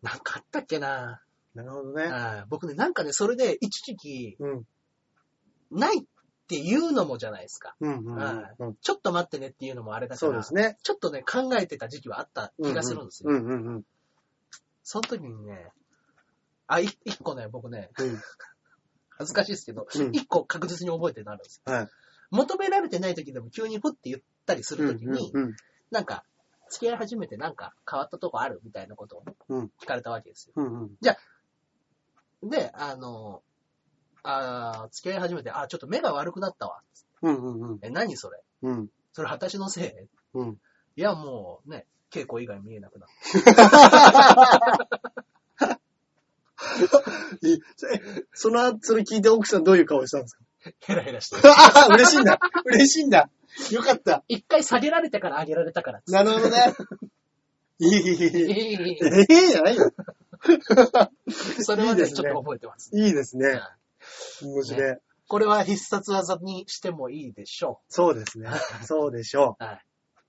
[SPEAKER 2] なんかあったっけな、
[SPEAKER 1] なるほどね。
[SPEAKER 2] ああ僕ね、なんかね、それで一時期、
[SPEAKER 1] うん。
[SPEAKER 2] ないっていうのもじゃないですか。
[SPEAKER 1] うんうんうん
[SPEAKER 2] は
[SPEAKER 1] うん。
[SPEAKER 2] ちょっと待ってねっていうのもあれだか
[SPEAKER 1] そ
[SPEAKER 2] ら、
[SPEAKER 1] うですね。
[SPEAKER 2] ちょっとね、考えてた時期はあった気がするんですよ。
[SPEAKER 1] うんうんうん。
[SPEAKER 2] その時にね、あ、い一個ね、僕ね、
[SPEAKER 1] うん
[SPEAKER 2] 恥ずかしいですけど、
[SPEAKER 1] うん
[SPEAKER 2] 一個確実に覚えてるのあるんですよ。
[SPEAKER 1] はい。
[SPEAKER 2] 求められてない時でも急にふって言ったりす
[SPEAKER 1] うん
[SPEAKER 2] る時に、
[SPEAKER 1] うん
[SPEAKER 2] なんか、付き合い始めてなんか変わったとこあるみたいなことを
[SPEAKER 1] うん
[SPEAKER 2] 聞かれたわけですよ。
[SPEAKER 1] うんうん。
[SPEAKER 2] で、あの、あー付き合い始めて、あー、ちょっと目が悪くなったわ。
[SPEAKER 1] うんうんうん。
[SPEAKER 2] え、何それ
[SPEAKER 1] うん
[SPEAKER 2] それ私のせい
[SPEAKER 1] うん。
[SPEAKER 2] いや、もうね、稽古以外見えなくなっ
[SPEAKER 1] えその、それ聞いて奥さんどういう顔したんですか
[SPEAKER 2] た。ヘラヘラして。
[SPEAKER 1] ああ嬉しいんだ嬉しいんだよかった
[SPEAKER 2] 一回下げられてから上げられたからっつっ
[SPEAKER 1] な
[SPEAKER 2] て。
[SPEAKER 1] るほどね。いい、いい、いい。
[SPEAKER 2] いい
[SPEAKER 1] ええじゃないよ。
[SPEAKER 2] それはい
[SPEAKER 1] い
[SPEAKER 2] ね、
[SPEAKER 1] です
[SPEAKER 2] ち
[SPEAKER 1] ね
[SPEAKER 2] ょっと覚えてます。
[SPEAKER 1] いいですね
[SPEAKER 2] は。
[SPEAKER 1] 面白い。
[SPEAKER 2] これは必殺技にしてもいいでしょ
[SPEAKER 1] そうですね。そうでしょう。
[SPEAKER 2] はい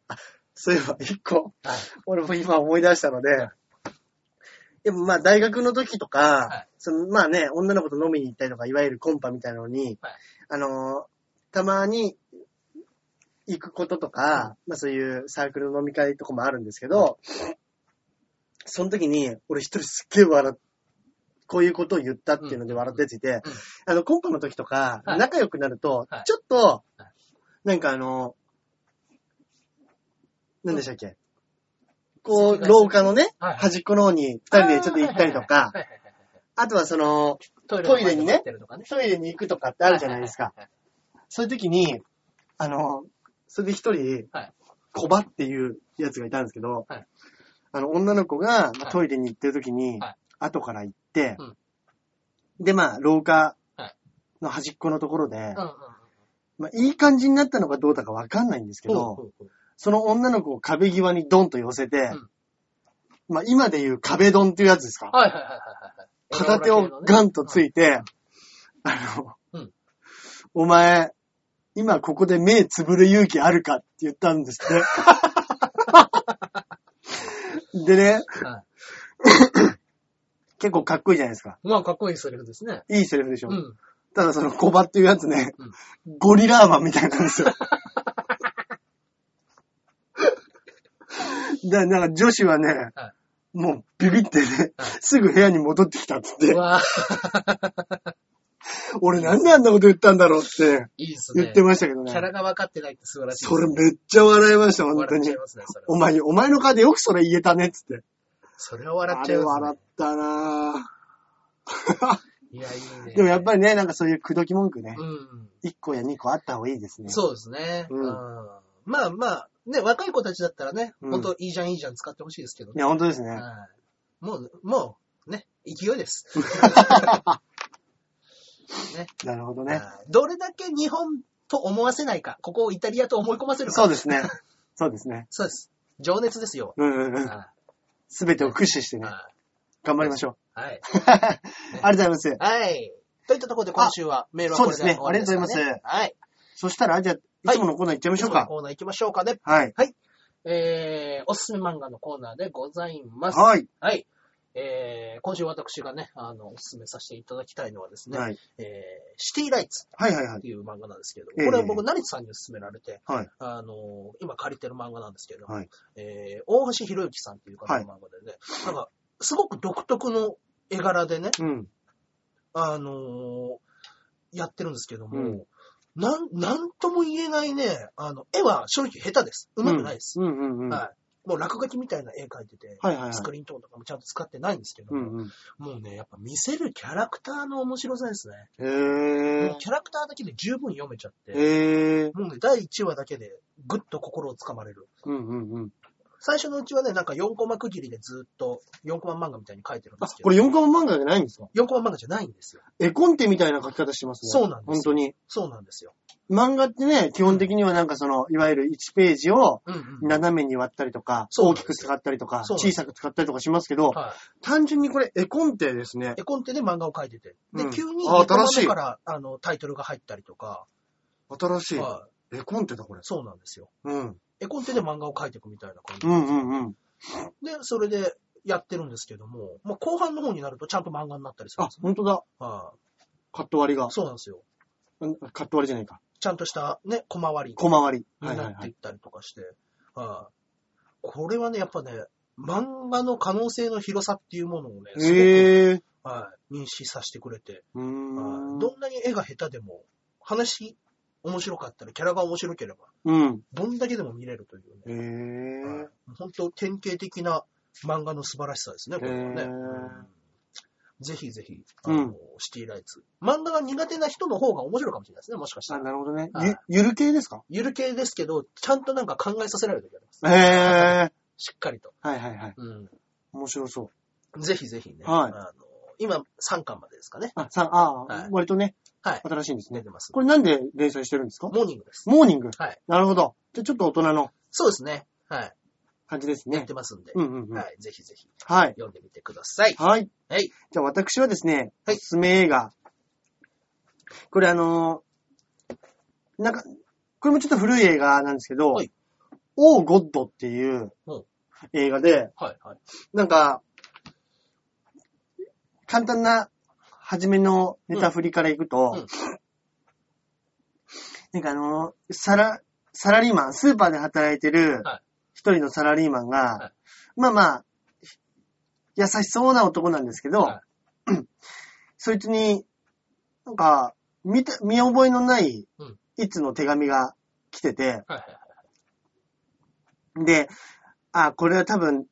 [SPEAKER 1] あそういえば、一個、
[SPEAKER 2] はい
[SPEAKER 1] 俺も今思い出したので、でもまあ大学の時とか、
[SPEAKER 2] はい
[SPEAKER 1] そのまあね、女の子と飲みに行ったりとか、いわゆるコンパみたいなのに、
[SPEAKER 2] はい
[SPEAKER 1] あのーたまに行くこととか、まあそういうサークルの飲み会とかもあるんですけど、その時に俺一人すっげえ笑っこういうことを言ったっていうので笑ってついて、
[SPEAKER 2] うん
[SPEAKER 1] あの、コンパの時とか、
[SPEAKER 2] はい
[SPEAKER 1] 仲良くなると、
[SPEAKER 2] はい
[SPEAKER 1] ちょっと
[SPEAKER 2] は、
[SPEAKER 1] なんかあの、何でしたっけ、
[SPEAKER 2] そう
[SPEAKER 1] こ
[SPEAKER 2] です
[SPEAKER 1] う、
[SPEAKER 2] ね
[SPEAKER 1] 廊下のね、
[SPEAKER 2] はい
[SPEAKER 1] 端っこの方に二
[SPEAKER 2] う。
[SPEAKER 1] 人でちょっと行ったりと
[SPEAKER 2] は
[SPEAKER 1] か
[SPEAKER 2] い、はいはいはい
[SPEAKER 1] あとはその、
[SPEAKER 2] ト
[SPEAKER 1] トイレにね
[SPEAKER 2] の前入ってるとかね。
[SPEAKER 1] トイレに行くとかってあるじゃないですか。
[SPEAKER 2] はいはい
[SPEAKER 1] そういう時に、あの、それで一人
[SPEAKER 2] はい、
[SPEAKER 1] コバっていうやつがいたんですけど、
[SPEAKER 2] はい
[SPEAKER 1] あの、女の子が、ま
[SPEAKER 2] は
[SPEAKER 1] あ、
[SPEAKER 2] い
[SPEAKER 1] トイレに行ってる時に、
[SPEAKER 2] はい
[SPEAKER 1] 後から行って、
[SPEAKER 2] うん
[SPEAKER 1] で、まあ、廊下
[SPEAKER 2] はい
[SPEAKER 1] の端っこのところで、
[SPEAKER 2] はいはい。うんうん
[SPEAKER 1] まあ、いい感じになったのかどうだかわかんないんですけ
[SPEAKER 2] うん
[SPEAKER 1] ど、
[SPEAKER 2] ほうほうほう
[SPEAKER 1] その女の子を壁際にドンと寄せて、
[SPEAKER 2] ん
[SPEAKER 1] まあ、今でいう壁ドンっていうやつですか
[SPEAKER 2] はいはいはいはいはい。
[SPEAKER 1] 片手をガンとつ
[SPEAKER 2] い
[SPEAKER 1] いて、あの、
[SPEAKER 2] うん
[SPEAKER 1] お前、今ここで目つぶる勇気あるかって言ったんです ね。でね、
[SPEAKER 2] は
[SPEAKER 1] 結構かっこいいじゃないですか。
[SPEAKER 2] い。まあ、かっこいいセリフですね。
[SPEAKER 1] いいセリフでしょ。
[SPEAKER 2] うん。
[SPEAKER 1] ただそのコバっていうやつね、ゴリラーマンみたいなんです よ。だからなんか女子はね、
[SPEAKER 2] は
[SPEAKER 1] もうビビってね、すぐ部屋に戻ってきたって言って
[SPEAKER 2] う、わ
[SPEAKER 1] 俺なんであんなこと言ったんだろうって
[SPEAKER 2] いいですね。
[SPEAKER 1] 言ってましたけどね。
[SPEAKER 2] キャラが分かってないって素晴らしいです
[SPEAKER 1] そ
[SPEAKER 2] ね。
[SPEAKER 1] れめっちゃ笑いました、本当
[SPEAKER 2] 笑っちゃ
[SPEAKER 1] に
[SPEAKER 2] い。ますね、それは。
[SPEAKER 1] お前、お前の顔でよくそれ言えたね、つって。
[SPEAKER 2] それは笑っ
[SPEAKER 1] あ
[SPEAKER 2] ちゃい
[SPEAKER 1] れ
[SPEAKER 2] ま
[SPEAKER 1] 笑
[SPEAKER 2] す
[SPEAKER 1] ったなぁ。
[SPEAKER 2] ね。いや、いいね。
[SPEAKER 1] でもやっぱりね、なんかそういう口説き文句ね、
[SPEAKER 2] うん。
[SPEAKER 1] 1個や2個あった方がいいですね。
[SPEAKER 2] そうですね。
[SPEAKER 1] うん
[SPEAKER 2] うんまあまあ、ね、若い子たちだったらね、
[SPEAKER 1] うん
[SPEAKER 2] ほんといいじゃんいいじゃん使ってほしいですけど
[SPEAKER 1] い
[SPEAKER 2] ね。
[SPEAKER 1] や、本当ですね。
[SPEAKER 2] はいもう、もう、ね、勢いです。
[SPEAKER 1] なるほどね。
[SPEAKER 2] はいどれだけ日本と思わせないか、ここをイタリアと思い込ませるか。
[SPEAKER 1] そう ですね。そうですね。
[SPEAKER 2] そうです。情熱ですよ。
[SPEAKER 1] うんうんうん。
[SPEAKER 2] は
[SPEAKER 1] すべてを駆使して
[SPEAKER 2] い
[SPEAKER 1] ね、
[SPEAKER 2] は
[SPEAKER 1] 頑張りましょう。
[SPEAKER 2] いはい。
[SPEAKER 1] ありがとうございます。
[SPEAKER 2] はい。といったところで今週はメールはこれで終わりですかね。
[SPEAKER 1] そうですねありがとうござい
[SPEAKER 2] はい。
[SPEAKER 1] そしたら、じゃあ、いつものコーナー行っちゃいましょう
[SPEAKER 2] いつもの
[SPEAKER 1] か。
[SPEAKER 2] コーナー行きましょうかね。
[SPEAKER 1] はい。
[SPEAKER 2] えー、おすすめ漫画のコーナーでございます。。
[SPEAKER 1] はいい。
[SPEAKER 2] はい。えー、今週私がね、あの、おすすめさせていただきたいのはですね、
[SPEAKER 1] はい。
[SPEAKER 2] えー、シティライツ
[SPEAKER 1] はいはいは
[SPEAKER 2] っ
[SPEAKER 1] い。
[SPEAKER 2] ていう漫画なんですけれども、
[SPEAKER 1] ええ
[SPEAKER 2] これは僕、成田さんに勧められて、
[SPEAKER 1] はい
[SPEAKER 2] あの、今借りてる漫画なんですけれども、
[SPEAKER 1] はい
[SPEAKER 2] えー、大橋博之さんっていう方の漫画でね、なんか、すごく独特の絵柄でね、
[SPEAKER 1] うん。
[SPEAKER 2] あのーやってるんですけども、
[SPEAKER 1] うん
[SPEAKER 2] なん、なんとも言えないね、あの、絵は正直下手です。うまくないです。
[SPEAKER 1] うんうんうん。は
[SPEAKER 2] はい。もう落書きみたいな絵描いてて、
[SPEAKER 1] いはいはい。
[SPEAKER 2] スクリーントーンとかもちゃんと使ってないんですけど
[SPEAKER 1] う
[SPEAKER 2] も、
[SPEAKER 1] んうん。
[SPEAKER 2] もうね、やっぱ見せるキャラクターの面白さですね。
[SPEAKER 1] へ
[SPEAKER 2] も
[SPEAKER 1] ぇ
[SPEAKER 2] うキャラクターだけで十分読めちゃって、
[SPEAKER 1] ー。へぇー。
[SPEAKER 2] もうね、第1話だけでぐっと心をつかまれる。
[SPEAKER 1] うんうんうん。
[SPEAKER 2] 最初のうちはね、なんか4コマ区切りでずっと4コマ漫画みたいに書いてるんで
[SPEAKER 1] あ
[SPEAKER 2] す、けど、
[SPEAKER 1] これ4コマ漫画じゃないんですか
[SPEAKER 2] 4コマ漫画じゃないんですよ。
[SPEAKER 1] 絵コンテみたいな書き方してますね。
[SPEAKER 2] そうなんですよ
[SPEAKER 1] 本当に。
[SPEAKER 2] そうなんですよ。
[SPEAKER 1] 漫画ってね、基本的にはなんかその、いわゆる1ページを
[SPEAKER 2] うんうん。
[SPEAKER 1] 斜めに割ったりとか、
[SPEAKER 2] そう
[SPEAKER 1] 大
[SPEAKER 2] なんで
[SPEAKER 1] き
[SPEAKER 2] すよ
[SPEAKER 1] く使ったりとか、
[SPEAKER 2] そうなんで
[SPEAKER 1] 小
[SPEAKER 2] す
[SPEAKER 1] さく使ったりとかしますけど、
[SPEAKER 2] はい
[SPEAKER 1] 単純にこれ絵コンテですね。
[SPEAKER 2] 絵コンテで漫画を描いてて。で、
[SPEAKER 1] うん
[SPEAKER 2] 急に
[SPEAKER 1] あ
[SPEAKER 2] 2コ
[SPEAKER 1] 新
[SPEAKER 2] マ
[SPEAKER 1] し
[SPEAKER 2] 目
[SPEAKER 1] い
[SPEAKER 2] からあのタイトルが入ったりとか、
[SPEAKER 1] 新しい。
[SPEAKER 2] はい
[SPEAKER 1] 絵コンテだこれ。
[SPEAKER 2] そうなんですよ。
[SPEAKER 1] うん。
[SPEAKER 2] 絵コンテで漫画を描いていくみたいな感じ
[SPEAKER 1] う
[SPEAKER 2] なん
[SPEAKER 1] ん
[SPEAKER 2] で
[SPEAKER 1] うんうん。
[SPEAKER 2] す。で、それでやってるんですけども、まあ、後半の方になるとちゃんと漫画になったりするん
[SPEAKER 1] あ
[SPEAKER 2] です、ね
[SPEAKER 1] 本当だ。
[SPEAKER 2] は
[SPEAKER 1] カット割りが
[SPEAKER 2] い。。そうなんですよ。
[SPEAKER 1] うんカット割りじゃないか。
[SPEAKER 2] ちゃんとしたね、小回り
[SPEAKER 1] 小回り。は
[SPEAKER 2] に
[SPEAKER 1] いは
[SPEAKER 2] ないって
[SPEAKER 1] はいい。
[SPEAKER 2] ったりとかして、はいこれはね、やっぱね、漫画の可能性の広さっていうものをね、すごく、
[SPEAKER 1] へぇー。
[SPEAKER 2] はい認識させてくれて、
[SPEAKER 1] うー
[SPEAKER 2] はい
[SPEAKER 1] ん。
[SPEAKER 2] どんなに絵が下手でも、話面白かったり、キャラが面白ければ、
[SPEAKER 1] うん。
[SPEAKER 2] どんだけでも見れるという
[SPEAKER 1] へ
[SPEAKER 2] ね。
[SPEAKER 1] ぇー。
[SPEAKER 2] 本当、典型的な漫画の素晴らしさですね、これはね。
[SPEAKER 1] へー
[SPEAKER 2] うんぜひぜひ、あ
[SPEAKER 1] うん
[SPEAKER 2] の、シティライツ。漫画が苦手な人の方が面白いかもしれないですね、もしかした
[SPEAKER 1] あ、
[SPEAKER 2] ら。
[SPEAKER 1] なるほどね
[SPEAKER 2] は。い
[SPEAKER 1] ゆ、ゆる系ですか
[SPEAKER 2] ゆる系ですけど、ちゃんとなんか考えさせられる時あります。
[SPEAKER 1] へぇー。はい
[SPEAKER 2] しっかりと。
[SPEAKER 1] はいはい。
[SPEAKER 2] うん
[SPEAKER 1] 面白そう。
[SPEAKER 2] ぜひぜひね、
[SPEAKER 1] はい
[SPEAKER 2] あの今3巻までですかね。
[SPEAKER 1] あ、さ、あ、
[SPEAKER 2] はい
[SPEAKER 1] 割とね、
[SPEAKER 2] はい
[SPEAKER 1] 新しいんです
[SPEAKER 2] 出
[SPEAKER 1] ね。
[SPEAKER 2] てます。
[SPEAKER 1] これなんで連載してるんですか
[SPEAKER 2] モーニングです。
[SPEAKER 1] モーニング。
[SPEAKER 2] はい。
[SPEAKER 1] なるほど。じゃあちょっと大人の。
[SPEAKER 2] そうですね。はい。
[SPEAKER 1] 感じです
[SPEAKER 2] やっ
[SPEAKER 1] ね
[SPEAKER 2] て。ますんで、
[SPEAKER 1] うんうんうん。
[SPEAKER 2] はい、ぜひぜひ
[SPEAKER 1] はい。
[SPEAKER 2] 読んでみてください。
[SPEAKER 1] はい。
[SPEAKER 2] はい。
[SPEAKER 1] じゃあ私はですね、
[SPEAKER 2] はい
[SPEAKER 1] おすすめ映画。これあのーなんか、これもちょっと古い映画なんですけど、
[SPEAKER 2] はい
[SPEAKER 1] オー・ゴッドっていう
[SPEAKER 2] うん
[SPEAKER 1] 映画で、
[SPEAKER 2] はい、はい。
[SPEAKER 1] なんか、簡単な初めのネタ振りからいくと、
[SPEAKER 2] うんうん
[SPEAKER 1] なんかあの、サラ、サラリーマン、スーパーで働いてる
[SPEAKER 2] はい
[SPEAKER 1] 一人のサラリーマンが、
[SPEAKER 2] は
[SPEAKER 1] まあまあ、優しそうな男なんですけど、
[SPEAKER 2] は
[SPEAKER 1] そいつに、なんか、見た、見覚えのない
[SPEAKER 2] うん、
[SPEAKER 1] いつの手紙が来てて、
[SPEAKER 2] はい、はい。
[SPEAKER 1] で、あ、これは多分、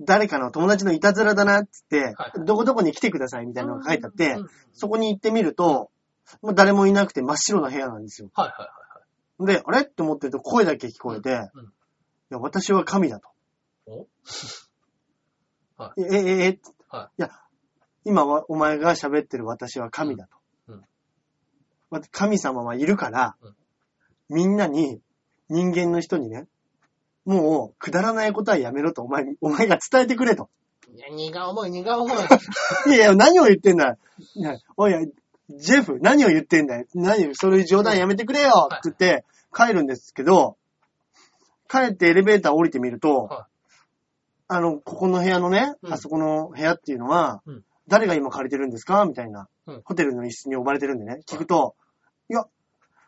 [SPEAKER 1] 誰かの友達のいたずらだな、つって、
[SPEAKER 2] はい
[SPEAKER 1] どこどこに来てください、みたいなのが書いてあって
[SPEAKER 2] うん、うん
[SPEAKER 1] そこに行ってみると、もう誰もいなくて真っ白な部屋なんですよ。
[SPEAKER 2] はい、はい、はい。
[SPEAKER 1] で、あれって思ってると声だけ聞こえて、
[SPEAKER 2] うんうん
[SPEAKER 1] いや、私は神だと。
[SPEAKER 2] お は
[SPEAKER 1] え、え、え、え、
[SPEAKER 2] はい
[SPEAKER 1] や、今はお前が喋ってる私は神だと。
[SPEAKER 2] うんうん
[SPEAKER 1] ま神様はいるから、
[SPEAKER 2] うん
[SPEAKER 1] みんなに、人間の人にね、もう、くだらないことはやめろと、お前に、お前が伝えてくれと。
[SPEAKER 2] いや、荷が重い、荷 が重い。
[SPEAKER 1] いやいや、何を言ってんだ。いやおい、ジェフ、何を言ってんだよ。何、それ冗談やめてくれよ
[SPEAKER 2] はい
[SPEAKER 1] って言って、帰るんですけど、帰ってエレベーター降りてみると、
[SPEAKER 2] は
[SPEAKER 1] あの、ここの部屋のね、
[SPEAKER 2] うん
[SPEAKER 1] あそこの部屋っていうのは、
[SPEAKER 2] うん
[SPEAKER 1] 誰が今借りてるんですかみたいな、
[SPEAKER 2] うん
[SPEAKER 1] ホテルの一室に呼ばれてるんでね、聞くと、いや、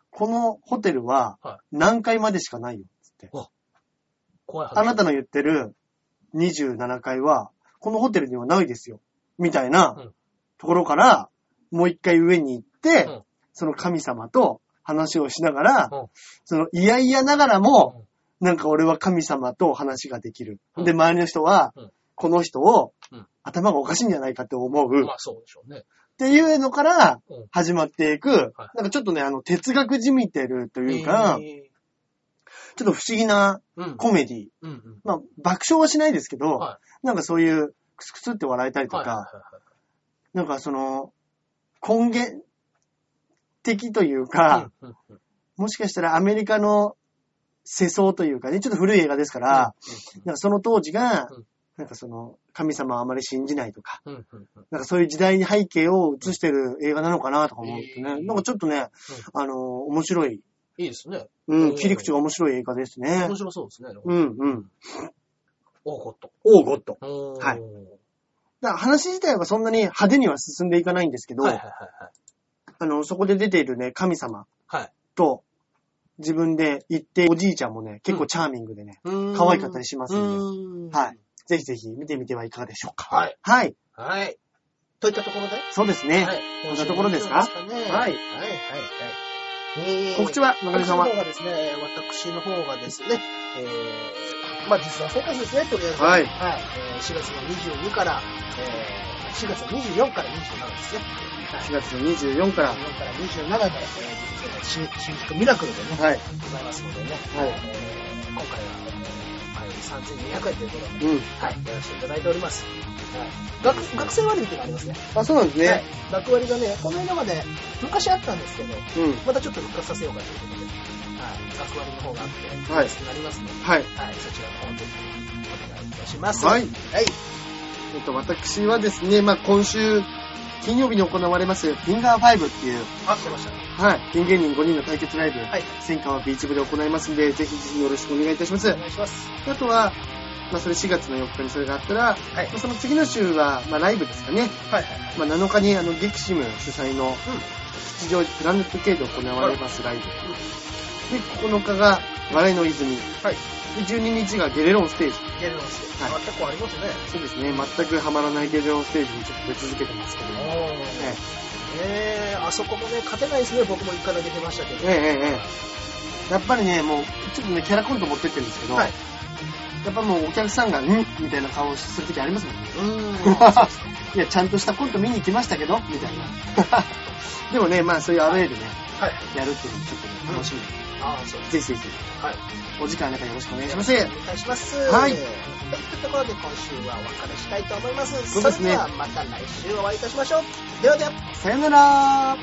[SPEAKER 1] このホテルは
[SPEAKER 2] は
[SPEAKER 1] 何階までしかないよ。
[SPEAKER 2] 怖い話。
[SPEAKER 1] あなたの言ってる27階は、このホテルにはないですよ。みたいな
[SPEAKER 2] うん
[SPEAKER 1] ところから、もう一回上に行って、
[SPEAKER 2] うん
[SPEAKER 1] その神様と話をしながら、
[SPEAKER 2] うん
[SPEAKER 1] その嫌々ながらも、なんか俺は神様と話ができる。
[SPEAKER 2] うん
[SPEAKER 1] で、周りの人は、
[SPEAKER 2] うん
[SPEAKER 1] この人を、
[SPEAKER 2] うん
[SPEAKER 1] 頭がおかしいんじゃないかって思う。
[SPEAKER 2] まあ、そうでしょうね。
[SPEAKER 1] っていうのから
[SPEAKER 2] うん
[SPEAKER 1] 始まっていく、
[SPEAKER 2] は
[SPEAKER 1] なんかちょっとね、あの、哲学じみてるというか、
[SPEAKER 2] え
[SPEAKER 1] ちょっと不思議な
[SPEAKER 2] ーうん。
[SPEAKER 1] コメディ。
[SPEAKER 2] うんうん。
[SPEAKER 1] まあ、爆笑はしないですけど、
[SPEAKER 2] は
[SPEAKER 1] なんかそういう、クスクスって笑えたりとか、
[SPEAKER 2] はいはいはいはい
[SPEAKER 1] なんかその、根源的というか、
[SPEAKER 2] うんうんうん
[SPEAKER 1] もしかしたらアメリカの世相というかね、ちょっと古い映画ですから、なんかその当時が、
[SPEAKER 2] うん
[SPEAKER 1] なんかその、神様はあまり信じないとか、
[SPEAKER 2] うんうんうんうん
[SPEAKER 1] なんかそういう時代に背景を映してる映画なのかなとか思ってね、
[SPEAKER 2] うん
[SPEAKER 1] なんかちょっとね、あの、面白い、
[SPEAKER 2] いいですね。
[SPEAKER 1] う
[SPEAKER 2] うん
[SPEAKER 1] ん、切り口が面白い映画ですね
[SPEAKER 2] 面。白そうですね。
[SPEAKER 1] うん、うん。
[SPEAKER 2] おーゴッド。
[SPEAKER 1] オーゴッド。
[SPEAKER 2] おー
[SPEAKER 1] はいだから話自体はそんなに派手には進んでいかないんですけど、
[SPEAKER 2] はいはいはいはい。
[SPEAKER 1] あの、そこで出ているね、神様
[SPEAKER 2] はい
[SPEAKER 1] と、自分で言って、おじいちゃんもね、結構チャーミングでね、可愛かったり
[SPEAKER 2] し
[SPEAKER 1] しま
[SPEAKER 2] ます
[SPEAKER 1] んで、
[SPEAKER 2] ん
[SPEAKER 1] はい。ぜひぜひ見てみてはいかがでしょうか。
[SPEAKER 2] はい。
[SPEAKER 1] はい。
[SPEAKER 2] はい。といったところで、
[SPEAKER 1] そうですね。
[SPEAKER 2] はい。
[SPEAKER 1] こんなところですか
[SPEAKER 2] 今週のニュースですかね
[SPEAKER 1] は
[SPEAKER 2] はいい。はいはいはい。
[SPEAKER 1] 告知
[SPEAKER 2] は
[SPEAKER 1] は、中根さんは
[SPEAKER 2] 私の方がですね、私の方がですね、えー、まあ実は生活ですね、とりあえず。
[SPEAKER 1] はい
[SPEAKER 2] はい。えー4月の22から、えー、4月の24から27ですね。はい。
[SPEAKER 1] 4月の24から、
[SPEAKER 2] 24から27で、えー、新新宿ミラクルでね、
[SPEAKER 1] はい。
[SPEAKER 2] ございますのでね、
[SPEAKER 1] はい
[SPEAKER 2] えー今回は、えー、3200円ということで、
[SPEAKER 1] うん。
[SPEAKER 2] はい、やらせていただいております。はい、学学生割引がありますね。
[SPEAKER 1] あ、そうなんですね。
[SPEAKER 2] はい、学割がね、この間まで昔あったんですけど、
[SPEAKER 1] うん。
[SPEAKER 2] またちょっと復活させようかということで、はい、学割の方があって、
[SPEAKER 1] はい
[SPEAKER 2] 安くなりますので、
[SPEAKER 1] はい。
[SPEAKER 2] はい、そちらの方ぜひお願いいたします。
[SPEAKER 1] はい
[SPEAKER 2] はい、
[SPEAKER 1] えっと、私はですね、まあ、今週、金曜日に行われます、フィンガー5っていう、
[SPEAKER 2] あ、出ましたね。
[SPEAKER 1] はい。ピン芸人5人の対決ライブ、
[SPEAKER 2] はい、
[SPEAKER 1] 戦火はビーチ部で行いますんで、ぜひぜひよろしくお願いいたします
[SPEAKER 2] お。願いします。
[SPEAKER 1] あとは、まあ、それ4月の4日にそれがあったら、
[SPEAKER 2] はい
[SPEAKER 1] まあその次の週は、まあ、ライブですかね。
[SPEAKER 2] はい、はい、はい。
[SPEAKER 1] まあ、7日に、あの、ゲキシム主催の、吉祥寺プラネット系で行われますライブ。で、9日が、笑いの泉。で、
[SPEAKER 2] はい、
[SPEAKER 1] 12日がゲレロンステージ。
[SPEAKER 2] ゲルノス、
[SPEAKER 1] はい
[SPEAKER 2] あ結構ありますね。
[SPEAKER 1] そうですね、全くハマらないゲレロンステージにちょっと出続けてますけど
[SPEAKER 2] お
[SPEAKER 1] も。
[SPEAKER 2] ー
[SPEAKER 1] え
[SPEAKER 2] えー、あそこもね、勝てないですね、僕も一回だけ出ましたけ
[SPEAKER 1] え
[SPEAKER 2] ど。
[SPEAKER 1] えええええやっぱりね、もう、ちょっとね、キャラコント持ってってるんですけど、
[SPEAKER 2] はい。
[SPEAKER 1] やっぱもうお客さんが、んみたいな顔をするときありますもんね。
[SPEAKER 2] うー
[SPEAKER 1] い
[SPEAKER 2] ん。
[SPEAKER 1] や、ちゃんとしたコント見に来ましたけど、みたいな。 でもね、まあそういうアウェイでね、
[SPEAKER 2] はい。
[SPEAKER 1] やるっていうのもちょっとね、楽しみで
[SPEAKER 2] ああ、そうです
[SPEAKER 1] ぜひぜひ、
[SPEAKER 2] はい。
[SPEAKER 1] お時間の中よろしくお願いしま
[SPEAKER 2] お
[SPEAKER 1] す。
[SPEAKER 2] 願いいたします。
[SPEAKER 1] はい
[SPEAKER 2] というところで今週はお別れしたいと思います。
[SPEAKER 1] そうですね
[SPEAKER 2] れではまた来週お会いいたしましょう。ではでは。
[SPEAKER 1] さよなら